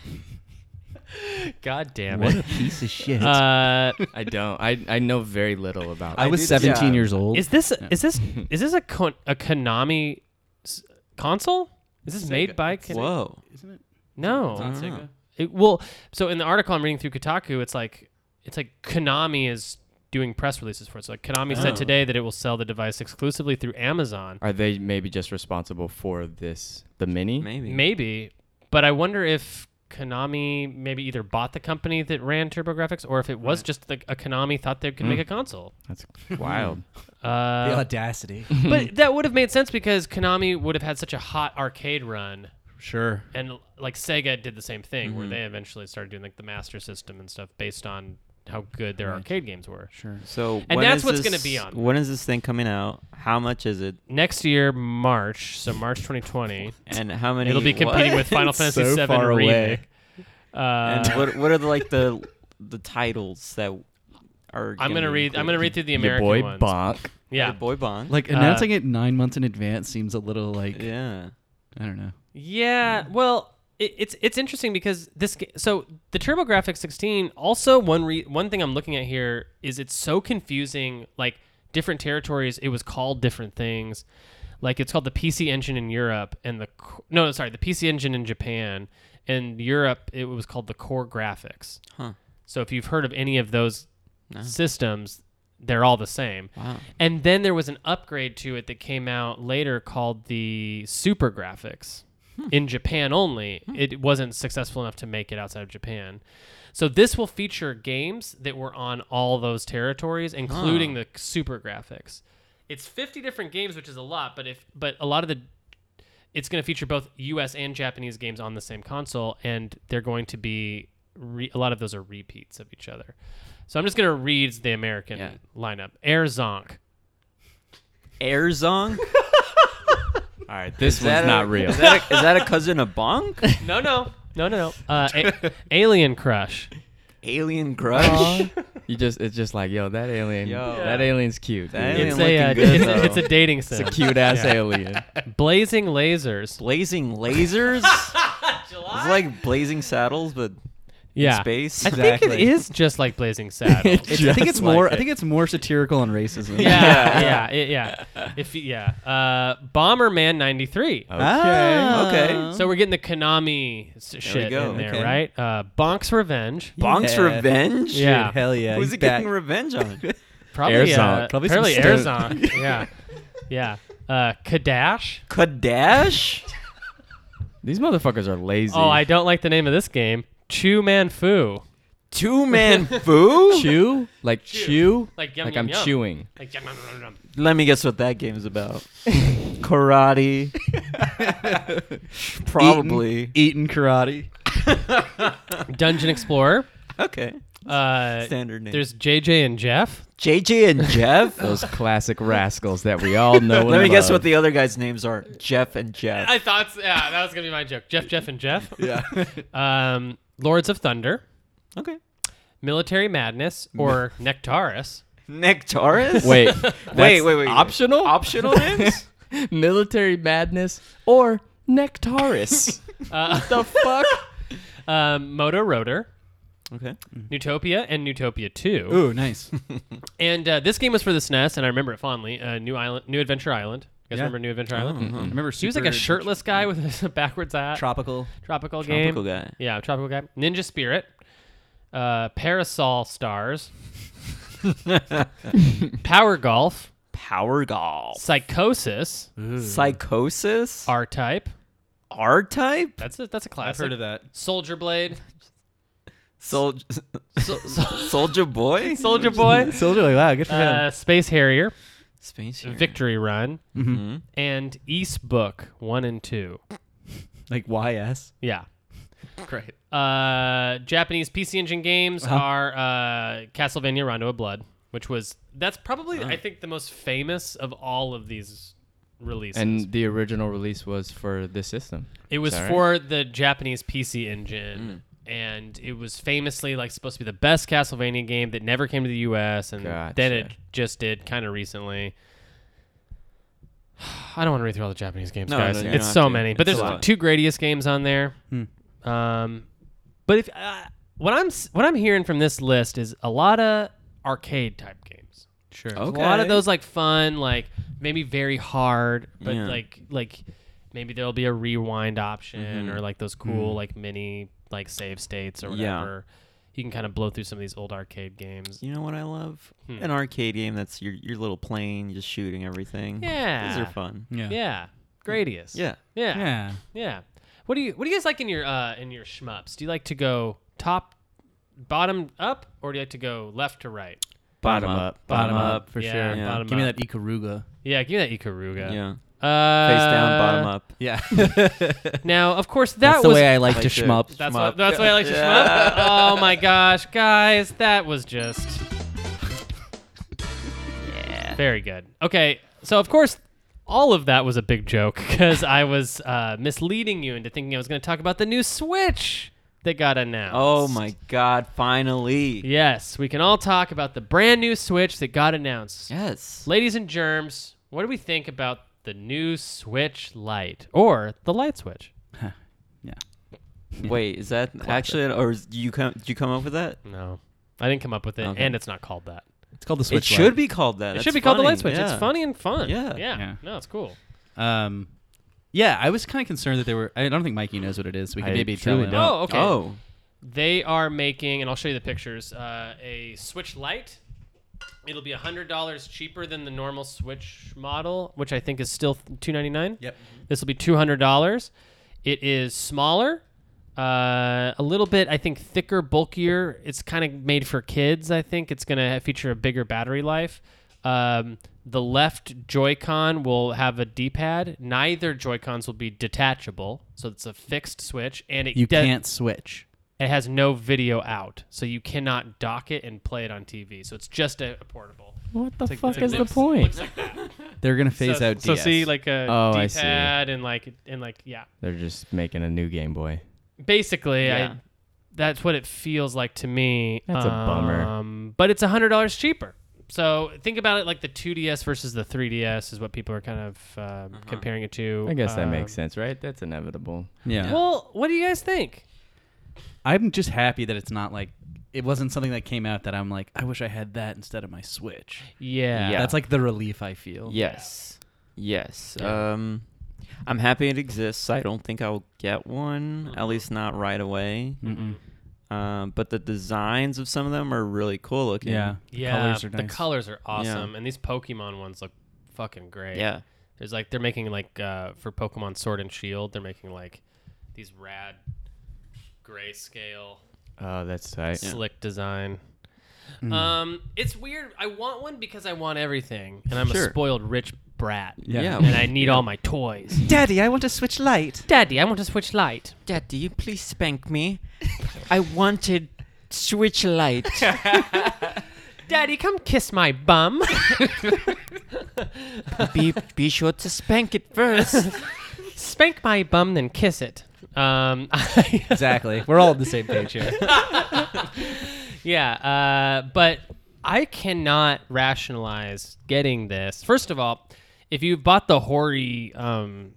Speaker 1: [laughs] God damn
Speaker 3: What a
Speaker 1: it!
Speaker 3: piece of shit.
Speaker 4: [laughs]
Speaker 1: Uh,
Speaker 2: I don't. I I know very little about.
Speaker 3: I
Speaker 4: I
Speaker 2: it.
Speaker 3: was
Speaker 4: did-
Speaker 3: 17
Speaker 4: yeah.
Speaker 3: years old.
Speaker 1: is this is
Speaker 4: [laughs]
Speaker 1: this is this a con- a Konami s- console? Is this made by Konami?
Speaker 4: Whoa. Ah,
Speaker 3: Isn't it?
Speaker 1: No,
Speaker 4: I don't know.
Speaker 1: It, well, so in the article I'm reading through Kotaku, it's like it's like Konami is doing press releases for it. So like Konami
Speaker 3: Oh.
Speaker 1: said today that it will sell the device exclusively through Amazon.
Speaker 2: Are they maybe just responsible for this the mini?
Speaker 4: Maybe.
Speaker 1: Maybe, but I wonder if Konami maybe either bought the company that ran TurboGrafx or if it was just the, a Konami thought they could make
Speaker 3: Mm.
Speaker 1: a console.
Speaker 2: That's wild.
Speaker 3: the
Speaker 1: Uh,
Speaker 3: audacity.
Speaker 1: but that would have made sense because Konami would have had such a hot arcade run.
Speaker 3: sure. Mm-hmm.
Speaker 1: and like Sega did the same thing where they eventually started doing like the Master System and stuff based on how good their arcade games were.
Speaker 3: Sure.
Speaker 4: So
Speaker 1: And
Speaker 4: when
Speaker 1: that's
Speaker 4: is
Speaker 1: what's gonna
Speaker 4: this-
Speaker 1: be on.
Speaker 4: When is this thing coming out? How much is it?
Speaker 1: Next year, March, so March 2020,
Speaker 4: And how many?
Speaker 1: it'll be competing
Speaker 4: what?
Speaker 1: with
Speaker 4: [laughs]
Speaker 1: Final Fantasy
Speaker 3: So
Speaker 1: VII
Speaker 3: far
Speaker 1: Remake.
Speaker 3: away.
Speaker 1: Uh,
Speaker 4: And what? What are the, like the the titles that are?
Speaker 1: I'm gonna
Speaker 4: be
Speaker 1: read. I'm gonna read through the
Speaker 2: Your
Speaker 1: American
Speaker 2: boy
Speaker 1: ones.
Speaker 2: Bonk.
Speaker 4: included?
Speaker 1: Yeah,
Speaker 4: The boy bond.
Speaker 3: Like
Speaker 1: Uh,
Speaker 3: announcing it nine months in advance seems a little like
Speaker 4: yeah.
Speaker 3: I don't know.
Speaker 1: yeah. Well, it, it's it's interesting because this. ga- So the TurboGrafx 16 also one re, one thing I'm looking at here is it's so confusing. Like different territories, it was called different things. like it's called the PC Engine in Europe and the co- no sorry the PC Engine in Japan and Europe it was called the Core Graphics.
Speaker 4: Huh.
Speaker 1: So if you've heard of any of those systems, they're all the same.
Speaker 4: Wow.
Speaker 1: And then there was an upgrade to it that came out later called the Super Graphics in Japan only. It wasn't successful enough to make it outside of Japan. So this will feature games that were on all those territories, including the Super Graphics. It's 50 different games, which is a lot, but if but a lot of the it's going to feature both U.S. and Japanese games on the same console, and they're going to be re- a lot of those are repeats of each other. So I'm just going to read the American
Speaker 4: Yeah.
Speaker 1: lineup: Air Zonk, [laughs]
Speaker 4: Air Zong.
Speaker 2: All right, this
Speaker 4: Is
Speaker 2: one's
Speaker 4: that a-
Speaker 2: not real.
Speaker 4: Is that, a, is that a cousin of Bonk?
Speaker 1: [laughs] No, no, no, no, no. Uh, a- [laughs] Alien Crush.
Speaker 4: Alien Grudge.
Speaker 2: [laughs] you just it's just like yo that alien.
Speaker 4: Yo.
Speaker 2: That alien's cute.
Speaker 4: That
Speaker 2: dude.
Speaker 4: alien
Speaker 1: It's
Speaker 4: looking
Speaker 1: a, uh,
Speaker 4: good,
Speaker 1: it's, a,
Speaker 4: though.
Speaker 1: it's a dating sim.
Speaker 2: [laughs] It's a cute ass alien.
Speaker 1: Blazing Lasers.
Speaker 4: Blazing lasers. It's like Blazing Saddles, but
Speaker 1: yeah.
Speaker 4: in space.
Speaker 1: I
Speaker 4: [laughs]
Speaker 1: think it
Speaker 3: Exactly.
Speaker 1: is just like Blazing Saddles.
Speaker 3: It's, I think it's
Speaker 2: Just like
Speaker 3: more.
Speaker 2: it.
Speaker 3: I think it's more satirical on racism.
Speaker 1: yeah, yeah, it- yeah. If you- yeah, uh, Bomberman '93.
Speaker 4: Oh.
Speaker 3: Ah,
Speaker 4: Okay.
Speaker 1: So we're getting the Konami s- shit
Speaker 4: go.
Speaker 1: in there,
Speaker 3: Okay.
Speaker 1: right? Uh, Bonk's Revenge.
Speaker 4: Bonk's
Speaker 3: Yeah.
Speaker 4: Revenge.
Speaker 1: Yeah.
Speaker 3: Dude, hell yeah.
Speaker 4: Who's
Speaker 3: he's
Speaker 4: it
Speaker 3: back.
Speaker 4: getting revenge on?
Speaker 1: Probably
Speaker 2: Airzonk.
Speaker 1: Uh,
Speaker 2: Probably
Speaker 3: some
Speaker 1: apparently
Speaker 3: stoat.
Speaker 1: Airzonk. [laughs] yeah, yeah. Uh, Kadash. [laughs]
Speaker 4: Kadash.
Speaker 2: These motherfuckers are lazy.
Speaker 1: Oh, I don't like the name of this game. Chu Man Fu.
Speaker 4: Two
Speaker 1: [laughs]
Speaker 4: man foo.
Speaker 2: chew like chew,
Speaker 1: Like yum,
Speaker 2: like
Speaker 1: yum,
Speaker 2: I'm
Speaker 1: yum.
Speaker 2: chewing.
Speaker 1: Like, yum, yum, yum, yum.
Speaker 4: Let me guess what that game's about.
Speaker 1: [laughs]
Speaker 4: Karate. Probably.
Speaker 3: Eating karate.
Speaker 1: Dungeon Explorer.
Speaker 4: Okay.
Speaker 1: Uh,
Speaker 4: Standard name.
Speaker 1: there's JJ and Jeff.
Speaker 4: JJ and
Speaker 1: [laughs]
Speaker 4: Jeff.
Speaker 2: Those classic rascals that we all know. and
Speaker 4: Let me guess
Speaker 2: love.
Speaker 4: what the other guys' names are. Jeff and Jeff.
Speaker 1: I thought, yeah, that was gonna be my joke. Jeff, Jeff, and Jeff.
Speaker 3: Yeah.
Speaker 1: [laughs] Um, Lords of Thunder,
Speaker 4: [laughs] okay.
Speaker 1: Military Madness, [laughs] or Nectaris.
Speaker 4: Nectaris.
Speaker 2: Wait,
Speaker 4: [laughs] Wait,
Speaker 2: that's
Speaker 4: wait, wait.
Speaker 2: Optional?
Speaker 4: Optional
Speaker 1: [laughs]
Speaker 4: names?
Speaker 2: Military madness or
Speaker 4: [laughs]
Speaker 2: Nectaris?
Speaker 1: Uh,
Speaker 2: the fuck?
Speaker 1: [laughs] um, Moto Rotor,
Speaker 4: okay.
Speaker 1: Newtopia, and Newtopia Two.
Speaker 3: Ooh, nice.
Speaker 1: And uh, this game was for the SNES, and I remember it fondly. Uh, New Island, New Adventure Island. You guys
Speaker 3: Yeah.
Speaker 1: remember New Adventure Island?
Speaker 3: I
Speaker 4: Mm-hmm.
Speaker 3: remember
Speaker 1: He was like a shirtless guy with a [laughs] backwards hat.
Speaker 3: tropical.
Speaker 1: tropical game.
Speaker 4: Tropical guy.
Speaker 1: Yeah, tropical guy. Ninja Spirit. Uh, Parasol
Speaker 4: [laughs]
Speaker 1: Stars. Power Golf.
Speaker 4: Power golf.
Speaker 1: Psychosis.
Speaker 4: Psychosis.
Speaker 1: R Type. [laughs]
Speaker 4: R type.
Speaker 1: That's a that's a classic.
Speaker 3: I've heard of that.
Speaker 1: Soldier
Speaker 3: [laughs]
Speaker 1: Blade.
Speaker 4: Sol- [laughs]
Speaker 1: Sol- Sol-
Speaker 4: Soldier
Speaker 1: [laughs]
Speaker 4: boy.
Speaker 1: Soldier Boy.
Speaker 3: [laughs] Soldier, like, wow, good for
Speaker 1: Uh, Space Harrier.
Speaker 4: [laughs] Space. Hero.
Speaker 1: Victory Run.
Speaker 4: Mhm.
Speaker 1: And East Book one and two.
Speaker 3: Like YS.
Speaker 1: Yeah.
Speaker 3: Great.
Speaker 1: Uh, Japanese PC Engine games are uh, Castlevania Rondo of Blood, which was that's probably I think the most famous of all of these releases.
Speaker 2: And the original release was for this system.
Speaker 1: it was
Speaker 2: Is that right?
Speaker 1: for the Japanese PC Engine,
Speaker 4: Mm.
Speaker 1: and it was famously like supposed to be the best Castlevania game that never came to the U.S. and then it
Speaker 2: Gotcha.
Speaker 1: just did kind of recently. [sighs] I don't want to read through all the Japanese games,
Speaker 4: No,
Speaker 1: guys.
Speaker 4: no, you don't
Speaker 1: it's
Speaker 4: have
Speaker 1: so
Speaker 4: to.
Speaker 1: many, but
Speaker 4: It's a
Speaker 1: there's
Speaker 4: lot.
Speaker 1: two Gradius games on there. Um, but if uh, what I'm s- what I'm hearing from this list is a lot of arcade type games.
Speaker 3: Sure.
Speaker 4: Oh.
Speaker 1: A lot of
Speaker 4: Okay.
Speaker 1: those like fun, like maybe very hard, but
Speaker 4: Yeah.
Speaker 1: like like maybe there'll be a rewind option or like those cool like mini like save states or
Speaker 4: Yeah.
Speaker 1: whatever. You can kind of blow through some of these old arcade games.
Speaker 4: You know what I love?
Speaker 1: Hmm.
Speaker 4: An arcade game that's your your little plane just shooting everything.
Speaker 1: Yeah.
Speaker 4: These are fun.
Speaker 3: Yeah.
Speaker 1: Yeah. Gradius.
Speaker 4: Yeah.
Speaker 1: Yeah. Yeah.
Speaker 3: Yeah.
Speaker 1: What do you what do you guys like in your uh in your shmups? Do you like to go top bottom up or do you like to go left to right?
Speaker 4: Bottom up.
Speaker 3: Bottom up for
Speaker 1: yeah,
Speaker 3: sure.
Speaker 4: Yeah.
Speaker 1: Bottom
Speaker 3: Give me
Speaker 1: up.
Speaker 3: that Ikaruga.
Speaker 1: Yeah, give me that Ikaruga.
Speaker 4: Yeah.
Speaker 1: Uh,
Speaker 4: Face down, bottom up.
Speaker 3: Yeah.
Speaker 1: Now, of course, that
Speaker 3: That's the
Speaker 1: was.
Speaker 3: way I like to
Speaker 4: Like to-
Speaker 3: shmup.
Speaker 1: that's
Speaker 4: shmup.
Speaker 1: what, that's what I like to shmup. Oh my gosh, guys, that was just
Speaker 4: Yeah.
Speaker 1: very good. Okay, so of course, all of that was a big joke because I was uh, misleading you into thinking I was going to talk about the new Switch that got announced.
Speaker 4: Oh my God! Finally.
Speaker 1: Yes, we can all talk about the brand new Switch that got announced.
Speaker 4: Yes.
Speaker 1: Ladies and germs, what do we think about the new Switch Lite or the Light Switch?
Speaker 3: Yeah.
Speaker 4: [laughs] Wait, is that actually, or is, you come? Did you come up with that?
Speaker 1: No, I didn't come up with it,
Speaker 4: Okay.
Speaker 1: and it's not called that.
Speaker 3: It's called the Switch.
Speaker 4: it should be called that.
Speaker 1: it
Speaker 4: That's
Speaker 1: should be called the light switch.
Speaker 4: funny. Yeah.
Speaker 1: It's funny and fun.
Speaker 4: Yeah.
Speaker 1: yeah,
Speaker 3: Yeah.
Speaker 1: No, it's cool.
Speaker 3: be. Um, yeah, I was kind of concerned that they were. I don't think Mikey knows what it is. So we can
Speaker 2: I
Speaker 3: maybe tell
Speaker 2: truly
Speaker 3: him.
Speaker 2: don't.
Speaker 1: Oh, okay.
Speaker 4: Oh,
Speaker 1: They are making, and I'll show you the pictures. Uh, a Switch Lite. It'll be hundred dollars cheaper than the normal Switch model, which I think is still two ninety nine.
Speaker 3: Yep.
Speaker 1: This will be two hundred dollars. It is smaller, uh, a little bit, I think, thicker, bulkier. It's kind of made for kids. I think it's gonna feature a bigger battery life. Um, the left Joy-Con will have a D-pad. Neither Joy-Cons will be detachable, so it's a fixed switch, and it
Speaker 3: You
Speaker 1: does-
Speaker 3: can't switch.
Speaker 1: It has no video out, so you cannot dock it and play it on TV. So it's just a, a portable.
Speaker 2: What the
Speaker 1: It's like lips- looks like that.
Speaker 3: They're gonna phase
Speaker 1: so,
Speaker 3: out.
Speaker 1: so
Speaker 3: DS.
Speaker 1: see, like a
Speaker 2: Oh, I see.
Speaker 1: D-pad and like and like yeah.
Speaker 2: They're just making a new Game Boy.
Speaker 1: Basically,
Speaker 4: Yeah.
Speaker 1: I, that's what it feels like to me.
Speaker 2: That's a bummer.
Speaker 1: Um, But it's hundred dollars cheaper, So think about it like the 2DS versus the 3DS is what people are kind of um, comparing it to.
Speaker 2: Mm-hmm. I guess that makes
Speaker 1: Um,
Speaker 2: sense, right? That's inevitable.
Speaker 3: Yeah.
Speaker 1: Well, what do you guys think?
Speaker 3: I'm just happy that it's not like it wasn't something that came out that I'm like, I wish I had that instead of my Switch.
Speaker 1: Yeah.
Speaker 4: Yeah.
Speaker 3: That's like the relief I
Speaker 2: Oh,
Speaker 3: feel.
Speaker 4: Yes. Yes. Um, I'm happy it exists. I don't think I'll get one, at least not right away.
Speaker 3: Mm-mm.
Speaker 4: Um, but the designs of some of them are really cool looking.
Speaker 3: Yeah.
Speaker 1: Yeah,
Speaker 3: Colors are
Speaker 1: the
Speaker 3: nice.
Speaker 1: colors are awesome, and these Pokemon ones look fucking great.
Speaker 4: Yeah.
Speaker 1: there's like they're making like uh, for Pokemon Sword and Shield, they're making like these rad grayscale
Speaker 2: Oh, that's tight.
Speaker 1: slick design.
Speaker 4: Mm.
Speaker 1: Um, it's weird. I want one because I want everything, and I'm a
Speaker 4: Sure.
Speaker 1: spoiled rich brat,
Speaker 4: Yeah.
Speaker 1: and I need all my toys. [laughs]
Speaker 3: Daddy, I want to Switch Lite.
Speaker 1: Daddy, I want to switch light.
Speaker 4: Daddy, you please spank me. I wanted
Speaker 3: [laughs]
Speaker 4: Switch Lite.
Speaker 1: Daddy, come kiss my bum.
Speaker 4: be, be sure to spank it first.
Speaker 1: [laughs] Spank my bum, then kiss it. Um, [laughs]
Speaker 3: Exactly. We're all on the same page here.
Speaker 1: Yeah, uh, but I cannot rationalize getting this. First of all, if you've bought the hoary um,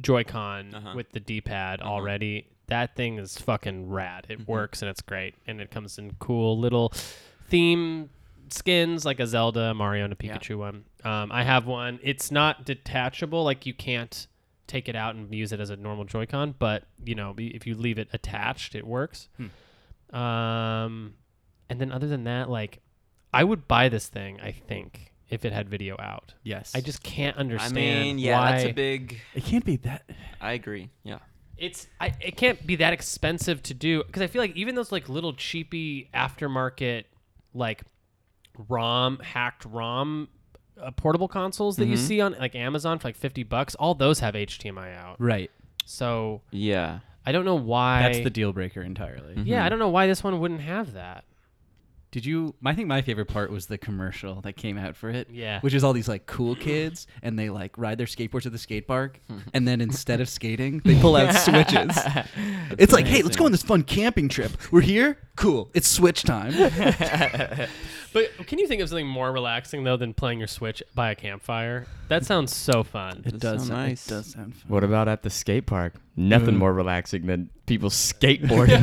Speaker 1: Joy-Con with the D-pad already, that thing is fucking rad. It works and it's great, and it comes in cool little theme skins like a Zelda, Mario, and a Pikachu one. Um, I have one. It's not detachable; like you can't take it out and use it as a normal Joy-Con, but you know, if you leave it attached, it works. Um, and then other than that, like, I would buy this thing. I think if it had video out,
Speaker 3: Yes.
Speaker 1: I just can't
Speaker 4: I
Speaker 1: understand.
Speaker 4: mean, yeah,
Speaker 1: why
Speaker 4: that's a big.
Speaker 3: it can't be that.
Speaker 4: I agree. Yeah.
Speaker 1: it's I, it can't be that expensive to do because I feel like even those like little cheapy aftermarket like ROM hacked ROM uh, portable consoles that you
Speaker 4: Mm-hmm.
Speaker 1: see on like Amazon for like fifty bucks, all those have HDMI out.
Speaker 3: Right.
Speaker 1: So I
Speaker 4: Yeah.
Speaker 1: Mm-hmm. don't know why.
Speaker 3: That's the deal breaker entirely.
Speaker 1: yeah.
Speaker 4: Mm-hmm.
Speaker 1: I don't know why this one wouldn't have that.
Speaker 3: Did you? I think my favorite part was the commercial that came out for it.
Speaker 1: Yeah.
Speaker 3: Which is all these like cool kids, and they like ride their skateboards to the skate
Speaker 1: [laughs]
Speaker 3: park, and then instead of skating, they pull out switches. it's like, hey, let's go on this fun camping trip. We're here. Cool. It's
Speaker 1: [laughs]
Speaker 3: switch time.
Speaker 1: But can you think of something more relaxing though than playing your Switch by a campfire? That sounds so fun.
Speaker 3: it
Speaker 4: does so
Speaker 3: does.
Speaker 4: sound- it nice.
Speaker 3: It does
Speaker 4: does
Speaker 3: sound fun.
Speaker 2: What about at the skate park? Nothing more relaxing than people skateboarding.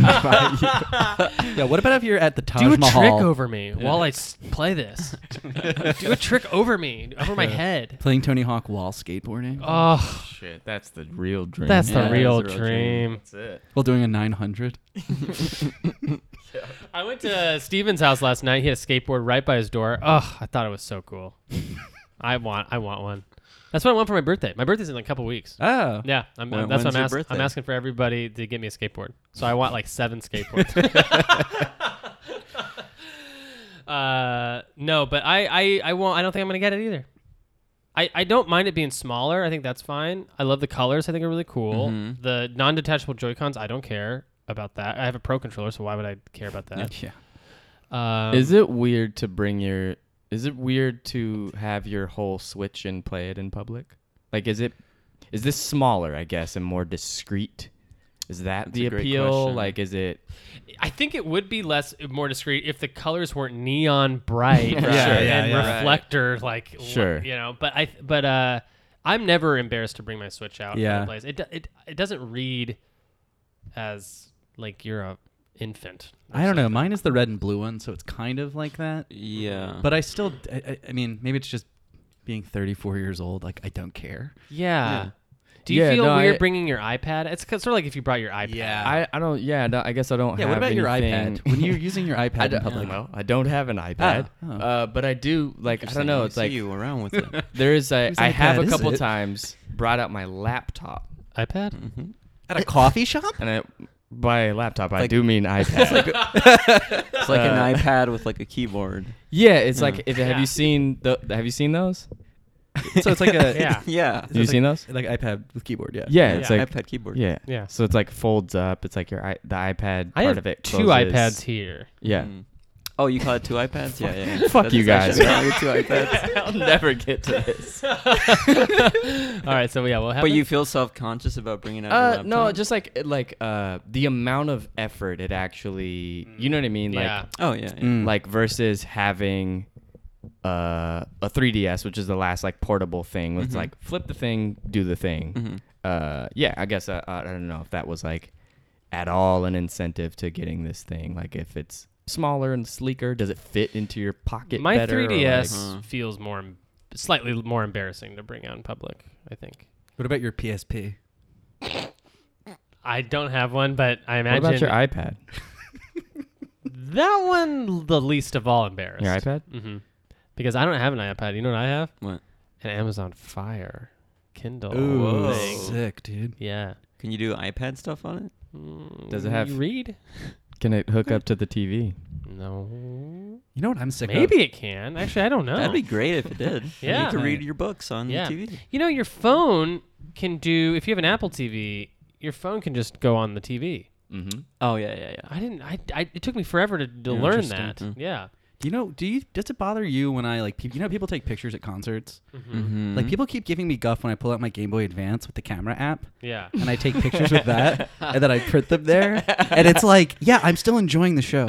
Speaker 3: Yeah. What about if you're at the Taj
Speaker 1: Do a
Speaker 3: Mahal
Speaker 1: trick over me while I s- play
Speaker 3: [laughs]
Speaker 1: this.
Speaker 2: [laughs]
Speaker 1: Do a trick over me, over my head.
Speaker 3: playing Tony Hawk while skateboarding,
Speaker 1: Oh,
Speaker 2: Shit, that's the real dream.
Speaker 1: that's
Speaker 3: Yeah,
Speaker 1: the
Speaker 3: that's
Speaker 1: real, dream.
Speaker 2: That's it.
Speaker 3: while doing a 900?
Speaker 1: I went to Steven's house last night. He had a skateboard right by his door. Oh, I thought it was so
Speaker 3: [laughs]
Speaker 1: cool. I want, I want one. That's what I want for my birthday. My birthday's in like a couple weeks.
Speaker 3: Oh.
Speaker 1: [laughs] Yeah, I'm,
Speaker 4: When-
Speaker 1: that's what
Speaker 4: when's
Speaker 1: I'm
Speaker 4: your
Speaker 1: asking. I'm
Speaker 4: birthday?
Speaker 1: asking for everybody to get me a skateboard. So I want like seven skateboards.
Speaker 4: [laughs]
Speaker 1: [laughs] uh, no, but I, I, I won't. I don't think I'm gonna get it either. I, I don't mind it being smaller. I think that's fine. I love the colors. I think are really cool.
Speaker 4: Mm-hmm.
Speaker 1: The non-detachable Joy Cons. I don't care about that. I have a Pro controller, so why would I care about that?
Speaker 3: Yeah.
Speaker 1: Um,
Speaker 2: Is it weird to bring your? Is it weird to have your whole Switch and play it in public? Like, is it? Is this smaller, I guess, and more discreet? Is that
Speaker 4: That's
Speaker 2: the
Speaker 4: a great
Speaker 2: appeal?
Speaker 4: question.
Speaker 2: Like, is it?
Speaker 1: I think it would be less more discreet if the colors weren't neon bright
Speaker 4: Right.
Speaker 3: Yeah, yeah,
Speaker 1: and
Speaker 3: yeah. Right.
Speaker 1: reflector like l-
Speaker 2: Sure.
Speaker 1: you know. But I but uh, I'm never embarrassed to bring my Switch out.
Speaker 3: Yeah.
Speaker 1: Yeah, place. It, do- it it doesn't read as like you're a infant. or
Speaker 3: I don't know.
Speaker 1: something.
Speaker 3: Mine is the red and blue one, so it's kind of like that.
Speaker 4: Uh-huh. Yeah.
Speaker 3: But I still, I, I- I mean, maybe it's just being 34 years old. Like, I don't care.
Speaker 1: Yeah.
Speaker 4: Yeah.
Speaker 1: Do you
Speaker 2: Yeah,
Speaker 1: feel
Speaker 2: no,
Speaker 1: weird
Speaker 2: I-
Speaker 1: bringing your iPad? It's sort of like if you brought your iPad.
Speaker 3: Yeah.
Speaker 2: I, I don't. Yeah, no, I guess I don't.
Speaker 3: Yeah,
Speaker 2: Have
Speaker 3: what about your
Speaker 2: anything-
Speaker 3: iPad? [laughs] When you're using your
Speaker 2: [laughs]
Speaker 3: iPad
Speaker 2: I
Speaker 3: in
Speaker 2: don't,
Speaker 3: public.
Speaker 2: well, I don't have an iPad,
Speaker 3: Oh, oh.
Speaker 2: Uh, but I do. Like, I don't know. It's
Speaker 4: see
Speaker 2: like
Speaker 4: you around
Speaker 2: [laughs]
Speaker 4: with it. Mm-hmm.
Speaker 2: there is. A,
Speaker 3: Whose
Speaker 2: I have
Speaker 3: iPad
Speaker 2: a
Speaker 3: is
Speaker 2: couple
Speaker 3: it?
Speaker 2: times brought out my laptop,
Speaker 1: [laughs] iPad.
Speaker 4: [laughs]
Speaker 3: At a coffee [laughs] shop?
Speaker 2: and I, by laptop I
Speaker 4: Like-
Speaker 2: do
Speaker 3: [laughs]
Speaker 2: mean iPad. [laughs]
Speaker 4: It's like
Speaker 2: Uh,
Speaker 4: an iPad with like a keyboard.
Speaker 2: yeah, it's like if
Speaker 1: Yeah.
Speaker 2: have you seen the have you seen those?
Speaker 3: so it's like a.
Speaker 1: Yeah.
Speaker 4: [laughs] Yeah.
Speaker 2: Have you seen those?
Speaker 3: Like iPad with keyboard, yeah.
Speaker 2: Yeah, it's
Speaker 1: Yeah.
Speaker 2: like
Speaker 4: iPad keyboard.
Speaker 2: yeah,
Speaker 1: Yeah.
Speaker 2: So it's like folds up. It's like your i- the iPad
Speaker 1: I
Speaker 2: part
Speaker 1: have
Speaker 2: of it.
Speaker 1: two
Speaker 2: closes.
Speaker 1: iPads here.
Speaker 2: Yeah,
Speaker 4: Mm. Oh, you call it two iPads? Yeah, yeah.
Speaker 2: [laughs]
Speaker 4: yeah.
Speaker 2: Fuck
Speaker 4: That's
Speaker 2: you guys.
Speaker 4: actually probably two
Speaker 2: [laughs]
Speaker 1: [laughs]
Speaker 4: iPads.
Speaker 2: I'll never get to this.
Speaker 1: All right, so yeah, we'll have.
Speaker 4: But you feel self-conscious about bringing out
Speaker 2: Uh,
Speaker 4: your laptop?
Speaker 2: no, just like it- like uh, the amount of effort it actually, you know what I mean? Like
Speaker 1: yeah.
Speaker 4: Oh yeah. yeah.
Speaker 3: Mm.
Speaker 2: like versus having uh, a 3DS, which is the last like portable thing. It's
Speaker 1: Mm-hmm.
Speaker 4: Mhm.
Speaker 2: like flip the thing, do the thing.
Speaker 4: Mhm.
Speaker 2: Uh, yeah, I guess I, I don't know if that was like at all an incentive to getting this thing. Like if it's smaller and sleeker, does it fit into your pocket?
Speaker 1: My
Speaker 2: better, or, like-
Speaker 1: 3DS
Speaker 4: Huh.
Speaker 1: feels more em- slightly more embarrassing to bring out in public. I think
Speaker 3: What about your PSP?
Speaker 1: I don't have one, but I
Speaker 2: what
Speaker 1: imagine
Speaker 2: about your iPad?
Speaker 1: that one the least of all embarrassed.
Speaker 2: Your iPad?
Speaker 1: hmm Because I don't have an iPad. You know what I have?
Speaker 4: What?
Speaker 1: An Amazon Fire Kindle.
Speaker 4: Ooh.
Speaker 1: thing.
Speaker 3: sick, dude.
Speaker 1: Yeah.
Speaker 4: Can you do iPad stuff on it?
Speaker 2: Does it
Speaker 1: Mm,
Speaker 2: have-
Speaker 1: you read?
Speaker 2: Can it hook up to the TV?
Speaker 1: No.
Speaker 3: You know what I'm sick of?
Speaker 1: Maybe it can. Actually, I don't know.
Speaker 4: That'd be great if it did.
Speaker 1: [laughs] Yeah.
Speaker 4: You could read your books on
Speaker 1: Yeah.
Speaker 4: the TV.
Speaker 1: you know, your phone can do. If you have an Apple TV, your phone can just go on the TV.
Speaker 2: Mm-hmm.
Speaker 4: Oh yeah, yeah, yeah.
Speaker 1: I didn't. I. I it took me forever to, to
Speaker 4: Yeah,
Speaker 1: learn
Speaker 4: interesting.
Speaker 1: that.
Speaker 4: Mm.
Speaker 1: Yeah.
Speaker 3: Do you know? Do you? Does it bother you when I like? pe- You know, people take pictures at concerts.
Speaker 4: Mm-hmm.
Speaker 3: Like people keep giving me guff when I pull out my Game Boy Advance with the camera app,
Speaker 1: Yeah.
Speaker 3: and I take pictures with that, and then I print them there, and it's like, yeah, I'm still enjoying the show.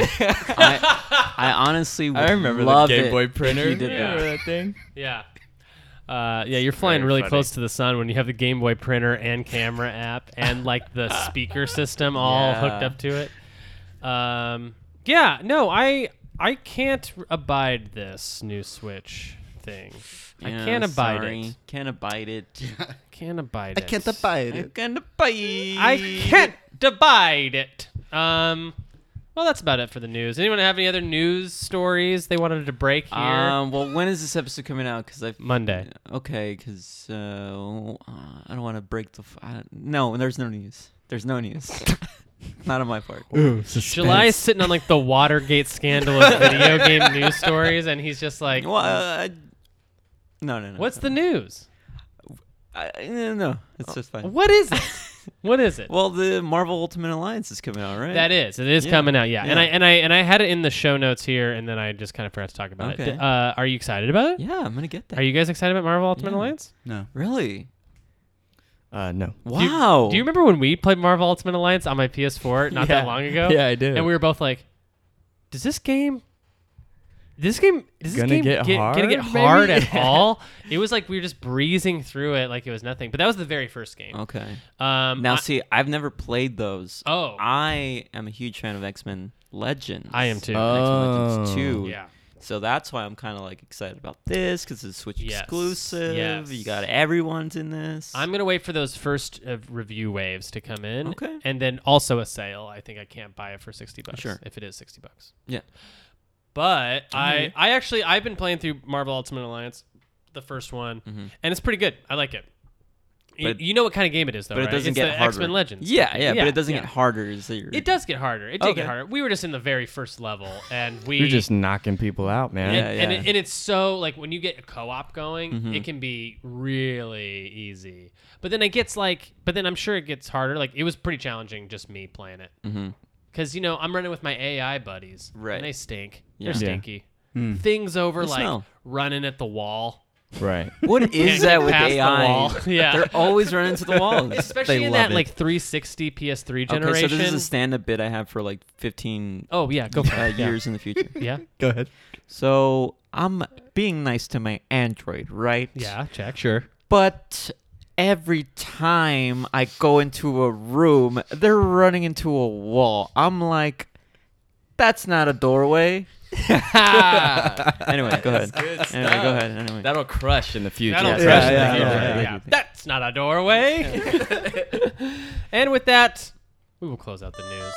Speaker 4: I, I honestly would
Speaker 2: I remember
Speaker 4: love
Speaker 2: the Game
Speaker 1: [laughs]
Speaker 4: it
Speaker 2: Boy
Speaker 4: if
Speaker 2: printer.
Speaker 4: You did
Speaker 1: Yeah.
Speaker 4: that.
Speaker 2: Remember that thing?
Speaker 1: Yeah. Uh, yeah, you're flying
Speaker 2: very
Speaker 1: really
Speaker 2: funny.
Speaker 1: close to the sun when you have the Game Boy printer and
Speaker 4: [laughs]
Speaker 1: camera app and like the speaker system all
Speaker 4: Yeah.
Speaker 1: hooked up to it. Um, yeah, no, I I can't r- abide this new Switch thing. I
Speaker 4: Yeah,
Speaker 1: can't abide
Speaker 4: sorry.
Speaker 1: it.
Speaker 4: Can't
Speaker 2: [laughs]
Speaker 4: abide it.
Speaker 1: Can't abide it.
Speaker 4: I can't abide.
Speaker 1: I can't abide it. Um, well, that's about it for the news. Anyone have any other news stories they wanted to break here?
Speaker 4: Um. Well, when is this episode coming out? Because I
Speaker 1: Monday.
Speaker 4: Okay, because uh, uh, I don't want to break the. F- I, no, there's no news. There's no news. [laughs] Not on my part.
Speaker 3: Ooh,
Speaker 1: July is sitting on like the Watergate scandal
Speaker 4: [laughs]
Speaker 1: of video game news stories, and he's just like,
Speaker 4: Well, uh, I, no, no, no.
Speaker 1: "What's the news?
Speaker 4: I, I- no, no, it's just fine.
Speaker 1: What is it? What is
Speaker 4: [laughs]
Speaker 1: it?"
Speaker 4: Well, the Marvel Ultimate Alliance is coming out, right?
Speaker 1: that is, it is
Speaker 4: Yeah.
Speaker 1: coming out, yeah. And I
Speaker 4: Yeah.
Speaker 1: and I and I had it in the show notes here, and then I just kind of forgot to talk about
Speaker 4: Okay.
Speaker 1: it. Uh, are you excited about it?
Speaker 4: Yeah, I'm gonna get that.
Speaker 1: Are you guys excited about Marvel Ultimate
Speaker 4: Yeah.
Speaker 1: Alliance?
Speaker 3: No.
Speaker 4: really?
Speaker 2: Uh, no.
Speaker 1: Do you-
Speaker 4: Wow.
Speaker 1: Do you, remember when we played Marvel Ultimate Alliance on my PS4 not that
Speaker 2: Yeah.
Speaker 1: long ago?
Speaker 2: Yeah, I do.
Speaker 1: And we were both like, "Does this game, this game, is this
Speaker 2: Gonna
Speaker 1: game
Speaker 2: get
Speaker 1: gonna get
Speaker 2: hard,
Speaker 1: hard
Speaker 2: maybe?"
Speaker 1: at
Speaker 2: [laughs]
Speaker 1: all?" It was like we were just breezing through it like it was nothing. But that was the very first game.
Speaker 4: Okay.
Speaker 2: Oh.
Speaker 1: Um,
Speaker 4: Now,
Speaker 1: I-
Speaker 4: see, I've never played those.
Speaker 1: oh, I,
Speaker 4: I am a huge fan of X Men Legends.
Speaker 1: am too.
Speaker 2: Uh,
Speaker 4: X-Men Legends
Speaker 2: Oh.
Speaker 4: 2.
Speaker 1: yeah,
Speaker 4: So that's why I'm kind of like excited about this because it's Switch
Speaker 1: Yes,
Speaker 4: exclusive.
Speaker 1: yes.
Speaker 4: You got everyone's in this.
Speaker 1: I'm gonna wait for those first uh, review waves to come in,
Speaker 4: Okay.
Speaker 1: and then also a sale. I think I can't buy it for sixty bucks.
Speaker 4: Sure.
Speaker 1: if it is sixty bucks.
Speaker 4: Yeah.
Speaker 1: But I,
Speaker 4: Okay.
Speaker 1: I actually, I've been playing through Marvel Ultimate Alliance, the first one,
Speaker 4: Mhm.
Speaker 1: and it's pretty good. I like it. You,
Speaker 4: But-
Speaker 1: you know what kind of game it is, though,
Speaker 4: but it
Speaker 1: right?
Speaker 4: doesn't
Speaker 1: it's
Speaker 4: get
Speaker 1: the
Speaker 4: harder.
Speaker 1: X Men Legends.
Speaker 4: Yeah, yeah, but it doesn't
Speaker 1: yeah.
Speaker 4: get harder. Is that your...
Speaker 1: It does get harder. It did
Speaker 4: Okay.
Speaker 1: get harder. We were just in the very first level, and we
Speaker 2: You're just knocking people out, man.
Speaker 1: and,
Speaker 4: Yeah,
Speaker 1: and
Speaker 4: yeah.
Speaker 1: it- and it's so like when you get a co-op going,
Speaker 4: Mhm.
Speaker 1: it can be really easy. But then it gets like, but then I'm sure it gets harder. Like it was pretty challenging, just me playing it,
Speaker 4: Mhm.
Speaker 1: because you know I'm running with my AI buddies,
Speaker 4: Right.
Speaker 1: And they stink.
Speaker 4: Yeah.
Speaker 1: They're
Speaker 4: Yeah.
Speaker 1: stinky.
Speaker 3: Mm.
Speaker 1: Things over
Speaker 4: They
Speaker 1: like
Speaker 4: smell.
Speaker 1: running at the wall. [laughs]
Speaker 2: Right.
Speaker 4: What
Speaker 1: Can't
Speaker 4: is that
Speaker 1: get
Speaker 4: with
Speaker 1: past the
Speaker 4: AI?
Speaker 1: wall. Yeah.
Speaker 4: They're always
Speaker 1: [laughs]
Speaker 4: running to the walls.
Speaker 1: Especially
Speaker 3: They
Speaker 1: in
Speaker 3: love
Speaker 1: that
Speaker 3: it.
Speaker 1: like 360 PS3
Speaker 4: okay,
Speaker 1: generation.
Speaker 4: so this is a stand-up bit I have for like 15
Speaker 1: oh yeah,
Speaker 4: [laughs]
Speaker 1: go for
Speaker 4: uh,
Speaker 1: it. [laughs] Yeah.
Speaker 4: years in the future. [laughs]
Speaker 1: Yeah,
Speaker 3: Go ahead.
Speaker 4: So I'm being nice to my Android, right?
Speaker 1: yeah, check.
Speaker 4: [laughs]
Speaker 3: Sure.
Speaker 4: But every time I go into a room, they're running into a wall. I'm like, that's not a doorway.
Speaker 1: [laughs]
Speaker 4: anyway, go ahead. Anyway, go ahead. Anyway.
Speaker 2: That'll crush in the future.
Speaker 1: That'll
Speaker 4: Yeah,
Speaker 1: crush
Speaker 4: yeah,
Speaker 1: the
Speaker 4: yeah,
Speaker 1: future.
Speaker 4: yeah, yeah.
Speaker 1: Yeah. That's not a doorway. [laughs] and with that, we will close out the news.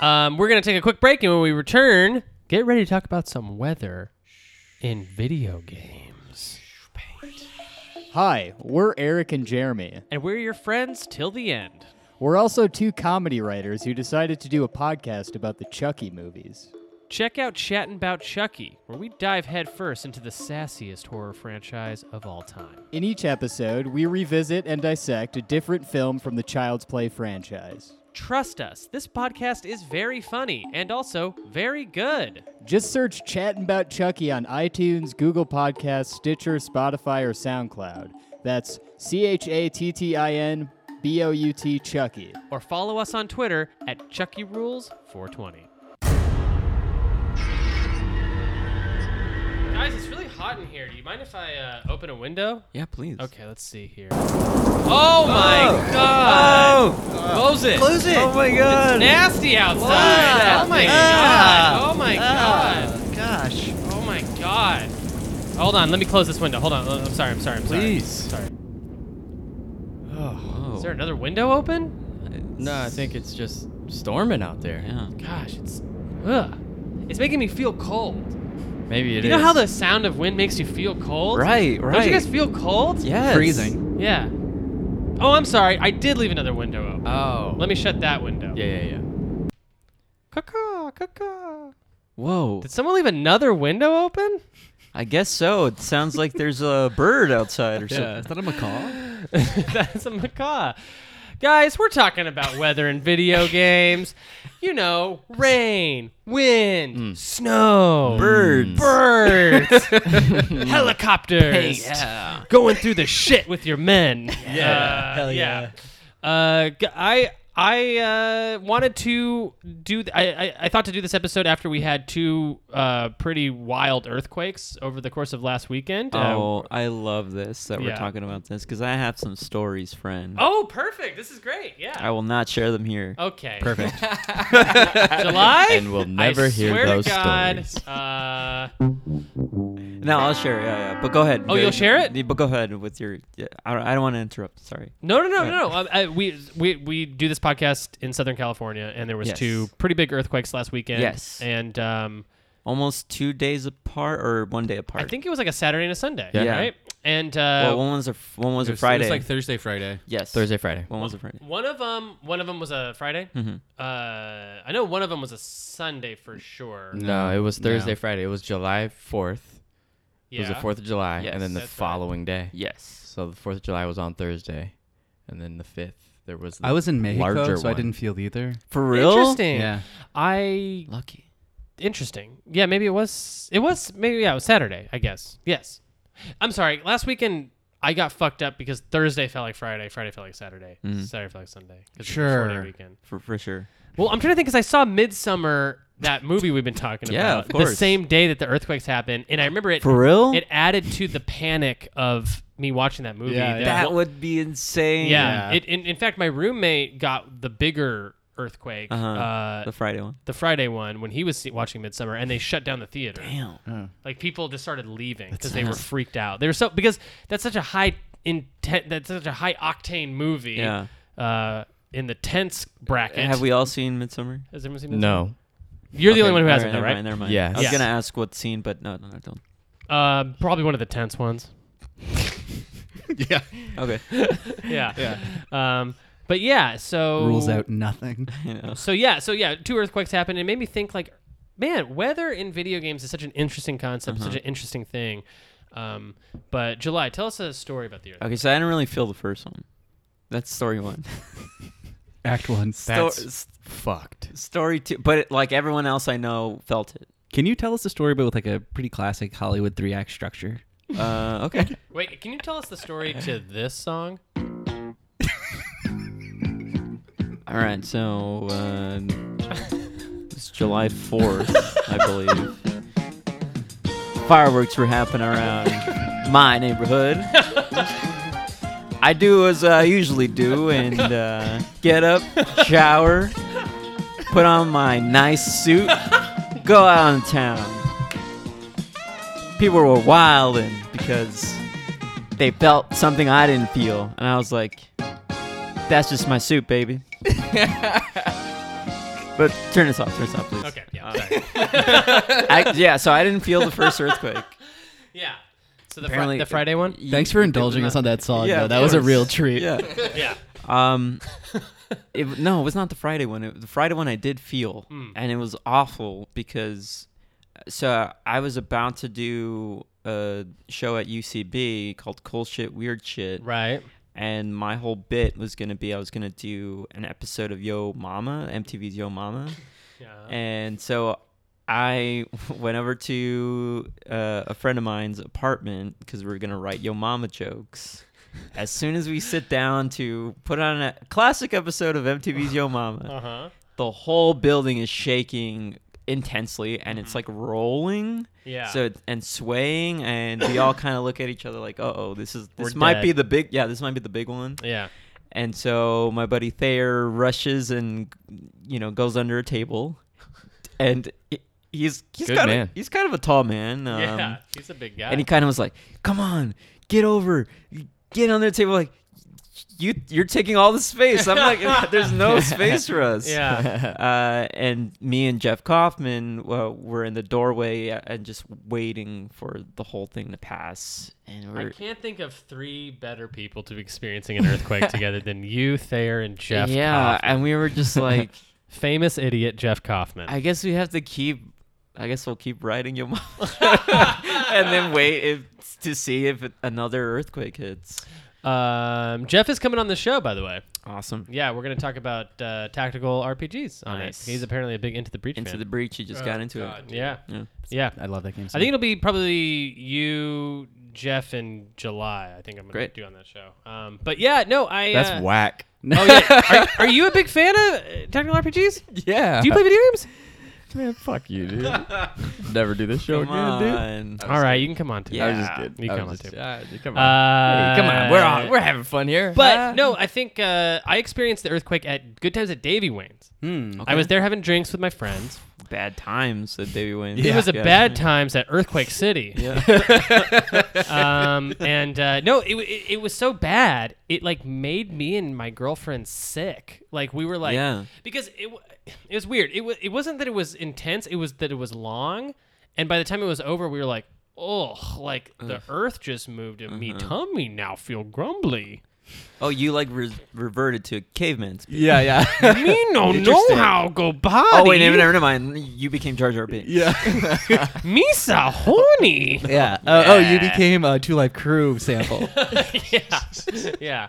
Speaker 1: Um, we're going to take a quick break, and when we return, get ready to talk about some weather in video games.
Speaker 5: Hi, we're Eric and Jeremy.
Speaker 1: And we're your friends till the end.
Speaker 5: We're also two comedy writers who decided to do a podcast about the Chucky movies.
Speaker 1: Check out Chattin' About Chucky, where we dive headfirst into the sassiest horror franchise of all time.
Speaker 5: In each episode, we revisit and dissect a different film from the Child's Play franchise.
Speaker 1: Trust us, this podcast is very funny and also very good.
Speaker 5: Just search Chatting About Chucky on iTunes, Google Podcasts, Stitcher, Spotify, or SoundCloud. That's C H A T T I N B O U T Chucky.
Speaker 1: or follow us on Twitter E at ChuckyRules420. Guys, it's really hot in here. Do you mind if I uh, open a window?
Speaker 2: Yeah, please.
Speaker 1: Okay, let's see here. Oh my god! Close it.
Speaker 4: Close it. Oh my god.
Speaker 1: Nasty outside.
Speaker 4: Wow.
Speaker 1: Oh my
Speaker 4: Ah.
Speaker 1: god. Oh my god.
Speaker 4: Gosh.
Speaker 1: Oh my god. Hold on, let me close this window. Hold on. I'm sorry. I'm sorry. I'm sorry.
Speaker 2: Please.
Speaker 1: Sorry.
Speaker 2: Oh.
Speaker 1: Is there another window open?
Speaker 2: No, I think it's just storming out there.
Speaker 4: Yeah.
Speaker 1: Gosh, it's ugh. It's making me feel cold.
Speaker 2: Maybe it is.
Speaker 1: you know how the sound of wind makes you feel cold?
Speaker 4: Right. Right.
Speaker 1: Don't you guys feel cold?
Speaker 4: Yes.
Speaker 3: Freezing.
Speaker 1: Yeah. Oh, I'm sorry. I did leave another window open.
Speaker 2: Oh.
Speaker 1: Let me shut that window.
Speaker 2: Yeah, yeah, yeah.
Speaker 1: Caw-caw, caw-caw.
Speaker 4: Whoa.
Speaker 1: Did someone leave another window
Speaker 2: [laughs]
Speaker 1: open?
Speaker 4: I guess so. It sounds like there's a bird
Speaker 1: [laughs]
Speaker 4: outside or something.
Speaker 2: Yeah.
Speaker 3: Is that a macaw?
Speaker 1: That's a macaw. Guys, we're talking about weather and video games. You know, rain, wind,
Speaker 2: Mm.
Speaker 1: snow, Mm.
Speaker 4: Birds.
Speaker 1: birds, [laughs] helicopters, going through the shit with your men. Yeah,
Speaker 4: hell yeah.
Speaker 1: Uh, g- I I uh, wanted to do. th- I, I I thought to do this episode after we had two uh, pretty wild earthquakes over the course of last weekend. Uh,
Speaker 4: Oh, I love this that
Speaker 1: Yeah.
Speaker 4: we're talking about this because I have some stories, friend.
Speaker 1: oh, perfect! This is great. Yeah.
Speaker 4: I will not share them here.
Speaker 1: Okay. [laughs]
Speaker 2: Perfect.
Speaker 1: July.
Speaker 2: And we'll never
Speaker 1: I
Speaker 2: hear
Speaker 1: swear
Speaker 2: those
Speaker 1: to God,
Speaker 2: stories.
Speaker 1: Uh,
Speaker 4: No, I'll share. it, Yeah, yeah. But go ahead.
Speaker 1: Oh, you'll share it?
Speaker 4: Yeah, But go ahead with your. Yeah, I don't, I don't want to interrupt. Sorry.
Speaker 1: no, no, no, no, no. Um, I, we we we do this podcast in Southern California, and there was
Speaker 4: Yes.
Speaker 1: two pretty big earthquakes last weekend.
Speaker 4: Yes.
Speaker 1: and um,
Speaker 4: Almost two days apart or one day apart.
Speaker 1: I think it was like a Saturday and a Sunday.
Speaker 4: Yeah.
Speaker 1: Right. And uh,
Speaker 4: Well, one was a f- one was
Speaker 6: It
Speaker 4: a
Speaker 6: was-
Speaker 4: Friday.
Speaker 6: It was like Thursday, Friday.
Speaker 4: yes.
Speaker 2: Thursday, Friday.
Speaker 4: One Mm-hmm. was a Friday.
Speaker 1: One of them, one of them was a Friday. Uh, I know one of them was a Sunday for sure.
Speaker 2: No, it was Thursday, Friday. It was July 4th.
Speaker 1: yeah.
Speaker 2: It was the 4th of July.
Speaker 4: Yes.
Speaker 2: and then the
Speaker 1: That's right.
Speaker 2: following day.
Speaker 4: Yes.
Speaker 2: So the 4th of July was on Thursday. And then the 5th, there was the
Speaker 3: I was in Mexico,
Speaker 2: larger
Speaker 3: so I
Speaker 2: one.
Speaker 3: didn't feel either.
Speaker 4: For real?
Speaker 1: Interesting.
Speaker 3: Yeah.
Speaker 1: I
Speaker 4: Lucky.
Speaker 1: interesting. Yeah, maybe it was. It was maybe yeah. It was Saturday, I guess. Yes. I'm sorry. Last weekend I got fucked up because Thursday felt like Friday, Friday felt like Saturday,
Speaker 4: Mm-hmm.
Speaker 1: Saturday felt like Sunday. 'cause it was a four-day
Speaker 3: Sure.
Speaker 1: Weekend.
Speaker 4: For for sure.
Speaker 1: Well, I'm trying to think because I saw Midsummer, that movie we've been talking
Speaker 4: Yeah,
Speaker 1: about,
Speaker 4: of course.
Speaker 1: the same day that the earthquakes happened, and I remember it.
Speaker 4: For real?
Speaker 1: It added to the panic of me watching that movie.
Speaker 3: Yeah, yeah.
Speaker 4: that would be insane.
Speaker 1: Yeah.
Speaker 3: Yeah.
Speaker 1: It, in, in fact, my roommate got the bigger earthquake, uh
Speaker 4: Uh-huh. The Friday one.
Speaker 1: the Friday one, when he was se- watching Midsummer, and they shut down the theater.
Speaker 4: Damn.
Speaker 1: Like people just started leaving because they were freaked out. They were so because that's such a high intent, that's such a high octane movie.
Speaker 4: Yeah.
Speaker 1: Uh, in the tense bracket.
Speaker 4: Have we all seen Midsummer?
Speaker 1: Has everyone seen Midsummer?
Speaker 2: [laughs]
Speaker 1: [laughs]
Speaker 2: No.
Speaker 1: You're the only one who hasn't,
Speaker 4: never
Speaker 1: though, right?
Speaker 4: Mind, never mind.
Speaker 2: Yes.
Speaker 4: I was
Speaker 1: Yes.
Speaker 4: gonna ask what scene, but no, no, no, don't.
Speaker 1: Um, probably one of the tense
Speaker 4: [laughs]
Speaker 1: ones.
Speaker 3: yeah.
Speaker 4: Okay. [laughs]
Speaker 1: Yeah. yeah. Um, but yeah, so
Speaker 3: Rules out [laughs] nothing.
Speaker 4: you know.
Speaker 1: So yeah, so yeah, two earthquakes happened. It made me think like, man, weather in video games is such an interesting concept,
Speaker 4: Uh-huh.
Speaker 1: such an interesting thing. Um, but July, tell us a story about the earthquake.
Speaker 4: Okay, so I didn't really feel the first one. That's story one.
Speaker 3: Act one.
Speaker 2: That's
Speaker 4: Sto- s-
Speaker 2: fucked.
Speaker 4: story two, but it, like everyone else I know felt it.
Speaker 3: Can you tell us a story, but with like a pretty classic Hollywood three act structure?
Speaker 4: Uh, okay.
Speaker 1: Wait, can you tell us the story to this song?
Speaker 4: All right. So uh, it's July fourth, I believe. Fireworks were happening around my neighborhood. I do as I usually do and uh, get up, shower, put on my nice suit, go out on town. People were wilding because they felt something I didn't feel, and I was like, "That's just my suit, baby." but turn this off. Turn this off, please.
Speaker 1: Okay, yeah,
Speaker 4: Uh,
Speaker 1: sorry.
Speaker 4: I, yeah. So I didn't feel the first earthquake.
Speaker 1: yeah. So the, fri-
Speaker 4: apparently-
Speaker 1: the Friday one.
Speaker 3: Thanks for indulging us on that song. though. Oh, That was a real treat. [laughs]
Speaker 4: [laughs] Yeah.
Speaker 1: Yeah.
Speaker 4: Um, it, no, it was not the Friday one. It, the Friday one I did feel, and it was awful because. uh, So I was about to do a show at UCB called "Cool Shit Weird Shit,"
Speaker 1: [laughs] Right.
Speaker 4: and my whole bit was gonna be I was gonna do an episode of Yo Mama, MTV's Yo Mama,
Speaker 1: Yeah.
Speaker 4: and so I [laughs] went over to uh, a friend of mine's apartment because we were gonna write Yo Mama jokes. As soon as we sit down to put
Speaker 1: [laughs]
Speaker 4: on a classic episode of MTV's Yo Mama,
Speaker 1: Uh huh.
Speaker 4: the whole building is shaking intensely and it's like rolling.
Speaker 1: Mm-hmm. Yeah.
Speaker 4: So it- and swaying and we all kind of look at each other like, "Uh oh, this is this
Speaker 1: We're
Speaker 4: might be
Speaker 1: dead.
Speaker 4: the big yeah, this might be the big one."
Speaker 1: yeah.
Speaker 4: And so my buddy Thayer rushes and you know goes under a table, and he- he's he's
Speaker 2: Good
Speaker 4: kind
Speaker 2: man.
Speaker 4: of he's kind of a tall man. Um,
Speaker 1: yeah. He's a big guy.
Speaker 4: And he kind of was like, "Come on, get over, get under the table." Like you you're taking all the space. I'm like, [laughs]
Speaker 1: [laughs]
Speaker 4: "There's
Speaker 2: [laughs]
Speaker 4: no space for us."
Speaker 1: yeah. [laughs]
Speaker 4: Uh, and me and Jeff Kaufman uh, were in the doorway and just waiting for the whole thing to pass. And
Speaker 1: I
Speaker 4: we're
Speaker 1: can't think of three better people to be experiencing an
Speaker 4: [laughs]
Speaker 1: earthquake together than you, Thayer, and Jeff.
Speaker 4: yeah,
Speaker 1: Kaufman.
Speaker 4: and we were [laughs] just like,
Speaker 1: famous idiot Jeff Kaufman.
Speaker 4: I guess we have to keep. I guess we'll keep
Speaker 1: [laughs]
Speaker 4: riding your [laughs] mom, and then wait if, to see if another earthquake hits.
Speaker 1: um, Jeff is coming on the show, by the way.
Speaker 4: Awesome.
Speaker 1: Yeah, we're gonna talk about uh, tactical RPGs on
Speaker 4: Nice.
Speaker 1: it. He's apparently a big into the breach
Speaker 4: Into
Speaker 1: fan.
Speaker 4: the breach, you just got into it.
Speaker 1: yeah.
Speaker 4: Yeah.
Speaker 1: yeah,
Speaker 3: I love that game.
Speaker 1: I think it'll be probably you, Jeff, in July. I think I'm gonna
Speaker 4: Great.
Speaker 1: do on that show. Um, but yeah, no, I.
Speaker 2: That's
Speaker 1: uh,
Speaker 3: [laughs]
Speaker 2: whack.
Speaker 1: Oh yeah, are, are you a big fan of uh, tactical RPGs?
Speaker 2: [laughs] Yeah.
Speaker 1: Do you play video games?
Speaker 2: [laughs] Man, fuck
Speaker 1: [laughs]
Speaker 2: you, dude. Never do this show
Speaker 4: Come
Speaker 2: again, dude.
Speaker 4: on.
Speaker 1: All right, you can come on to.
Speaker 2: I
Speaker 1: that.
Speaker 2: was just kidding.
Speaker 1: You
Speaker 2: I
Speaker 1: come
Speaker 2: was
Speaker 1: on,
Speaker 2: just-
Speaker 1: too.
Speaker 2: ah, dude, come on.
Speaker 1: Uh,
Speaker 2: Hey, come on. We're on. We're having fun here. Ah.
Speaker 1: But no, I think uh, I experienced the earthquake at good times at Davy Wayne's.
Speaker 2: Hmm,
Speaker 1: I was there having drinks with my friends.
Speaker 4: Bad times, said Davey Wayne.
Speaker 1: It was a bad times at Earthquake
Speaker 4: [laughs]
Speaker 1: City. [laughs] um, and uh, no, it, it it was so bad. It like made me and my girlfriend sick. Like we were like,
Speaker 4: Yeah.
Speaker 1: because it wa- it was weird. It was it wasn't that it was intense. It was that it was long, and by the time it was over, we were like, oh, like the earth just moved, and
Speaker 4: Uh-huh.
Speaker 1: me tummy now feel
Speaker 4: [laughs]
Speaker 1: grumbly.
Speaker 4: Oh, you like re- reverted to caveman. speak.
Speaker 2: Yeah,
Speaker 1: [laughs]
Speaker 2: yeah.
Speaker 1: me no know
Speaker 2: Interesting.
Speaker 1: how go body.
Speaker 4: Oh wait, never, never mind. You became Jar Jar Binks.
Speaker 2: yeah.
Speaker 1: me so
Speaker 4: [laughs]
Speaker 1: horny.
Speaker 3: [laughs] Yeah. Oh, oh, you became a Two Life Crew sample.
Speaker 1: yeah, yeah.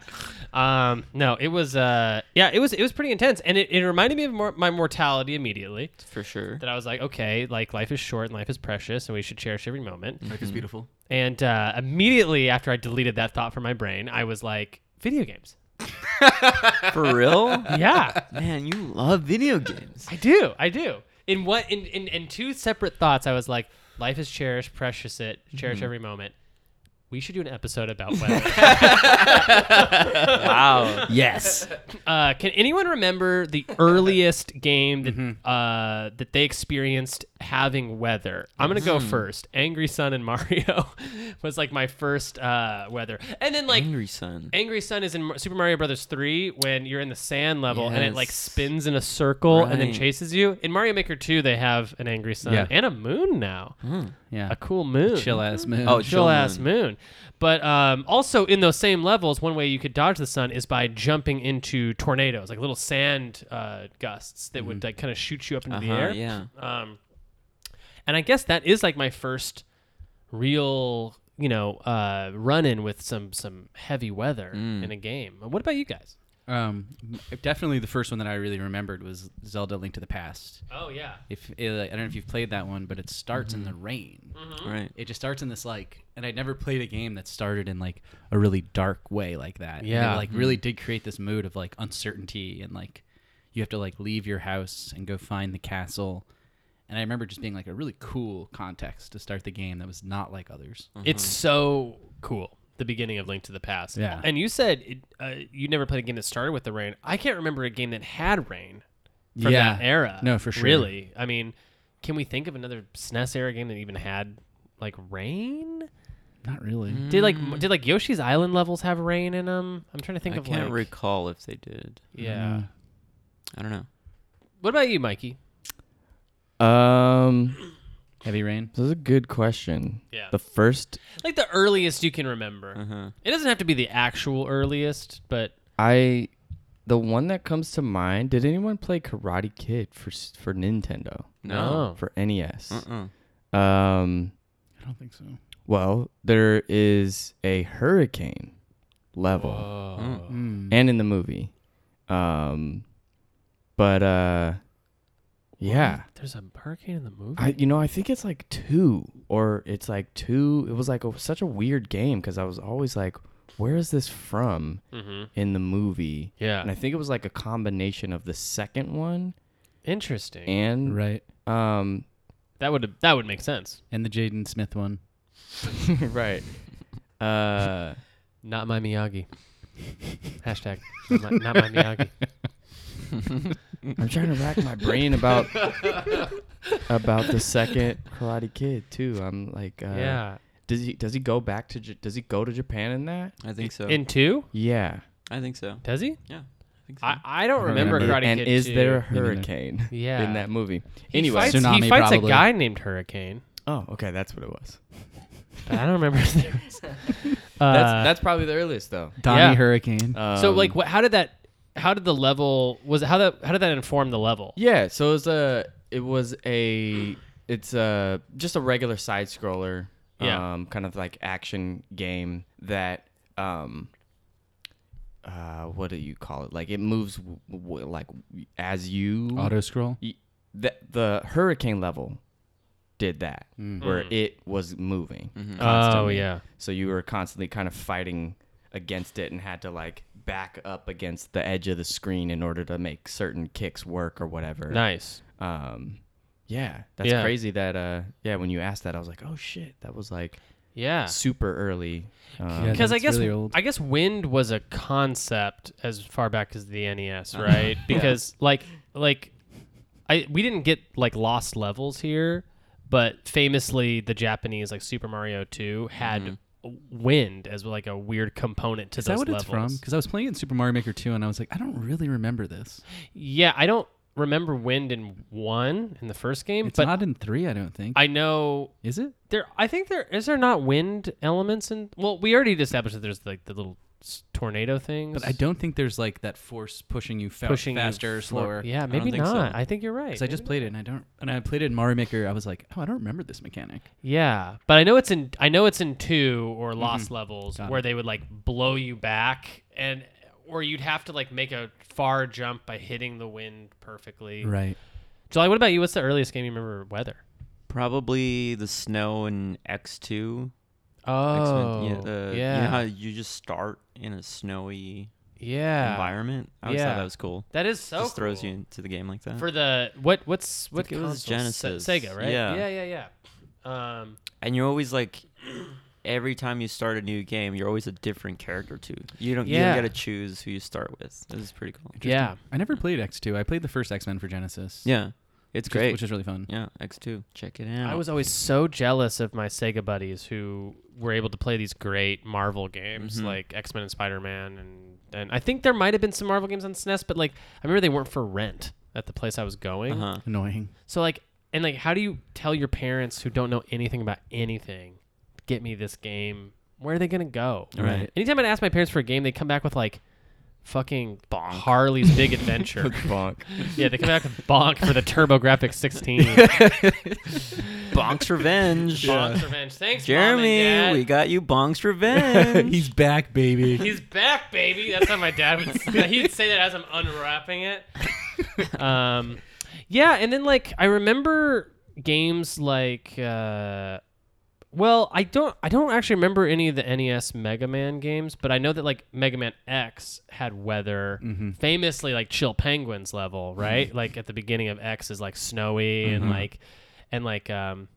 Speaker 1: Um, no, it was. Uh, yeah, it was. It was pretty intense, and it, it reminded me of mor- my mortality immediately.
Speaker 4: for sure.
Speaker 1: That I was like, okay, like life is short and life is precious, and we should cherish every moment.
Speaker 3: Life is beautiful.
Speaker 1: And uh, immediately after I deleted that thought from my brain, I was like, video games.
Speaker 4: For real?
Speaker 1: Yeah,
Speaker 4: Man, you love
Speaker 1: [laughs]
Speaker 4: video games.
Speaker 1: I do. I do. In what? In, in in two separate thoughts, I was like, life is cherished, precious it, cherish every moment. We should do an episode about whether.
Speaker 4: Wow.
Speaker 3: Yes.
Speaker 1: Uh, can anyone remember the earliest game that uh, that they experienced having weather? I'm gonna go first. Angry Sun and [laughs] Mario was like my first uh, weather, and then like Angry,
Speaker 4: Angry son.
Speaker 1: Sun is in Mar- Super Mario Brothers three when you're in the sand level and it like
Speaker 4: Yes.
Speaker 1: spins in a circle and then
Speaker 4: Right.
Speaker 1: chases you. In Mario Maker two, they have an Angry Sun
Speaker 3: Yeah.
Speaker 1: and a moon now,
Speaker 3: Yeah.
Speaker 1: a cool moon
Speaker 3: chill ass man.
Speaker 4: Oh,
Speaker 1: chill ass moon. But um, also in those same levels, one way you could dodge the sun is by jumping into tornadoes, like little sand uh, gusts that would like kind of shoot you up into the
Speaker 4: Uh-huh,
Speaker 1: air.
Speaker 4: yeah.
Speaker 1: Um, and I guess that is like my first real, you know, uh, run in with some some heavy weather in a game. What about you guys?
Speaker 3: Um, definitely the first one that I really remembered was Zelda: Link to the Past.
Speaker 1: Oh yeah,
Speaker 3: If eh, I don't know if you've played that one, but it starts in the
Speaker 1: Mm-hmm.
Speaker 3: rain.
Speaker 4: Right.
Speaker 3: It just starts in this like, and I'd never played a game that started in like a really dark way like that. And it,
Speaker 1: Yeah. Mm-hmm.
Speaker 3: like really did create this mood of like uncertainty and like you have to like leave your house and go find the castle. And I remember just being like a really cool context to start the game that was not like others.
Speaker 1: it's so cool. The beginning of Link to the Past.
Speaker 3: Yeah.
Speaker 1: And you said it, uh, you never played a game that started with the rain. I can't remember a game that had rain. from that era.
Speaker 3: No, for sure.
Speaker 1: Really, I mean, can we think of another SNES era game that even had like rain?
Speaker 3: Not really.
Speaker 1: Did like m- did like Yoshi's Island levels have rain in them? I'm trying to think
Speaker 4: I
Speaker 1: of
Speaker 4: can't
Speaker 1: like
Speaker 4: recall if they did.
Speaker 1: yeah.
Speaker 4: I don't know.
Speaker 1: What about you, Mikey?
Speaker 2: Um,
Speaker 3: Heavy rain.
Speaker 2: this is a good question.
Speaker 1: Yeah.
Speaker 2: The first
Speaker 1: Like the earliest you can remember.
Speaker 4: Uh-huh.
Speaker 1: It doesn't have to be the actual earliest, but
Speaker 2: I, the one that comes to mind. Did anyone play Karate Kid for s- for Nintendo?
Speaker 1: no.
Speaker 2: For NES.
Speaker 4: Uh-uh.
Speaker 2: Um.
Speaker 3: I don't think so.
Speaker 2: Well, there is a hurricane level,
Speaker 1: Oh.
Speaker 3: Mm. Hmm.
Speaker 2: and in the movie, um, but uh, yeah.
Speaker 1: There's a hurricane in the movie.
Speaker 2: I you know I think it's like two or it's like two. It was like a, such a weird game because I was always like, where is this from
Speaker 1: mm-hmm.
Speaker 2: in the movie?
Speaker 1: Yeah.
Speaker 2: And I think it was like a combination of the second one
Speaker 1: Interesting.
Speaker 2: and
Speaker 3: Right.
Speaker 2: Um, [laughs]
Speaker 1: That would that would make sense.
Speaker 3: And the Jaden Smith one.
Speaker 2: right. Uh,
Speaker 1: Not my Miyagi. Hashtag not my, not my Miyagi.
Speaker 2: I'm trying to rack my [laughs] brain about about the second Karate Kid too. I'm like, uh,
Speaker 1: yeah.
Speaker 2: Does he does he go back to J- does he go to Japan in that?
Speaker 4: I think so.
Speaker 1: In two?
Speaker 2: Yeah.
Speaker 4: I think so.
Speaker 1: Does he?
Speaker 4: Yeah. I think so.
Speaker 1: I, I don't
Speaker 3: I don't
Speaker 1: remember
Speaker 3: remember.
Speaker 1: Karate
Speaker 2: and
Speaker 1: Kid.
Speaker 2: is
Speaker 1: 2.
Speaker 2: there a
Speaker 3: neither.
Speaker 2: hurricane [laughs]
Speaker 1: Yeah.
Speaker 2: in that movie?
Speaker 1: He
Speaker 2: Anyway.
Speaker 1: fights, he
Speaker 3: Tsunami,
Speaker 1: fights a
Speaker 3: probably.
Speaker 1: guy named Hurricane.
Speaker 2: oh, okay, that's what it was.
Speaker 1: But I don't remember. His name.
Speaker 2: [laughs] That's
Speaker 1: Uh,
Speaker 2: that's probably the earliest though.
Speaker 3: Donnie
Speaker 1: Yeah.
Speaker 3: Hurricane.
Speaker 1: so
Speaker 2: Um,
Speaker 1: like, what, how did that? How did the level? Was it- how that? How did that inform the level?
Speaker 2: Yeah, so it was a it was a it's a just a regular side scroller,
Speaker 1: Yeah.
Speaker 2: um, kind of like action game that um, uh, what do you call it? Like it moves w- w- like as you
Speaker 3: Auto scroll.
Speaker 2: y- the the hurricane level did that
Speaker 1: Mm.
Speaker 2: where it was moving.
Speaker 1: Oh
Speaker 2: constantly.
Speaker 1: yeah.
Speaker 2: So you were constantly kind of fighting against it and had to like back up against the edge of the screen in order to make certain kicks work or whatever
Speaker 1: Nice.
Speaker 2: um yeah that's
Speaker 1: Yeah.
Speaker 2: crazy that uh yeah when you asked that i was like oh shit that was like
Speaker 1: Yeah.
Speaker 2: super early um, [laughs]
Speaker 3: Yeah,
Speaker 1: Because I
Speaker 3: that's
Speaker 1: guess
Speaker 3: really old.
Speaker 1: I guess wind was a concept as far back as the NES, right? Because like like I we didn't get like lost levels here, but famously the Japanese like Super Mario Two had wind as like a weird component to
Speaker 3: Is that
Speaker 1: those
Speaker 3: what it's from?
Speaker 1: levels.
Speaker 3: Because I was playing it in Super Mario Maker 2 and I was like, I don't really remember this.
Speaker 1: Yeah, I don't remember wind in one in the first game,
Speaker 3: It's
Speaker 1: but
Speaker 3: not in 3, I don't think.
Speaker 1: I know
Speaker 3: Is it?
Speaker 1: there i think there is there not wind elements in well we already established that there's like the little s- tornado things
Speaker 3: But I don't think there's like that force pushing you fa-
Speaker 1: pushing you
Speaker 3: faster,
Speaker 1: for-
Speaker 3: slower.
Speaker 1: yeah
Speaker 4: don't
Speaker 1: maybe
Speaker 4: think so.
Speaker 1: not i think you're right
Speaker 3: Because I just
Speaker 1: Maybe-
Speaker 3: played it and I don't, and I played it in Mario Maker. I was like, oh, I don't remember this mechanic.
Speaker 1: yeah but i know it's in i know it's in two or
Speaker 4: Mm-hmm.
Speaker 1: lost levels
Speaker 3: Got
Speaker 1: where
Speaker 3: it.
Speaker 1: they would like blow you back and or you'd have to like make a far jump by hitting the wind perfectly
Speaker 3: Right.
Speaker 1: july what about you what's the earliest game you remember weather
Speaker 4: Probably the snow in X two.
Speaker 1: oh
Speaker 4: yeah, the-
Speaker 1: yeah
Speaker 4: You know how you just start in a snowy
Speaker 1: yeah
Speaker 4: environment. I always
Speaker 1: Yeah.
Speaker 4: thought that was cool.
Speaker 1: that is so
Speaker 4: just throws
Speaker 1: cool.
Speaker 4: you into the game like that.
Speaker 1: for the what what's what
Speaker 4: think it was
Speaker 1: console? Se-
Speaker 4: Genesis.
Speaker 1: Sega, right?
Speaker 4: Yeah.
Speaker 1: yeah, yeah, yeah. Um,
Speaker 4: and you're always like, every time you start a new game, you're always a different character too. You don't. You
Speaker 1: Yeah.
Speaker 4: don't get to choose who you start with. This is pretty cool.
Speaker 1: yeah,
Speaker 3: I never played X2. I played the first X Men for Genesis.
Speaker 4: Yeah,
Speaker 3: Which
Speaker 4: it's
Speaker 3: is-
Speaker 4: great.
Speaker 3: Which is really fun.
Speaker 4: yeah, X two. Check it out.
Speaker 1: I was always so jealous of my Sega buddies who were able to play these great Marvel games
Speaker 4: Mhm.
Speaker 1: like X Men and Spider Man, and and I think there might have been some Marvel games on SNES, but like I remember they weren't for rent at the place I was going.
Speaker 4: Uh huh.
Speaker 3: Annoying.
Speaker 1: So like, and like, how do you tell your parents who don't know anything about anything, get me this game? Where are they gonna go?
Speaker 4: Right.
Speaker 1: Anytime I'd ask my parents for a game, they would come back with like, fucking Harley's
Speaker 4: [laughs]
Speaker 1: Big Adventure. [laughs]
Speaker 2: bonk
Speaker 1: yeah, they come back with Bonk for the TurboGrafx 16. Bonk's
Speaker 4: Bonk's Revenge.
Speaker 1: Revenge. Thanks, Mom and
Speaker 4: Jeremy,
Speaker 1: Dad.
Speaker 4: we got you
Speaker 1: [laughs]
Speaker 4: Bonk's Revenge.
Speaker 3: back,
Speaker 2: [laughs]
Speaker 3: baby.
Speaker 1: He's back, baby. That's how my dad would say. He'd say that as I'm unwrapping it. Um, yeah, and then like I remember games like, uh, well, I don't, I don't actually remember any of the NES Mega Man games, but I know that like Mega Man X had weather,
Speaker 2: Mm-hmm.
Speaker 1: famously like Chill Penguins level, right? like at the beginning of X is like snowy
Speaker 2: Mm-hmm.
Speaker 1: and like, and like, um.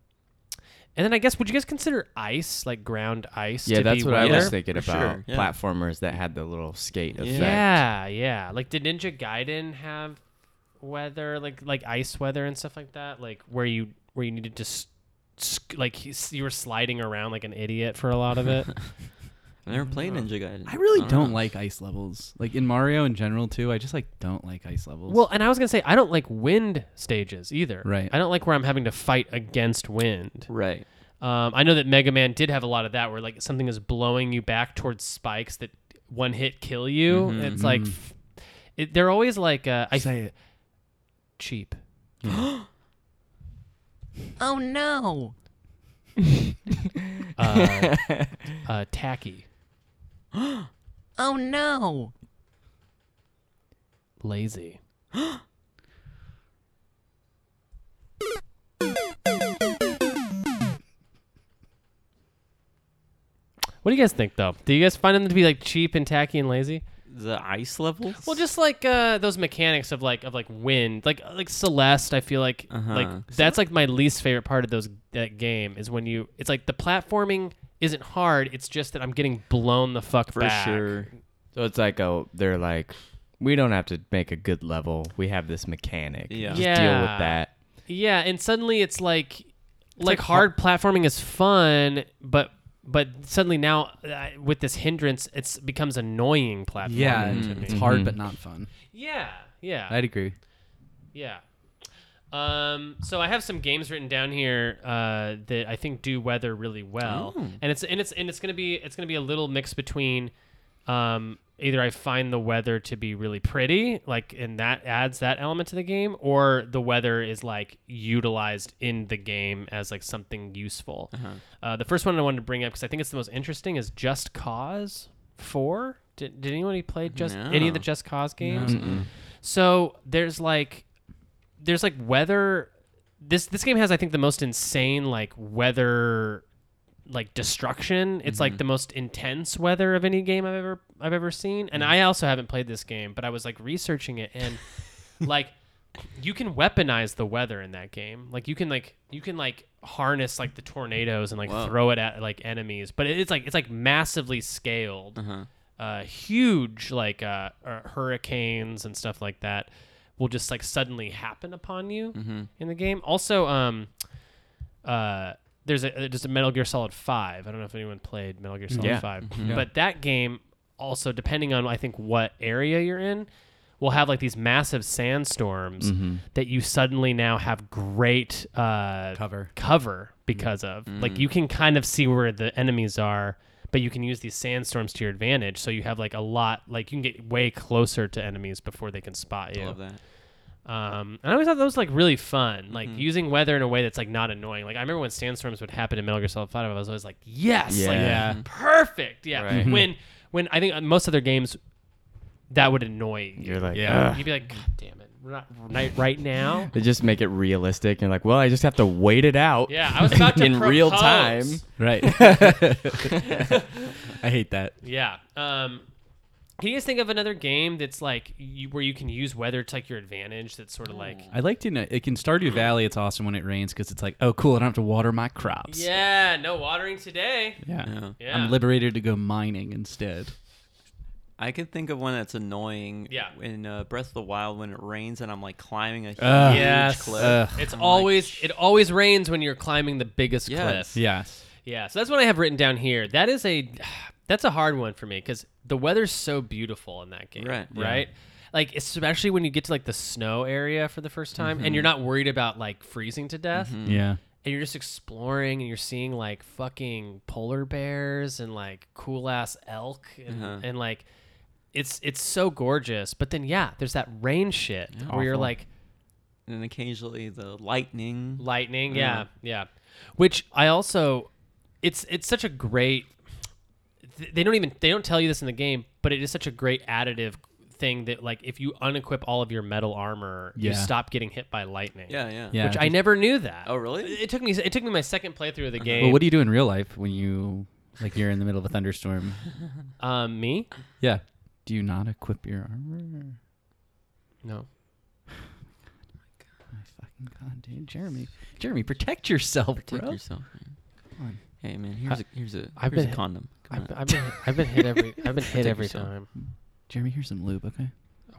Speaker 1: And then I guess would you guys consider ice like ground ice?
Speaker 2: yeah
Speaker 1: to
Speaker 2: that's
Speaker 1: be
Speaker 2: what i
Speaker 1: weather?
Speaker 2: was thinking
Speaker 4: For
Speaker 2: about
Speaker 4: sure, yeah.
Speaker 2: platformers that had the little skate effect
Speaker 1: Yeah, yeah. Like did Ninja Gaiden have weather like like ice weather and stuff like that? Like where you where you needed to s- sc- like you s- you were sliding around like an idiot for a lot of it.
Speaker 4: I never played Ninja Gaiden.
Speaker 3: I really
Speaker 4: know.
Speaker 3: don't like ice levels. Like in Mario in general too, I just like don't like ice levels.
Speaker 1: well, and I was going to say I don't like wind stages either.
Speaker 3: Right.
Speaker 1: I don't like where I'm having to fight against wind.
Speaker 4: Right.
Speaker 1: Um, I know that Mega Man did have a lot of that, where like something is blowing you back towards spikes that one hit kill you. It's like f- it, they're always like uh, I say it cheap. oh no. uh, uh, tacky. oh no. Lazy. [gasps] What do you guys think, though? Do you guys find them to be like cheap and tacky and lazy?
Speaker 4: the ice levels?
Speaker 1: Well, just like uh, those mechanics of like of like wind, like uh, like Celeste. I feel like like
Speaker 4: Uh-huh.
Speaker 1: that's like my least favorite part of those that game is when you. It's like the platforming isn't hard. It's just that I'm getting blown the fuck
Speaker 4: for
Speaker 1: back.
Speaker 4: sure.
Speaker 2: So it's like oh, they're like, we don't have to make a good level. We have this mechanic.
Speaker 4: Yeah.
Speaker 2: Just deal
Speaker 1: Yeah.
Speaker 2: with that.
Speaker 1: Yeah, and suddenly it's like like,
Speaker 2: like
Speaker 1: hard platforming is fun, but but suddenly now uh, with this hindrance, it becomes annoying platforming.
Speaker 3: Yeah, Mm.
Speaker 1: to me.
Speaker 3: it's hard but not fun.
Speaker 1: Yeah, yeah.
Speaker 2: I'd agree.
Speaker 1: Yeah. Um, so I have some games written down here uh, that I think do weather really well, and it's and it's and it's gonna be it's gonna be a little mix between um, either I find the weather to be really pretty, like and that adds that element to the game, or the weather is like utilized in the game as like something useful.
Speaker 4: Uh-huh.
Speaker 1: uh the first one I wanted to bring up because I think it's the most interesting is Just Cause Four. Did, did anybody play just any of the
Speaker 4: No.
Speaker 1: Just Cause games? So there's like there's like weather this this game has I think the most insane like weather like destruction. It's like the most intense weather of any game I've ever I've ever seen. And I also haven't played this game, but I was like researching it and like you can weaponize the weather in that game. Like you can like you can like harness like the tornadoes and like throw it at like enemies, but it's like it's like massively scaled uh, huge like uh, uh, hurricanes and stuff like that will just like suddenly happen upon you in the game. Also, um, uh, there's a uh, just a Metal Gear Solid Five. I don't know if anyone played Metal Gear Solid
Speaker 2: Yeah.
Speaker 1: Five, but that game also depending on I think what area you're in. will have like these massive sandstorms that you suddenly now have great uh,
Speaker 3: Cover.
Speaker 1: cover because of. Like you can kind of see where the enemies are, but you can use these sandstorms to your advantage. So you have like a lot, like you can get way closer to enemies before they can spot you.
Speaker 4: I love that.
Speaker 1: Um, and I always thought that was like really fun, like
Speaker 2: Mm-hmm.
Speaker 1: using weather in a way that's like not annoying. Like I remember when sandstorms would happen in Metal Gear Solid Five, I was always like, yes, like,
Speaker 2: Yeah. Mm-hmm.
Speaker 1: perfect, yeah.
Speaker 2: Right.
Speaker 1: When when I think on most other games that would annoy you.
Speaker 2: You're like,
Speaker 1: yeah.
Speaker 2: "Ugh."
Speaker 1: You'd be like, God damn it, we're not right right
Speaker 2: [laughs]
Speaker 1: now.
Speaker 2: They just make it realistic. And like, well, I just have to wait it out. [laughs]
Speaker 1: Yeah, [laughs] I was about to
Speaker 2: in real
Speaker 1: propose.
Speaker 2: time.
Speaker 3: [laughs] Right. I hate that.
Speaker 1: Yeah. Um, can you guys think of another game that's like you, where you can use weather to like your advantage? That's sort of like
Speaker 2: Mm.
Speaker 3: I like to know it can Stardew Valley. It's awesome when it rains because it's like, oh, cool. I don't have to water my crops.
Speaker 1: yeah, no watering today.
Speaker 3: Yeah.
Speaker 4: Yeah.
Speaker 1: Yeah.
Speaker 3: I'm liberated to go mining instead.
Speaker 4: I can think of one that's annoying.
Speaker 1: Yeah.
Speaker 4: In uh, Breath of the Wild, when it rains and I'm like climbing a huge
Speaker 3: Ugh.
Speaker 1: Yes.
Speaker 4: cliff.
Speaker 3: Ugh.
Speaker 1: It's
Speaker 4: I'm like,
Speaker 1: always it always rains when you're climbing the biggest
Speaker 4: Yes.
Speaker 1: cliff.
Speaker 3: Yes.
Speaker 1: Yeah, so that's what I have written down here. That is a that's a hard one for me because the weather's so beautiful in that game,
Speaker 4: Right, yeah.
Speaker 1: Right. Like especially when you get to like the snow area for the first time,
Speaker 4: Mm-hmm.
Speaker 1: and you're not worried about like freezing to death.
Speaker 3: Yeah.
Speaker 1: and you're just exploring and you're seeing like fucking polar bears and like cool ass elk and,
Speaker 4: Uh-huh.
Speaker 1: and like it's it's so gorgeous but then yeah there's that rain shit where you're like
Speaker 4: and occasionally the lightning.
Speaker 1: lightning yeah yeah which i also it's it's such a great th- they don't even they don't tell you this in the game but it is such a great additive thing that like if you unequip all of your metal armor you
Speaker 3: Yeah.
Speaker 1: stop getting hit by lightning
Speaker 4: Yeah, yeah.
Speaker 3: Yeah.
Speaker 1: which i never knew that
Speaker 4: Oh, really?
Speaker 1: it took me it took me my second playthrough of the game
Speaker 3: Well, what do you do in real life when you like you're in the middle of a [laughs] thunderstorm?
Speaker 1: um me
Speaker 3: Yeah. Do you not equip your armor?
Speaker 1: No.
Speaker 3: My fucking god, dude, Jeremy, Jeremy, protect yourself,
Speaker 4: Protect
Speaker 3: bro.
Speaker 4: yourself. man.
Speaker 3: Come on.
Speaker 4: Hey man, here's a here's a
Speaker 1: I've
Speaker 4: here's
Speaker 1: been-
Speaker 4: a [laughs] condom. Come
Speaker 1: I've,
Speaker 4: on.
Speaker 1: I've been I've been hit every I've [laughs] been hit
Speaker 4: Protect
Speaker 1: every
Speaker 4: yourself.
Speaker 1: time.
Speaker 3: Jeremy, here's some lube, okay?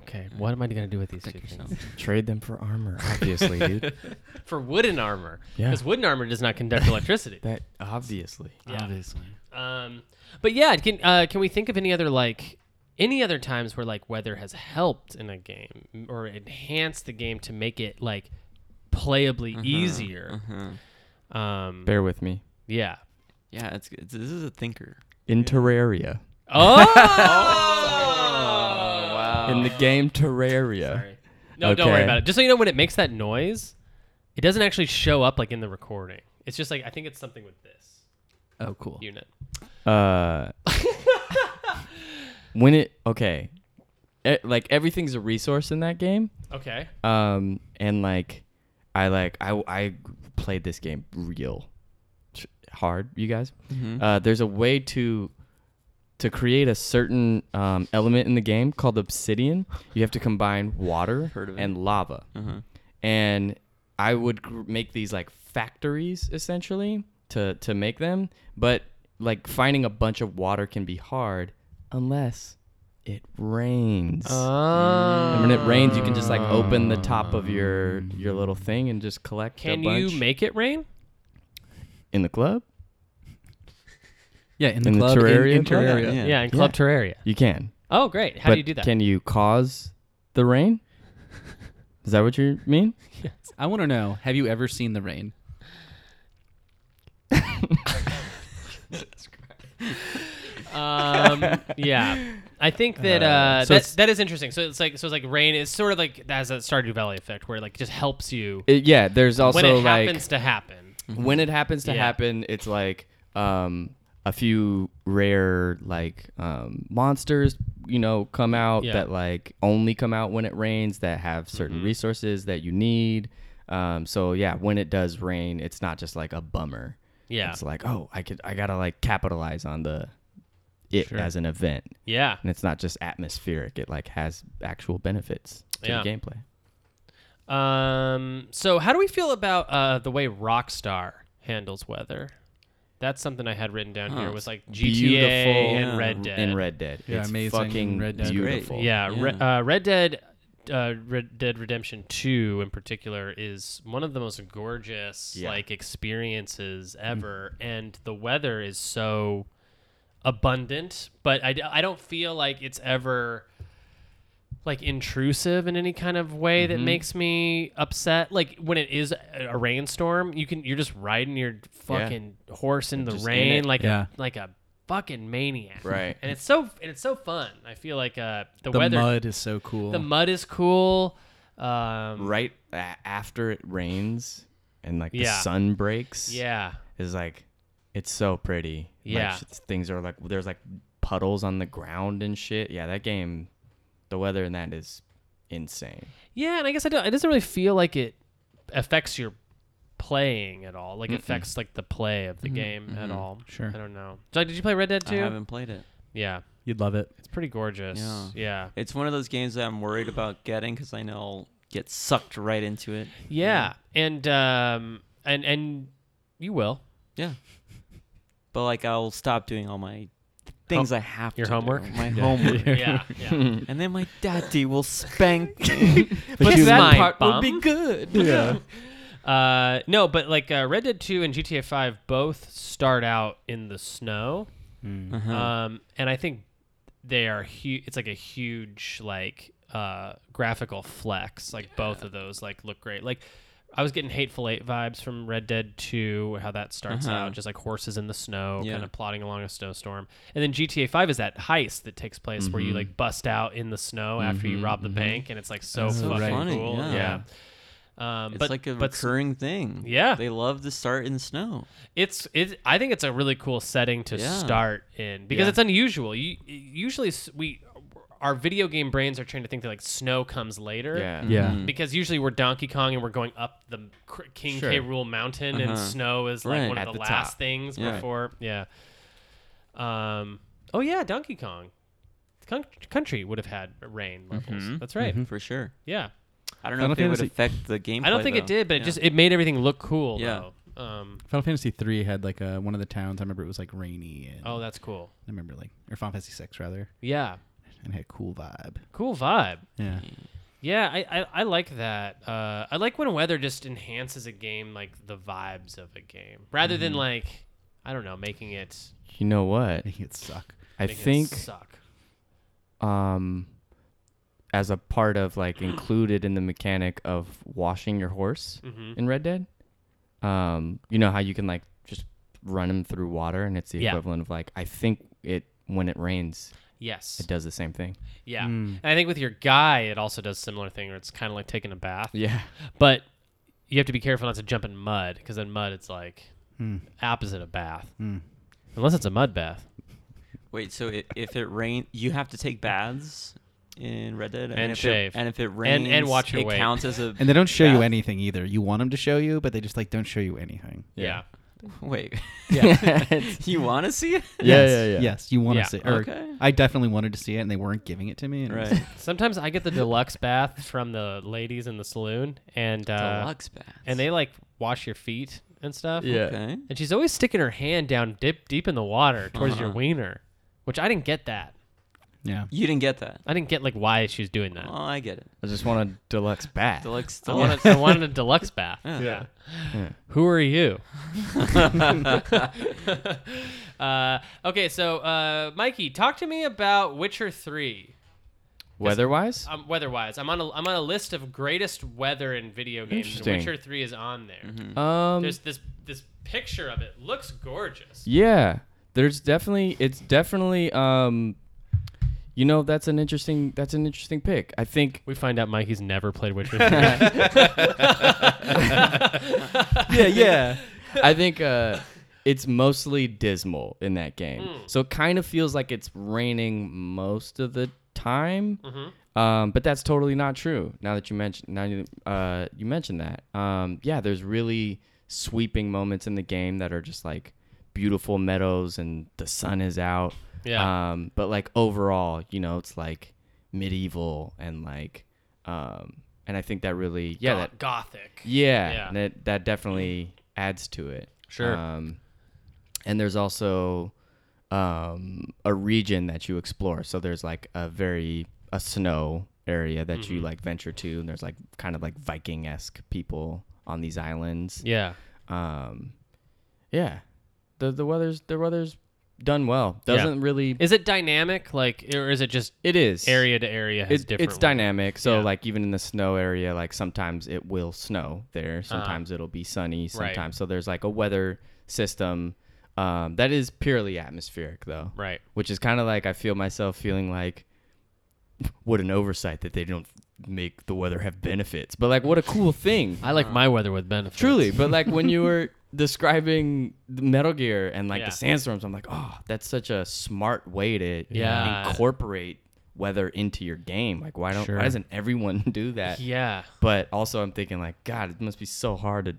Speaker 1: Okay, what am I gonna do with these two
Speaker 4: Protect yourself.
Speaker 1: things?
Speaker 2: Trade them for armor, obviously, dude.
Speaker 1: [laughs] For wooden armor,
Speaker 2: Yeah.
Speaker 1: because wooden armor does not conduct [laughs] electricity.
Speaker 2: That obviously.
Speaker 1: Yeah.
Speaker 3: Obviously.
Speaker 1: um, but yeah, can uh, can we think of any other like any other times where like weather has helped in a game or enhanced the game to make it like playably easier?
Speaker 4: Uh-huh.
Speaker 1: Um,
Speaker 2: Bear with me.
Speaker 1: yeah.
Speaker 4: Yeah, it's, it's this is a thinker.
Speaker 2: In Terraria.
Speaker 1: Oh.
Speaker 4: wow.
Speaker 2: In the game Terraria.
Speaker 1: Sorry. No, don't worry
Speaker 2: Okay.
Speaker 1: about it. Just so you know, when it makes that noise, it doesn't actually show up like in the recording. It's just like I think it's something with this
Speaker 3: Oh, cool.
Speaker 1: unit.
Speaker 2: Uh, [laughs] when it okay, E- like everything's a resource in that game.
Speaker 1: Okay.
Speaker 2: Um, and like, I like I I played this game
Speaker 4: Mm-hmm.
Speaker 2: real tr- hard. You guys, uh, there's a way to to create a certain um, element in the game called obsidian, you have to combine water
Speaker 4: Heard of it. Uh-huh.
Speaker 2: and lava. And I would gr- make these like factories essentially to to make them, but like finding a bunch of water can be hard unless it rains.
Speaker 4: Oh,
Speaker 1: Um,
Speaker 2: and when it rains, you can just like open the top of your your little thing and just collect.
Speaker 1: Mm. Can
Speaker 2: a bunch
Speaker 1: you make it rain?
Speaker 2: in the club?
Speaker 3: Yeah, in the
Speaker 2: In the
Speaker 3: club,
Speaker 2: terrarium?
Speaker 3: in, in terraria.
Speaker 4: Yeah.
Speaker 1: Yeah, in Club Terraria.
Speaker 2: You can.
Speaker 1: Oh, great. How
Speaker 2: but
Speaker 1: do you do that?
Speaker 2: Can you cause the rain? Is that what you mean?
Speaker 3: I want to know: Have you ever seen the rain?
Speaker 1: um, yeah, I think that uh,
Speaker 2: so
Speaker 1: that,
Speaker 2: it's-
Speaker 1: that is interesting. So it's like so it's like rain is sort of like that has that Stardew Valley effect where it like just helps you
Speaker 2: It- yeah, there's also
Speaker 1: when it
Speaker 2: like Mm-hmm.
Speaker 1: happens to happen.
Speaker 2: when it happens to
Speaker 1: Yeah.
Speaker 2: happen, it's like um, a few rare like um, monsters, you know, come out
Speaker 1: Yeah. Mm-hmm.
Speaker 2: that like only come out when it rains that have certain resources that you need. Um, so yeah, when it does rain, it's not just like a bummer.
Speaker 1: Yeah,
Speaker 2: It's like oh, I could I gotta like capitalize on the it
Speaker 1: Sure.
Speaker 2: as an event.
Speaker 1: yeah.
Speaker 2: and it's not just atmospheric it like has actual benefits to
Speaker 1: Yeah.
Speaker 2: the gameplay
Speaker 1: Um, so how do we feel about uh, the way Rockstar handles weather? That's something I had written down here. Was like GTA and
Speaker 4: Yeah.
Speaker 1: Red Dead.
Speaker 2: in red dead
Speaker 3: Yeah,
Speaker 2: it's
Speaker 3: amazing
Speaker 2: fucking
Speaker 3: Red Dead.
Speaker 2: beautiful
Speaker 1: Yeah,
Speaker 4: Yeah.
Speaker 1: Re- uh, Red Dead, uh, Red Dead Redemption Two in particular is one of the most gorgeous
Speaker 2: Yeah. Mm.
Speaker 1: like experiences ever, and the weather is so abundant, but I, d- I don't feel like it's ever like intrusive in any kind of way
Speaker 2: Mm-hmm.
Speaker 1: that makes me upset like when it is a a rainstorm you can you're just riding your fucking horse in the
Speaker 2: Just in
Speaker 1: rain
Speaker 2: it.
Speaker 1: like
Speaker 3: Yeah.
Speaker 1: a like a fucking maniac
Speaker 2: Right.
Speaker 1: and it's so and it's so fun i feel like uh the,
Speaker 3: The
Speaker 1: weather
Speaker 3: mud is so cool.
Speaker 1: the mud is cool um
Speaker 2: right a- after it rains and like
Speaker 1: Yeah.
Speaker 2: the sun breaks
Speaker 1: yeah
Speaker 2: is like it's so pretty Like,
Speaker 1: Yeah.
Speaker 2: sh- things are like there's like puddles on the ground and shit yeah that game the weather in that is insane
Speaker 1: Yeah, and I guess I don't. It doesn't really feel like it affects your playing at all. Like affects like the play of the game at all.
Speaker 3: Sure.
Speaker 1: I don't know. Doug, did you play Red Dead
Speaker 4: I
Speaker 1: Two?
Speaker 4: haven't played it.
Speaker 1: Yeah,
Speaker 3: You'd love it.
Speaker 1: it's pretty gorgeous.
Speaker 4: Yeah.
Speaker 1: Yeah.
Speaker 4: It's one of those games that I'm worried about getting because I know I'll get sucked right into it.
Speaker 1: yeah, and um, and and you will
Speaker 4: Yeah. But like I'll stop doing all my things I have
Speaker 1: Your
Speaker 4: to do,
Speaker 1: homework? [laughs]
Speaker 4: my homework.
Speaker 1: yeah, yeah.
Speaker 4: And then my daddy
Speaker 1: [laughs]
Speaker 4: will spank
Speaker 1: But
Speaker 2: you-
Speaker 1: that
Speaker 2: my
Speaker 1: part would be
Speaker 4: good.
Speaker 1: [laughs] Uh, no, but like uh, Red Dead Two and GTA Five both start out in the snow.
Speaker 4: Uh-huh.
Speaker 1: Um, and I think they are huge. It's like a huge like uh, graphical flex. Like both of those like look great. Like I was getting Hateful Eight vibes from Red Dead Two, how that starts
Speaker 4: Uh-huh.
Speaker 1: out, just like horses in the snow,
Speaker 4: Yeah.
Speaker 1: kind of plodding along a snowstorm. And then GTA Five is that heist that takes place where
Speaker 4: Mm-hmm.
Speaker 1: you like bust out in the snow after you rob the bank, and it's like so
Speaker 4: so
Speaker 1: fucking
Speaker 4: funny,
Speaker 1: cool.
Speaker 4: yeah.
Speaker 1: Yeah. Um,
Speaker 4: It's
Speaker 1: but,
Speaker 4: like a
Speaker 1: but
Speaker 4: recurring thing.
Speaker 1: Yeah.
Speaker 4: They love to start in snow.
Speaker 1: it's it. I think it's a really cool setting to
Speaker 4: Yeah.
Speaker 1: start in because
Speaker 4: Yeah.
Speaker 1: it's unusual. You usually s- we our video game brains are trained to think that like snow comes later.
Speaker 2: yeah
Speaker 3: Yeah.
Speaker 1: Because usually we're Donkey Kong and we're going up the Cr- King
Speaker 2: Sure.
Speaker 1: K. Rule Mountain, and snow is like
Speaker 4: Uh-huh. Right.
Speaker 1: one
Speaker 2: At
Speaker 1: of the,
Speaker 2: the
Speaker 1: last
Speaker 2: top.
Speaker 1: things
Speaker 4: Yeah.
Speaker 1: before. Yeah. Um. Oh yeah, Donkey Kong. Con- country would have had rain levels.
Speaker 4: Mhm.
Speaker 1: That's right.
Speaker 4: For sure.
Speaker 1: Yeah.
Speaker 4: I don't know
Speaker 3: Final
Speaker 4: if they would
Speaker 3: Fantasy-
Speaker 4: affect the gameplay.
Speaker 1: I don't think it
Speaker 4: though.
Speaker 1: did, but it
Speaker 4: Yeah.
Speaker 1: just it made everything look cool.
Speaker 4: Yeah.
Speaker 1: Though. Um.
Speaker 3: Final Fantasy three had like a, one of the towns. I remember it was like rainy and
Speaker 1: Oh, that's cool.
Speaker 3: I remember like or Final Fantasy six rather,
Speaker 1: Yeah.
Speaker 3: and it had a cool vibe. Mm.
Speaker 1: Cool vibe.
Speaker 3: Yeah.
Speaker 1: Yeah, I, I, I like that. Uh, I like when weather just enhances a game, like the vibes of a game, rather than
Speaker 2: Mm-hmm.
Speaker 1: like, I don't know, making it.
Speaker 2: you know what
Speaker 3: Making it suck.
Speaker 2: i
Speaker 1: making it
Speaker 2: think
Speaker 1: suck.
Speaker 2: um as a part of like included in the mechanic of washing your horse
Speaker 1: Mhm.
Speaker 2: in Red Dead. Um, you know how you can like just run him through water and it's the
Speaker 1: Yeah.
Speaker 2: equivalent of like I think it when it rains
Speaker 1: Yes.
Speaker 2: it does the same thing.
Speaker 1: Yeah.
Speaker 2: Hmm.
Speaker 1: And I think with your guy, it also does similar thing, where it's kind of like taking a bath,
Speaker 2: [laughs] [laughs] Yeah.
Speaker 1: but you have to be careful not to jump in mud, because in mud it's like
Speaker 2: Hmm.
Speaker 1: opposite of bath, unless it's a mud bath.
Speaker 4: Wait, so i if it rain, you have to take baths in Red Dead
Speaker 1: And
Speaker 4: if it-
Speaker 1: shave.
Speaker 4: and if it
Speaker 1: and
Speaker 4: rains,
Speaker 1: watch your
Speaker 4: it
Speaker 1: weight.
Speaker 4: counts as a.
Speaker 3: And they don't show you
Speaker 4: Yeah.
Speaker 3: anything either. You want them to show you, but they just like don't show you anything.
Speaker 1: Yeah.
Speaker 4: [laughs] Wait,
Speaker 1: [laughs]
Speaker 2: Yeah.
Speaker 4: [laughs] you want to see it?
Speaker 2: Yeah,
Speaker 3: yes,
Speaker 2: yeah, yeah.
Speaker 3: Yes, you want to
Speaker 1: Yeah,
Speaker 3: see. Or
Speaker 4: okay.
Speaker 3: I definitely wanted to see it, and they weren't giving it to me. and it was-
Speaker 4: Right.
Speaker 1: Sometimes I get the deluxe [laughs] bath from the ladies in the saloon, and uh,
Speaker 4: Deluxe baths.
Speaker 1: and they like wash your feet and stuff.
Speaker 2: Yeah.
Speaker 4: Okay.
Speaker 1: And she's always sticking her hand down dip deep in the water towards your
Speaker 4: Uh-huh.
Speaker 1: wiener, which I didn't get that.
Speaker 3: Yeah.
Speaker 4: You didn't get that.
Speaker 1: I didn't get like why she's doing that.
Speaker 4: Oh, I get it.
Speaker 2: I just want a deluxe bath.
Speaker 4: Deluxe.
Speaker 1: I
Speaker 4: deluxe.
Speaker 1: wanted, I wanted a deluxe bath.
Speaker 4: Yeah.
Speaker 2: Yeah.
Speaker 1: [laughs] Who are
Speaker 2: [laughs]
Speaker 1: you? uh, okay, so uh, Mikey, talk to me about Witcher Three.
Speaker 2: Weather-wise,
Speaker 1: Um, weather-wise, I'm on a I'm on a list of greatest weather in video games. and
Speaker 2: Interesting.
Speaker 1: Witcher Three is on there.
Speaker 2: um,
Speaker 1: There's this this picture of it. Looks gorgeous.
Speaker 2: Yeah, there's definitely it's definitely um, you know that's an interesting that's an interesting pick. I think
Speaker 1: We find out Mikey's never played Witcher
Speaker 2: [laughs]
Speaker 1: 3.
Speaker 2: yeah yeah. I think uh, it's mostly dismal in that game, so it kind of feels like it's raining most of the time. Um, but that's totally not true. Now that you mentioned now you uh, you mentioned that. Um, yeah, there's really sweeping moments in the game that are just like beautiful meadows and the sun is out.
Speaker 1: Yeah.
Speaker 2: Um, but like overall, you know, it's like medieval and like um, and I think that really yeah that
Speaker 1: gothic.
Speaker 2: yeah,
Speaker 1: Yeah.
Speaker 2: That that definitely adds to it.
Speaker 1: Sure.
Speaker 2: Um, and there's also um, a region that you explore. So there's like a very a snow area that
Speaker 1: Mm-hmm.
Speaker 2: you like venture to, and there's like kind of like Viking esque people on these islands.
Speaker 1: Yeah.
Speaker 2: Um, yeah. The the weather's the weather's done well.
Speaker 1: Yeah.
Speaker 2: Doesn't really.
Speaker 1: Is it dynamic, like, or is it just
Speaker 2: It is
Speaker 1: area to area has
Speaker 2: it,
Speaker 1: different?
Speaker 2: it's dynamic so
Speaker 1: Yeah.
Speaker 2: like even in the snow area like sometimes it will snow
Speaker 1: Uh-huh.
Speaker 2: there sometimes it'll be sunny sometimes so there's like a weather system um, that is purely atmospheric though
Speaker 1: Right.
Speaker 2: which is kind of like i feel myself feeling like what an oversight that they don't make the weather have benefits but like what a cool thing
Speaker 1: I like my weather with benefits.
Speaker 2: Uh-huh. truly but like when
Speaker 1: [laughs]
Speaker 2: you were describing the metal gear and like
Speaker 1: Yeah.
Speaker 2: the sandstorms i'm like oh that's such a smart way to
Speaker 1: Yeah.
Speaker 2: incorporate weather into your game like why don't
Speaker 1: Sure.
Speaker 2: why doesn't everyone [laughs] do that
Speaker 1: Yeah.
Speaker 2: but also i'm thinking like god it must be so hard to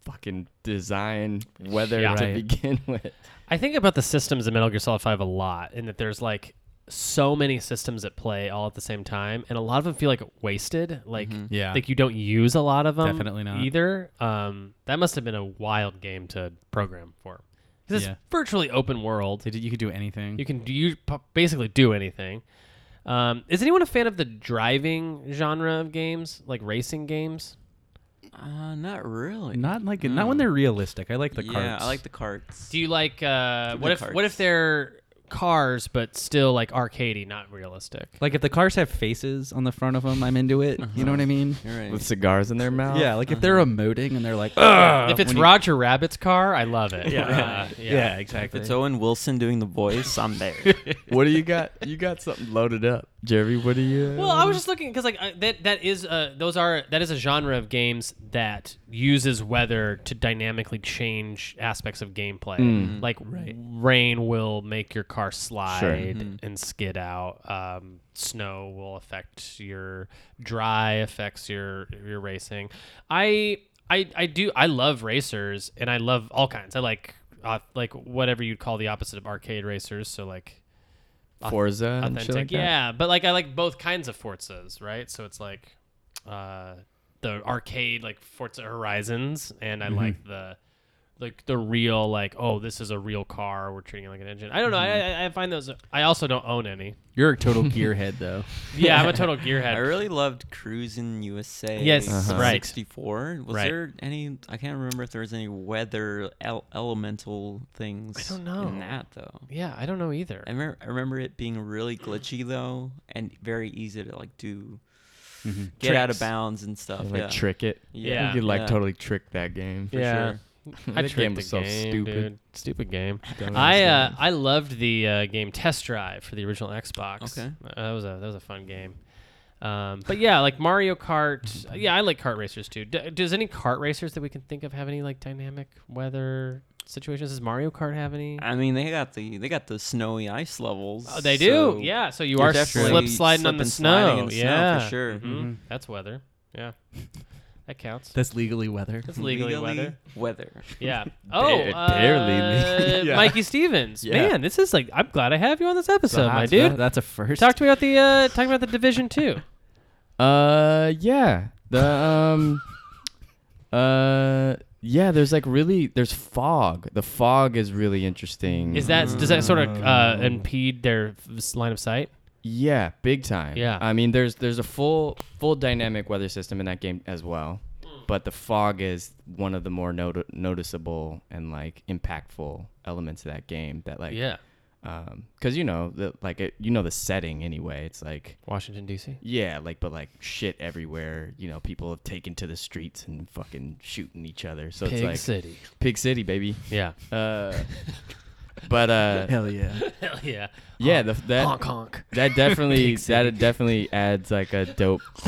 Speaker 2: fucking design weather
Speaker 1: Yeah.
Speaker 2: to
Speaker 1: Right.
Speaker 2: begin [laughs] with
Speaker 1: I think about the systems in Metal Gear Solid 5 a lot, and that there's like so many systems at play all at the same time, and a lot of them feel like wasted. Like,
Speaker 2: Mm-hmm.
Speaker 3: Yeah.
Speaker 1: like you don't use a lot of them.
Speaker 3: Definitely not.
Speaker 1: either. Um, that must have been a wild game to program for, 'Cause
Speaker 3: Yeah.
Speaker 1: it's virtually open world.
Speaker 3: They did- You could do anything.
Speaker 1: You can do you p- basically do anything. Um, is anyone a fan of the driving genre of games, like racing games?
Speaker 4: Uh, not really.
Speaker 3: Not like not
Speaker 1: Mm.
Speaker 3: when they're realistic. I like the
Speaker 4: yeah,
Speaker 3: carts.
Speaker 4: I like the carts.
Speaker 1: Do you like uh,
Speaker 4: Give me
Speaker 1: what
Speaker 4: the
Speaker 1: if what if
Speaker 4: carts.
Speaker 1: they're cars but still like arcadey, not realistic?
Speaker 3: Like if the cars have faces on the front of them, I'm into it. You
Speaker 1: Uh-huh.
Speaker 3: know what I mean?
Speaker 4: You're right.
Speaker 2: with cigars [laughs] in their mouth
Speaker 3: Yeah, like if they're emoting and they're like,
Speaker 1: if it's
Speaker 3: Uh, when you-
Speaker 1: Roger Rabbit's car, I love it.
Speaker 3: Yeah.
Speaker 1: [laughs] Uh,
Speaker 3: yeah, exactly.
Speaker 4: It's Owen Wilson doing the
Speaker 1: [laughs]
Speaker 4: voice. I'm there.
Speaker 2: what do you got you got something loaded up jerry what do you
Speaker 1: [laughs] Well, I was just looking because like I, that that is uh, those are that is a genre of games that uses weather to dynamically change aspects of gameplay. Like rain will make your car slide and skid out. Um, snow will affect your dry affects your your racing. I I I do I love racers and I love all kinds. I like uh, like whatever you'd call the opposite of arcade racers. So like
Speaker 2: forza and shit
Speaker 1: authentic.
Speaker 2: like that?
Speaker 1: yeah, but like I like both kinds of Forzas, right? So it's like uh the arcade like Forza Horizons and
Speaker 2: Mm-hmm.
Speaker 1: I like the like the real like oh this is a real car we're treating it like an engine. I don't know.
Speaker 2: Mm-hmm.
Speaker 1: I I, I find those I also don't own any.
Speaker 3: You're a total
Speaker 2: [laughs]
Speaker 3: gearhead though.
Speaker 1: Yeah, I'm a total gearhead.
Speaker 4: I really loved Cruising USA.
Speaker 1: Yes, Uh-huh. right.
Speaker 4: 64. Was
Speaker 1: Right.
Speaker 4: there any? I can't remember if there was any weather el- elemental things.
Speaker 1: I don't know.
Speaker 4: In that though,
Speaker 1: yeah, I don't know either.
Speaker 4: I remember, I remember it being really glitchy though, and very easy to like do, get out of
Speaker 1: Mm-hmm. Tricks.
Speaker 4: bounds and stuff.
Speaker 2: like
Speaker 4: yeah.
Speaker 2: trick it
Speaker 1: Yeah.
Speaker 2: you could like
Speaker 4: yeah.
Speaker 2: totally trick that game
Speaker 1: yeah.
Speaker 4: sure.
Speaker 1: I
Speaker 2: [laughs] That
Speaker 1: tricked
Speaker 2: game
Speaker 1: the
Speaker 2: was so
Speaker 1: game,
Speaker 2: stupid.
Speaker 1: dude. Stupid game.
Speaker 2: Don't
Speaker 1: I uh,
Speaker 2: understand.
Speaker 1: I loved the uh, game Test Drive for the original Xbox.
Speaker 4: Okay.
Speaker 1: Uh, that was a that was a fun game. Um, but yeah, like Mario Kart. uh, Yeah, I like kart racers too. D- does any kart racers that we can think of have any like dynamic weather situations? Does Mario Kart have any?
Speaker 4: I mean, they got the they got the snowy ice levels.
Speaker 1: Oh, they
Speaker 4: so
Speaker 1: do. Yeah. So you
Speaker 4: you're
Speaker 1: are
Speaker 4: definitely
Speaker 1: slip sliding on the
Speaker 4: slipping, sliding
Speaker 1: snow. Mm-hmm.
Speaker 4: in the snow for
Speaker 1: yeah.
Speaker 4: sure.
Speaker 1: hmm That's weather. Yeah. That counts.
Speaker 3: That's legally weather.
Speaker 1: That's legally,
Speaker 2: legally-
Speaker 4: [laughs]
Speaker 1: weather.
Speaker 4: Weather.
Speaker 1: Yeah. Oh, uh,
Speaker 2: barely legal.
Speaker 3: Yeah.
Speaker 1: Mikey Stevens.
Speaker 2: Yeah.
Speaker 1: Man, this is like I'm glad I have you on this episode, my
Speaker 2: That's-
Speaker 1: dude.
Speaker 3: That's a first.
Speaker 1: Talk to me about the uh, talking about the division two.
Speaker 2: Uh, yeah. The um, [laughs] uh, yeah. There's like really there's fog. The fog is really interesting.
Speaker 1: Is that does that sort of uh, impede their f- line of sight?
Speaker 2: Yeah, big time.
Speaker 1: Yeah.
Speaker 2: I mean, there's there's a full full dynamic weather system in that game as well,
Speaker 1: Mm.
Speaker 2: but the fog is one of the more noti- noticeable and like impactful elements of that game. That like
Speaker 1: Yeah,
Speaker 2: um, because you know the like it, you know the setting anyway. It's like
Speaker 1: Washington D.C.
Speaker 2: yeah, like but like shit everywhere. You know, people have taken to the streets and fucking shooting each other. So it's
Speaker 1: Pig
Speaker 2: like
Speaker 1: City.
Speaker 2: Pig City, baby.
Speaker 1: Yeah.
Speaker 2: Uh, [laughs] but uh,
Speaker 3: Hell yeah.
Speaker 1: [laughs] Hell yeah.
Speaker 2: yeah, the, that
Speaker 1: [laughs] Honk honk.
Speaker 2: that definitely that definitely adds like a dope. [laughs]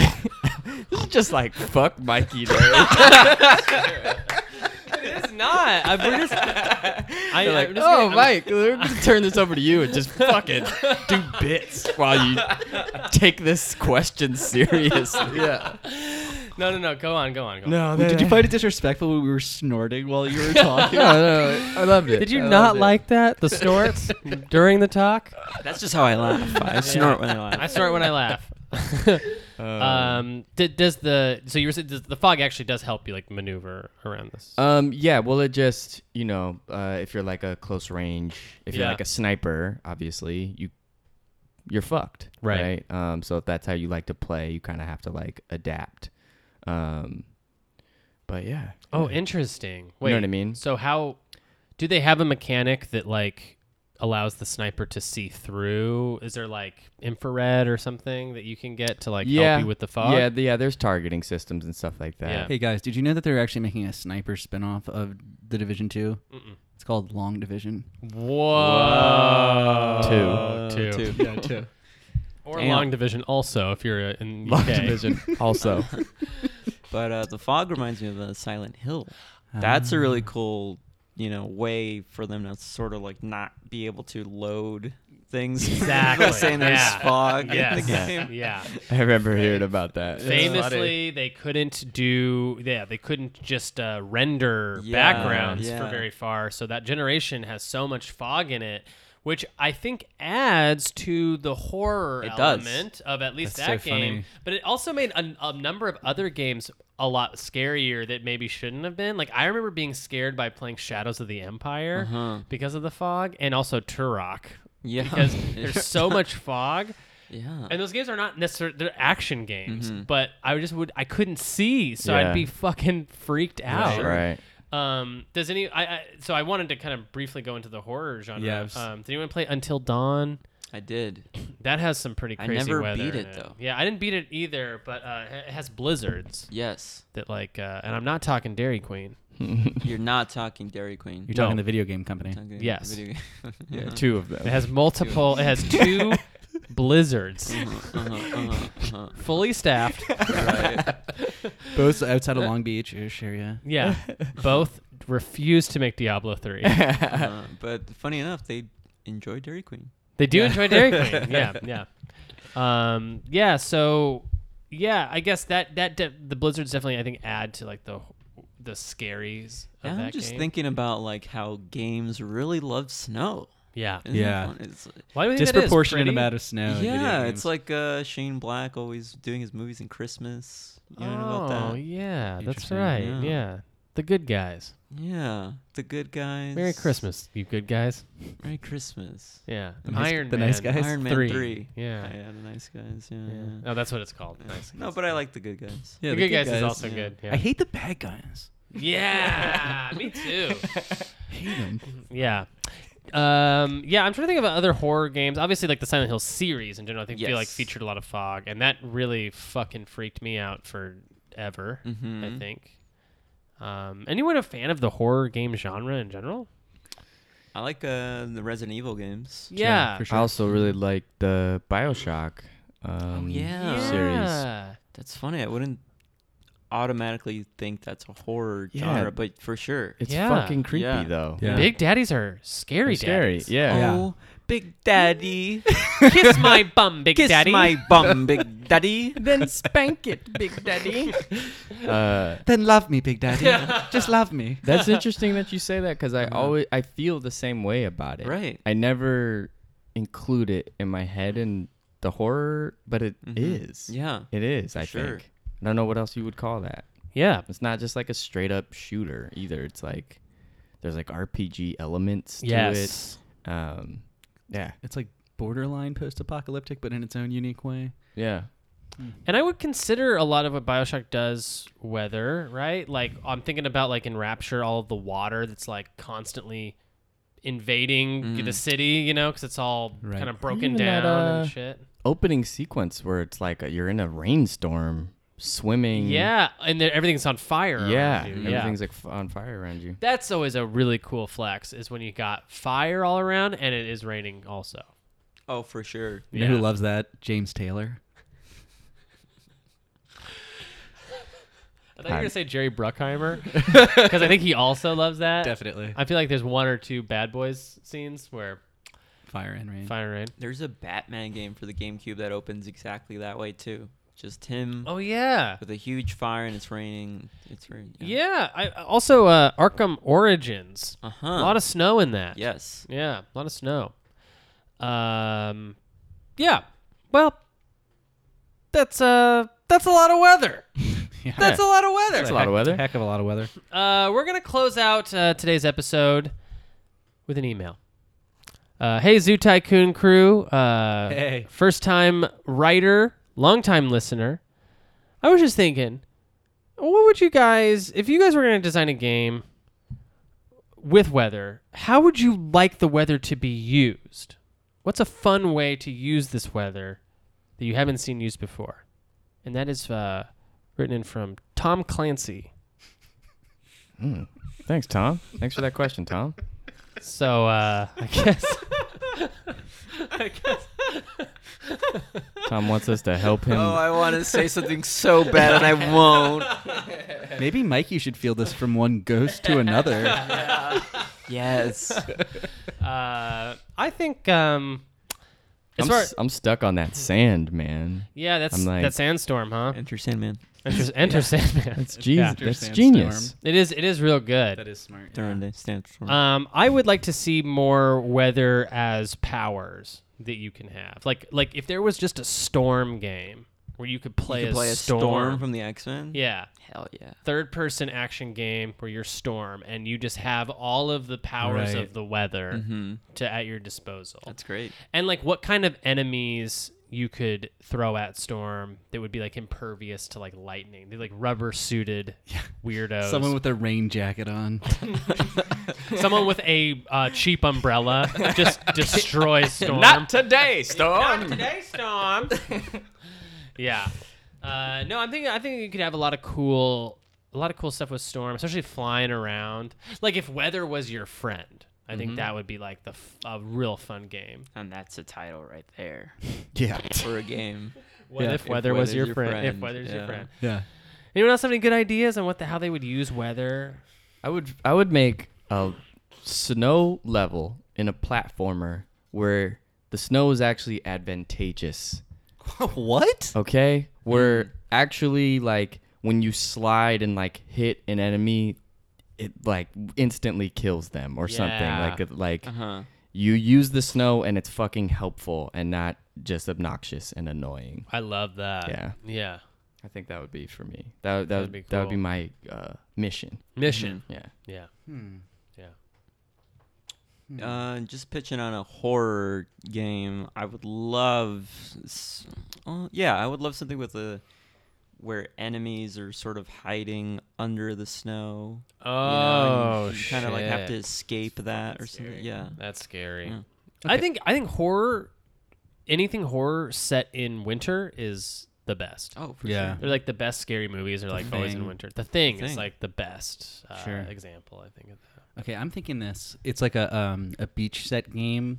Speaker 2: this is just like fuck Mikey. [laughs] There.
Speaker 1: It's not. I'm we're just. I,
Speaker 2: They're
Speaker 1: I'm
Speaker 2: like,
Speaker 1: just
Speaker 2: oh
Speaker 1: gonna- I'm-
Speaker 2: Mike, we're gonna turn this over to you and just fucking do bits while you take this question seriously. Yeah.
Speaker 1: No, no, no. Go on, go on, go on.
Speaker 2: No,
Speaker 3: Did you find it disrespectful when we were snorting while
Speaker 1: [laughs]
Speaker 3: you were talking?
Speaker 2: no, [laughs] I loved it.
Speaker 1: Did you
Speaker 2: I
Speaker 1: not
Speaker 2: loved it.
Speaker 1: like that? [laughs] The snorts during the talk.
Speaker 4: That's just how I laugh.
Speaker 1: [laughs]
Speaker 4: I snort when I laugh.
Speaker 1: I snort when I [laughs] laugh.
Speaker 2: Uh,
Speaker 1: um, d- does the so you were saying does, the fog actually does help you like maneuver around this?
Speaker 2: Um. Yeah. Well, it just you know, uh, if you're like a close range, if you're
Speaker 1: Yeah.
Speaker 2: like a sniper, obviously you you're fucked,
Speaker 1: Right.
Speaker 2: right? Um. So if that's how you like to play, you kind of have to like adapt. Um. But yeah.
Speaker 1: [laughs] oh, interesting. Wait,
Speaker 2: You know what I mean?
Speaker 1: So how do they have a mechanic that like allows the sniper to see through? Is there like infrared or something that you can get to like help you with the fog?
Speaker 2: Yeah. The, yeah. There's targeting systems and stuff like that.
Speaker 1: Yeah.
Speaker 3: hey guys, did you know that they're actually making a sniper spinoff of the Division 2 It's called Long Division.
Speaker 2: [laughs]
Speaker 1: Whoa. Two. Two.
Speaker 4: [laughs] Two.
Speaker 3: two.
Speaker 1: Or
Speaker 4: Damn.
Speaker 1: long division also if you're uh, in
Speaker 2: Long
Speaker 1: UK.
Speaker 4: [laughs]
Speaker 1: [laughs]
Speaker 2: division. Also.
Speaker 4: But uh, the fog reminds me of uh, Silent Hill. That's a
Speaker 1: Ah.
Speaker 4: really cool, you know, way for them to sort of like not be able to load things. [laughs]
Speaker 1: Exactly,
Speaker 4: saying there's
Speaker 1: yeah.
Speaker 4: fog in
Speaker 1: Yes.
Speaker 4: the game.
Speaker 1: Yeah.
Speaker 2: I remember hearing
Speaker 1: [laughs]
Speaker 2: about that.
Speaker 1: Famously, they couldn't do yeah, they couldn't just uh, render
Speaker 4: Yeah,
Speaker 1: backgrounds for
Speaker 4: yeah.
Speaker 1: very far. So that generation has so much fog in it, which I think adds to the horror
Speaker 4: It does.
Speaker 1: element of at least
Speaker 3: That's
Speaker 1: that
Speaker 3: so
Speaker 1: game.
Speaker 3: funny.
Speaker 1: But it also made a, a number of other games a lot scarier that maybe shouldn't have been. Like I remember being scared by playing Shadows of the Empire
Speaker 4: Uh-huh.
Speaker 1: because of the fog, and also Turok
Speaker 4: Yeah. [laughs]
Speaker 1: because there's so much fog.
Speaker 4: yeah.
Speaker 1: And those games are not necessarily they're action games,
Speaker 4: Mm-hmm.
Speaker 1: but I just would I couldn't see, so I'd
Speaker 2: Yeah.
Speaker 1: be fucking freaked out.
Speaker 2: Right.
Speaker 1: Um, does any? I, I so I wanted to kind of briefly go into the horror genre.
Speaker 3: Yeah, I've s-
Speaker 1: Um, did anyone play Until Dawn?
Speaker 4: I did.
Speaker 1: That has some pretty
Speaker 4: I
Speaker 1: crazy
Speaker 4: never
Speaker 1: weather
Speaker 4: beat
Speaker 1: in
Speaker 4: it, though.
Speaker 1: Yeah, I didn't beat it either, but uh, it has blizzards
Speaker 4: Yes.
Speaker 1: that like, uh, and I'm not talking Dairy Queen.
Speaker 4: You're not talking Dairy Queen.
Speaker 3: You're talking
Speaker 1: No.
Speaker 3: the video game company.
Speaker 4: Talking
Speaker 1: Yes.
Speaker 4: video game. [laughs]
Speaker 2: Yeah. Two of
Speaker 1: It
Speaker 2: them.
Speaker 1: has multiple. It has two
Speaker 4: [laughs]
Speaker 1: blizzards,
Speaker 4: Uh-huh, uh-huh, uh-huh.
Speaker 1: fully staffed.
Speaker 3: Both outside of Long Beach ish area.
Speaker 1: Uh,
Speaker 4: [laughs]
Speaker 1: Yeah, both refuse to make Diablo three.
Speaker 4: Uh, [laughs] but funny enough, they enjoy Dairy Queen.
Speaker 1: They do enjoy Dairy Queen. Yeah, yeah, um, yeah. So, yeah, I guess that that de- the blizzards definitely I think add to like the the scaries. Of
Speaker 4: And I'm
Speaker 1: that
Speaker 4: just
Speaker 1: game.
Speaker 4: thinking about like how games really love snow.
Speaker 1: Yeah.
Speaker 4: Isn't that
Speaker 3: Yeah.
Speaker 4: fun? It's,
Speaker 1: Why do we think that is?
Speaker 3: Disproportionate
Speaker 1: Pretty?
Speaker 3: amount of snow. in video
Speaker 4: yeah, it's
Speaker 3: games.
Speaker 4: like uh, Shane Black always doing his movies in Christmas. You know
Speaker 1: oh,
Speaker 4: about that?
Speaker 1: yeah, that's
Speaker 3: Interesting.
Speaker 1: right. Yeah.
Speaker 4: Yeah.
Speaker 1: the good guys.
Speaker 4: Yeah, the good guys.
Speaker 1: Merry Christmas, you good guys.
Speaker 4: Merry Christmas.
Speaker 1: Yeah,
Speaker 3: The nice-
Speaker 1: Iron
Speaker 3: the
Speaker 1: Man.
Speaker 3: nice guys?
Speaker 4: Iron Man
Speaker 1: three.
Speaker 4: three.
Speaker 1: Yeah.
Speaker 4: Yeah, yeah, the nice guys. Yeah.
Speaker 1: Yeah.
Speaker 4: yeah.
Speaker 1: Oh, that's what it's called.
Speaker 4: Yeah.
Speaker 1: Nice.
Speaker 4: No, but I like the good guys.
Speaker 3: Yeah,
Speaker 1: the, good, guys, is also
Speaker 4: yeah.
Speaker 1: good.
Speaker 3: I
Speaker 1: Yeah.
Speaker 3: hate the bad guys.
Speaker 1: yeah, me too.
Speaker 3: [laughs] Hate them.
Speaker 1: [laughs] Yeah. Um, yeah, I'm trying to think of other horror games. Obviously, like the Silent Hill series in general, I think feel like
Speaker 4: Yes.
Speaker 1: featured a lot of fog, and that really fucking freaked me out forever. I
Speaker 4: Mhm.
Speaker 1: think. Um, anyone a fan of the horror game genre in general?
Speaker 4: I like uh, the Resident Evil games.
Speaker 1: yeah.
Speaker 3: for
Speaker 2: I
Speaker 3: sure.
Speaker 2: also really like the Bioshock. Um,
Speaker 4: Oh, yeah.
Speaker 2: Series.
Speaker 1: Yeah.
Speaker 4: That's funny. I wouldn't. automatically think that's a horror
Speaker 2: Yeah.
Speaker 4: genre, but for sure.
Speaker 2: It's
Speaker 1: Yeah.
Speaker 2: fucking creepy
Speaker 4: Yeah.
Speaker 2: though.
Speaker 3: Yeah.
Speaker 1: Big daddies are
Speaker 2: They're
Speaker 1: scary.
Speaker 2: scary.
Speaker 1: daddies.
Speaker 2: Yeah.
Speaker 4: Oh, Big Daddy.
Speaker 1: Kiss my bum, big
Speaker 4: Kiss
Speaker 1: daddy.
Speaker 4: my bum, Big Daddy.
Speaker 2: Then spank it, Big Daddy. uh,
Speaker 3: Then love me, Big Daddy. Just love me.
Speaker 2: [laughs] that's interesting that you say that because I always I feel the same way about it.
Speaker 4: Right.
Speaker 2: I never include it in my head and the horror, but it is.
Speaker 4: Yeah.
Speaker 2: It is. I
Speaker 4: Sure.
Speaker 2: think. I don't know what else you would call that.
Speaker 1: [laughs] yeah.
Speaker 2: It's not just like a straight up shooter either. It's like there's like RPG elements to
Speaker 1: Yes.
Speaker 2: it. Um, yeah.
Speaker 3: It's like borderline post-apocalyptic, but in its own unique way.
Speaker 2: Yeah.
Speaker 1: And I would consider a lot of what Bioshock does weather, right? Like I'm thinking about like in Rapture, all of the water that's like constantly invading the city, you know, because it's all
Speaker 3: Right.
Speaker 1: kind of broken
Speaker 2: Even
Speaker 1: down
Speaker 2: that, uh,
Speaker 1: and shit.
Speaker 2: Opening sequence where it's like uh you're in a rainstorm swimming.
Speaker 1: Yeah, and then everything's on fire. around
Speaker 2: Mm. Yeah.
Speaker 1: you.
Speaker 2: Everything's like f- on fire around you.
Speaker 1: That's always a really cool flex is when you got fire all around and it is raining also.
Speaker 4: Oh, for sure.
Speaker 3: You know who
Speaker 1: Yeah.
Speaker 3: loves that? James Taylor.
Speaker 1: I thought you were gonna say Jerry Bruckheimer [laughs] because I think he also loves that.
Speaker 3: Definitely.
Speaker 1: I feel like there's one or two Bad Boys scenes where
Speaker 3: Fire and rain.
Speaker 1: fire and rain.
Speaker 4: There's a Batman game for the GameCube that opens exactly that way too. Just him
Speaker 1: Oh yeah,
Speaker 4: with a huge fire and it's raining. It's raining.
Speaker 1: yeah. I also uh, Arkham Origins.
Speaker 4: Uh
Speaker 1: A
Speaker 4: huh.
Speaker 1: lot of snow in that.
Speaker 4: yes.
Speaker 1: yeah, a lot of snow. Um, yeah. Well, that's uh that's a lot of weather.
Speaker 2: [laughs]
Speaker 1: That's a lot of weather.
Speaker 2: That's a lot of weather.
Speaker 3: Heck of a lot of weather.
Speaker 1: Uh, we're gonna close out uh, today's episode with an email. Uh, hey, Zoo Tycoon crew. Uh,
Speaker 3: Hey.
Speaker 1: First time writer, long time listener. I was just thinking, what would you guys, if you guys were gonna design a game with weather, how would you like the weather to be used? What's a fun way to use this weather that you haven't seen used before? And that is uh, written in from Tom Clancy.
Speaker 2: Thanks, Tom. Thanks for that question, Tom.
Speaker 1: So uh, I [laughs] guess
Speaker 2: Tom wants us to help him.
Speaker 4: Oh, I want to say something so bad
Speaker 1: [laughs]
Speaker 4: and I won't.
Speaker 3: Maybe Mike, you should feel this from one ghost to another.
Speaker 1: [laughs]
Speaker 4: Yes.
Speaker 1: uh, I think um, as
Speaker 2: I'm,
Speaker 1: far
Speaker 2: s- I'm stuck on that sand, man.
Speaker 1: yeah, that's
Speaker 2: I'm like-
Speaker 1: that sandstorm, huh?
Speaker 4: Enter Sandman.
Speaker 1: Enter, enter Sandman.
Speaker 2: That's genius.
Speaker 3: Mr.
Speaker 2: That's
Speaker 3: Sandstorm.
Speaker 2: genius.
Speaker 1: [laughs] It is it is real good.
Speaker 3: is smart.
Speaker 4: During the sandstorm.
Speaker 1: Um, I would like to see more weather as powers that you can have. Like like if there was just a storm game where you could play,
Speaker 4: you could
Speaker 1: a,
Speaker 4: play a
Speaker 1: storm.
Speaker 4: storm, from the X Men.
Speaker 1: yeah.
Speaker 4: Hell yeah.
Speaker 1: Third person action game where you're Storm and you just have all of the powers
Speaker 3: Right.
Speaker 1: of the weather
Speaker 4: Mm-hmm.
Speaker 1: to at your disposal.
Speaker 4: That's great.
Speaker 1: and like what kind of enemies you could throw at Storm that would be like impervious to like lightning. They like rubber suited weirdos.
Speaker 3: Someone with a rain jacket on.
Speaker 1: [laughs] someone with a uh, cheap umbrella just destroy Storm.
Speaker 2: today, Storm.
Speaker 1: today, Storm. [laughs] yeah. Uh, no, I'm thinking. I think you could have a lot of cool, a lot of cool stuff with Storm, especially flying around. Like if weather was your friend, I think that would be like the f- a real fun game.
Speaker 4: And that's a title right there
Speaker 1: [laughs]
Speaker 3: Yeah.
Speaker 4: for a game.
Speaker 1: What
Speaker 3: Yeah.
Speaker 1: if
Speaker 4: If
Speaker 1: weather was
Speaker 4: weather's
Speaker 1: your,
Speaker 4: your
Speaker 1: friend? If
Speaker 4: friend,
Speaker 1: weather's your
Speaker 4: yeah.
Speaker 1: friend.
Speaker 3: Yeah.
Speaker 1: Anyone else have any good ideas on what the how they would use weather?
Speaker 2: I would I would make a snow level in a platformer where the snow is actually advantageous.
Speaker 3: what?
Speaker 2: Okay? Where actually like when you slide and like hit an enemy, it like instantly kills them or
Speaker 1: Yeah.
Speaker 2: something. Like it- like
Speaker 4: Uh huh.
Speaker 2: you use the snow and it's fucking helpful and not just obnoxious and annoying.
Speaker 1: I love that.
Speaker 2: Yeah.
Speaker 1: Yeah.
Speaker 2: I think that would be for me. That would- that
Speaker 1: That'd
Speaker 2: would
Speaker 1: be
Speaker 2: that would be
Speaker 1: cool.
Speaker 2: my uh, mission.
Speaker 1: Mission.
Speaker 2: Yeah.
Speaker 1: Yeah. Yeah.
Speaker 4: Uh, just pitching on a horror game. I would love. s- Uh, yeah, I would love something with a where enemies are sort of hiding under the snow.
Speaker 1: Oh,
Speaker 4: kind of like have to
Speaker 1: shit.
Speaker 4: escape that or something. Yeah.
Speaker 1: That's scary.
Speaker 4: Yeah.
Speaker 1: I think I think horror, anything horror set in winter is the best.
Speaker 4: Oh, for
Speaker 3: Yeah.
Speaker 4: sure.
Speaker 1: They're like the best scary movies are like always in
Speaker 3: Thing.
Speaker 1: winter. The Thing, is
Speaker 4: Thing.
Speaker 1: like the best uh,
Speaker 3: Sure.
Speaker 1: example I think of that.
Speaker 3: Okay, I'm thinking this. It's like a um, a beach set game,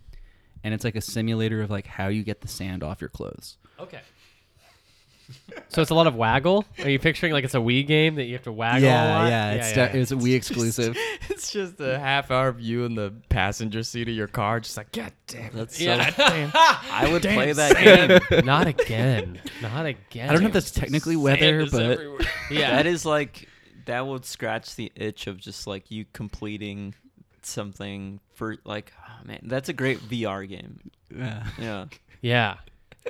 Speaker 3: and it's like a simulator of like how you get the sand off your clothes.
Speaker 1: Okay. [laughs] So it's a lot of waggle. Are you picturing like it's a Wii game that you have to waggle? a lot?
Speaker 3: yeah, yeah, it's de- it's a Wii exclusive.
Speaker 2: it's just a half hour of you in the passenger seat of your car, just like God damn. That's so
Speaker 1: Yeah. [laughs]
Speaker 4: I would play that game.
Speaker 1: Not again. Not again.
Speaker 3: I don't know if that's technically weather, but [laughs]
Speaker 1: yeah.
Speaker 4: That is like that would scratch the itch of just like you completing something for like oh man, that's a great VR game.
Speaker 3: yeah.
Speaker 4: Yeah.
Speaker 1: yeah.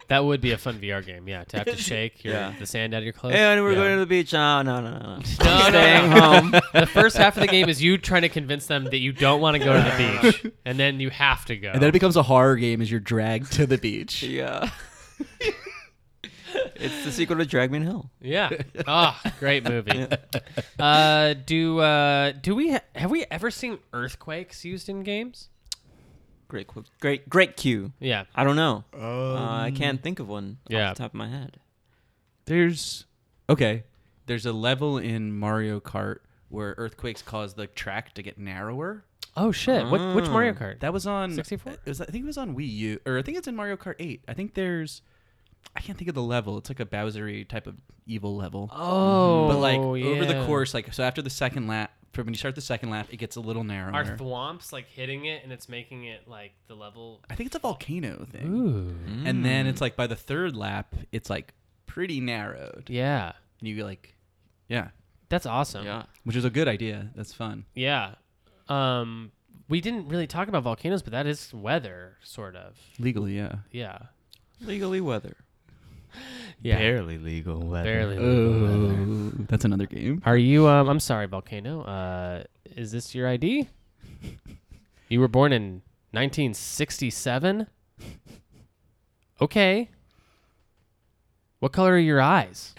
Speaker 1: That would be a fun VR game. Yeah, to have to shake your,
Speaker 4: Yeah.
Speaker 1: the sand out of your clothes.
Speaker 4: And we're
Speaker 1: Yeah.
Speaker 4: going to the beach. No, no, no, [laughs] no. no.
Speaker 1: No, no,
Speaker 4: I'm
Speaker 1: [laughs]
Speaker 4: staying
Speaker 1: no.
Speaker 4: home. [laughs]
Speaker 1: the first half of the game is you trying to convince them that you don't want to go to the beach, and then you have to go.
Speaker 3: and then it becomes a horror game as you're dragged to the beach.
Speaker 4: [laughs] Yeah. it's the sequel to Drag Me to Hell.
Speaker 1: yeah. Ah, great movie. Uh, do uh, do we ha- have we ever seen earthquakes used in games?
Speaker 4: Great, qu- great, great cue.
Speaker 1: Yeah.
Speaker 4: I don't know. uh, I can't think of one
Speaker 1: Um, Yeah.
Speaker 4: off the top of my head.
Speaker 3: [laughs] There's okay. There's a level in Mario Kart where earthquakes cause the track to get narrower.
Speaker 1: Oh shit. What, which Mario
Speaker 4: Mm.
Speaker 1: Kart?
Speaker 3: That was on
Speaker 1: 64?
Speaker 3: It was, I think it was on Wii U, or I think it's in Mario Kart 8. I think there's, I can't think of the level. It's like a Bowsery type of evil level.
Speaker 1: oh,
Speaker 3: but like over the
Speaker 1: yeah.
Speaker 3: course, like so after the second lap, from when you start the second lap, it gets a little narrower.
Speaker 1: Are thwomps like hitting it and it's making it like the level?
Speaker 3: I think it's a volcano thing.
Speaker 1: Ooh.
Speaker 3: And then it's like by the third lap, it's like pretty narrowed,
Speaker 1: Yeah.
Speaker 3: and you like, yeah,
Speaker 1: That's awesome.
Speaker 4: Yeah.
Speaker 3: which is a good idea. That's fun.
Speaker 1: Yeah. Um, we didn't really talk about volcanoes, but that is weather, sort of.
Speaker 3: Legally, yeah.
Speaker 1: Yeah.
Speaker 4: Legally weather.
Speaker 1: Yeah.
Speaker 2: barely legal. Weather.
Speaker 1: Barely. legal weather.
Speaker 3: Oh, that's another game.
Speaker 1: Are you? Um, I'm sorry, volcano. Uh, is this your ID? [laughs] you were born in 1967. Okay. What color are your eyes?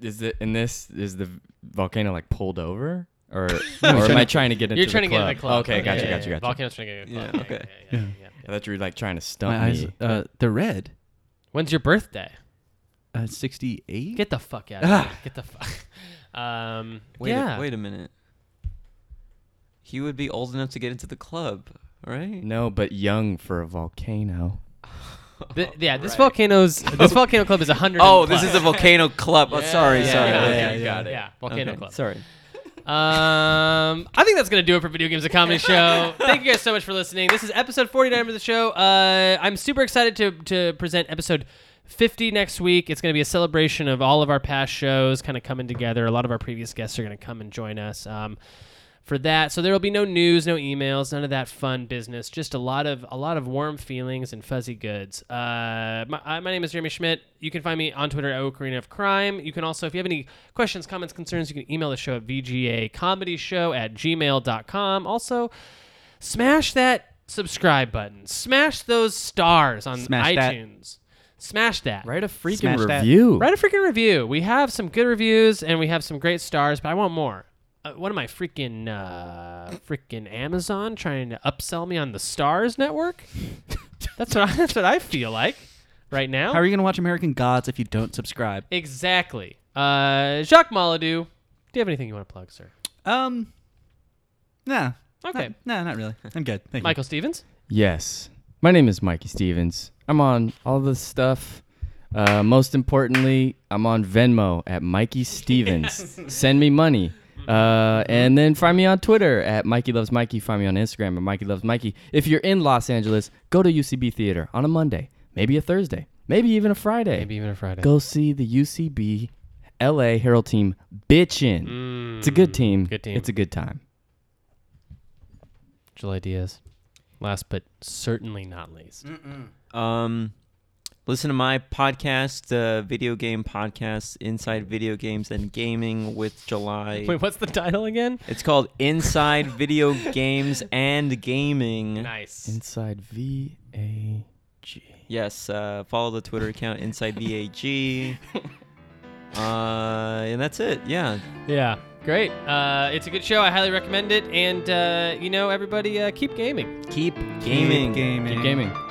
Speaker 2: Is it? And this is the volcano like pulled over,
Speaker 1: [laughs]
Speaker 2: or or am I trying to get into?
Speaker 1: You're trying to get in the club.
Speaker 2: Okay,
Speaker 1: yeah,
Speaker 2: gotcha,
Speaker 1: yeah,
Speaker 2: gotcha,
Speaker 1: yeah.
Speaker 2: gotcha.
Speaker 1: Volcano's trying to get in the
Speaker 4: Yeah,
Speaker 1: club. Yeah,
Speaker 4: okay.
Speaker 1: yeah, yeah, yeah,
Speaker 2: I
Speaker 1: yeah.
Speaker 2: thought you were like trying to stump
Speaker 3: My
Speaker 2: me.
Speaker 3: eyes, uh, they're red.
Speaker 1: When's your birthday?
Speaker 3: Uh, 68.
Speaker 1: Get the fuck out of here. Get the fuck. [laughs] Um,
Speaker 4: Ah. Wait,
Speaker 1: yeah.
Speaker 4: a, wait a minute. He would be old enough to get into the club, right?
Speaker 2: no, but young for a volcano.
Speaker 1: Th- yeah, this volcano's
Speaker 4: [laughs]
Speaker 1: this volcano club is a hundred.
Speaker 4: Oh, this is a volcano club. Oh, sorry,
Speaker 1: yeah,
Speaker 4: sorry.
Speaker 1: yeah,
Speaker 4: Okay,
Speaker 1: yeah,
Speaker 4: you got it.
Speaker 1: Yeah, volcano
Speaker 4: Okay,
Speaker 1: club.
Speaker 4: Sorry.
Speaker 1: Um,
Speaker 4: [laughs]
Speaker 1: I think that's gonna do it for Video Games a Comedy Show. Thank you guys so much for listening. This is episode 49 of the show. Uh, I'm super excited to to present episode 50 next week. It's gonna be a celebration of all of our past shows, kind of coming together. A lot of our previous guests are gonna come and join us. Um, for that. So there will be no news, no emails, none of that fun business. Just a lot of a lot of warm feelings and fuzzy goods. Uh, my, I- my name is Jeremy Schmidt. You can find me on Twitter at Ocarina of Crime. You can also, if you have any questions, comments, concerns, you can email the show at vgacomedyshow at gmail.com. Also, smash that subscribe button. Smash those stars on
Speaker 3: Smash that.
Speaker 1: iTunes. Smash that.
Speaker 2: Write a freaking
Speaker 3: Smash that.
Speaker 2: review.
Speaker 1: Write a freaking review. We have some good reviews and we have some great stars, but I want more. Uh, what am I freaking uh, freaking Amazon trying to upsell me on the Stars [laughs] Network? that's what I, that's what I feel like right now.
Speaker 3: How are you going to watch American Gods if you don't subscribe?
Speaker 1: exactly. Uh, Jacques Maladou, do you have anything you want to plug, sir?
Speaker 3: Um, nah.
Speaker 1: Okay.
Speaker 3: Not- nah, not really. I'm good. Thank
Speaker 1: Michael Stevens.
Speaker 2: Yes. My name is Mikey Stevens. I'm on all this stuff. Uh, most importantly, I'm on Venmo at
Speaker 1: [laughs]
Speaker 2: Mikey Stevens. Send me money. Uh, and then find me on Twitter at Mikey Loves Mikey. Find me on Instagram at Mikey Loves Mikey. If you're in Los Angeles, go to UCB Theater on a Monday, maybe a Thursday, maybe even a Friday.
Speaker 1: even a Friday.
Speaker 2: Go see the UCB LA Herald team bitchin'. It's a good team.
Speaker 1: Mm, Good team.
Speaker 2: It's a good time.
Speaker 1: July Diaz. Last but certainly not least.
Speaker 4: Um, listen to my podcast, uh, video game podcast, Inside Video Games and Gaming with July.
Speaker 1: Wait, what's the title again?
Speaker 4: It's called Inside Video Games and Gaming.
Speaker 1: Nice.
Speaker 2: Inside V A G.
Speaker 4: Yes, uh, follow the Twitter account Inside VAG. uh, and that's it. Yeah.
Speaker 1: Yeah, great. Uh, it's a good show. I highly recommend it. And uh, you know, everybody, uh, keep gaming.
Speaker 4: Keep
Speaker 3: you. Keep
Speaker 4: gaming.
Speaker 2: Keep gaming.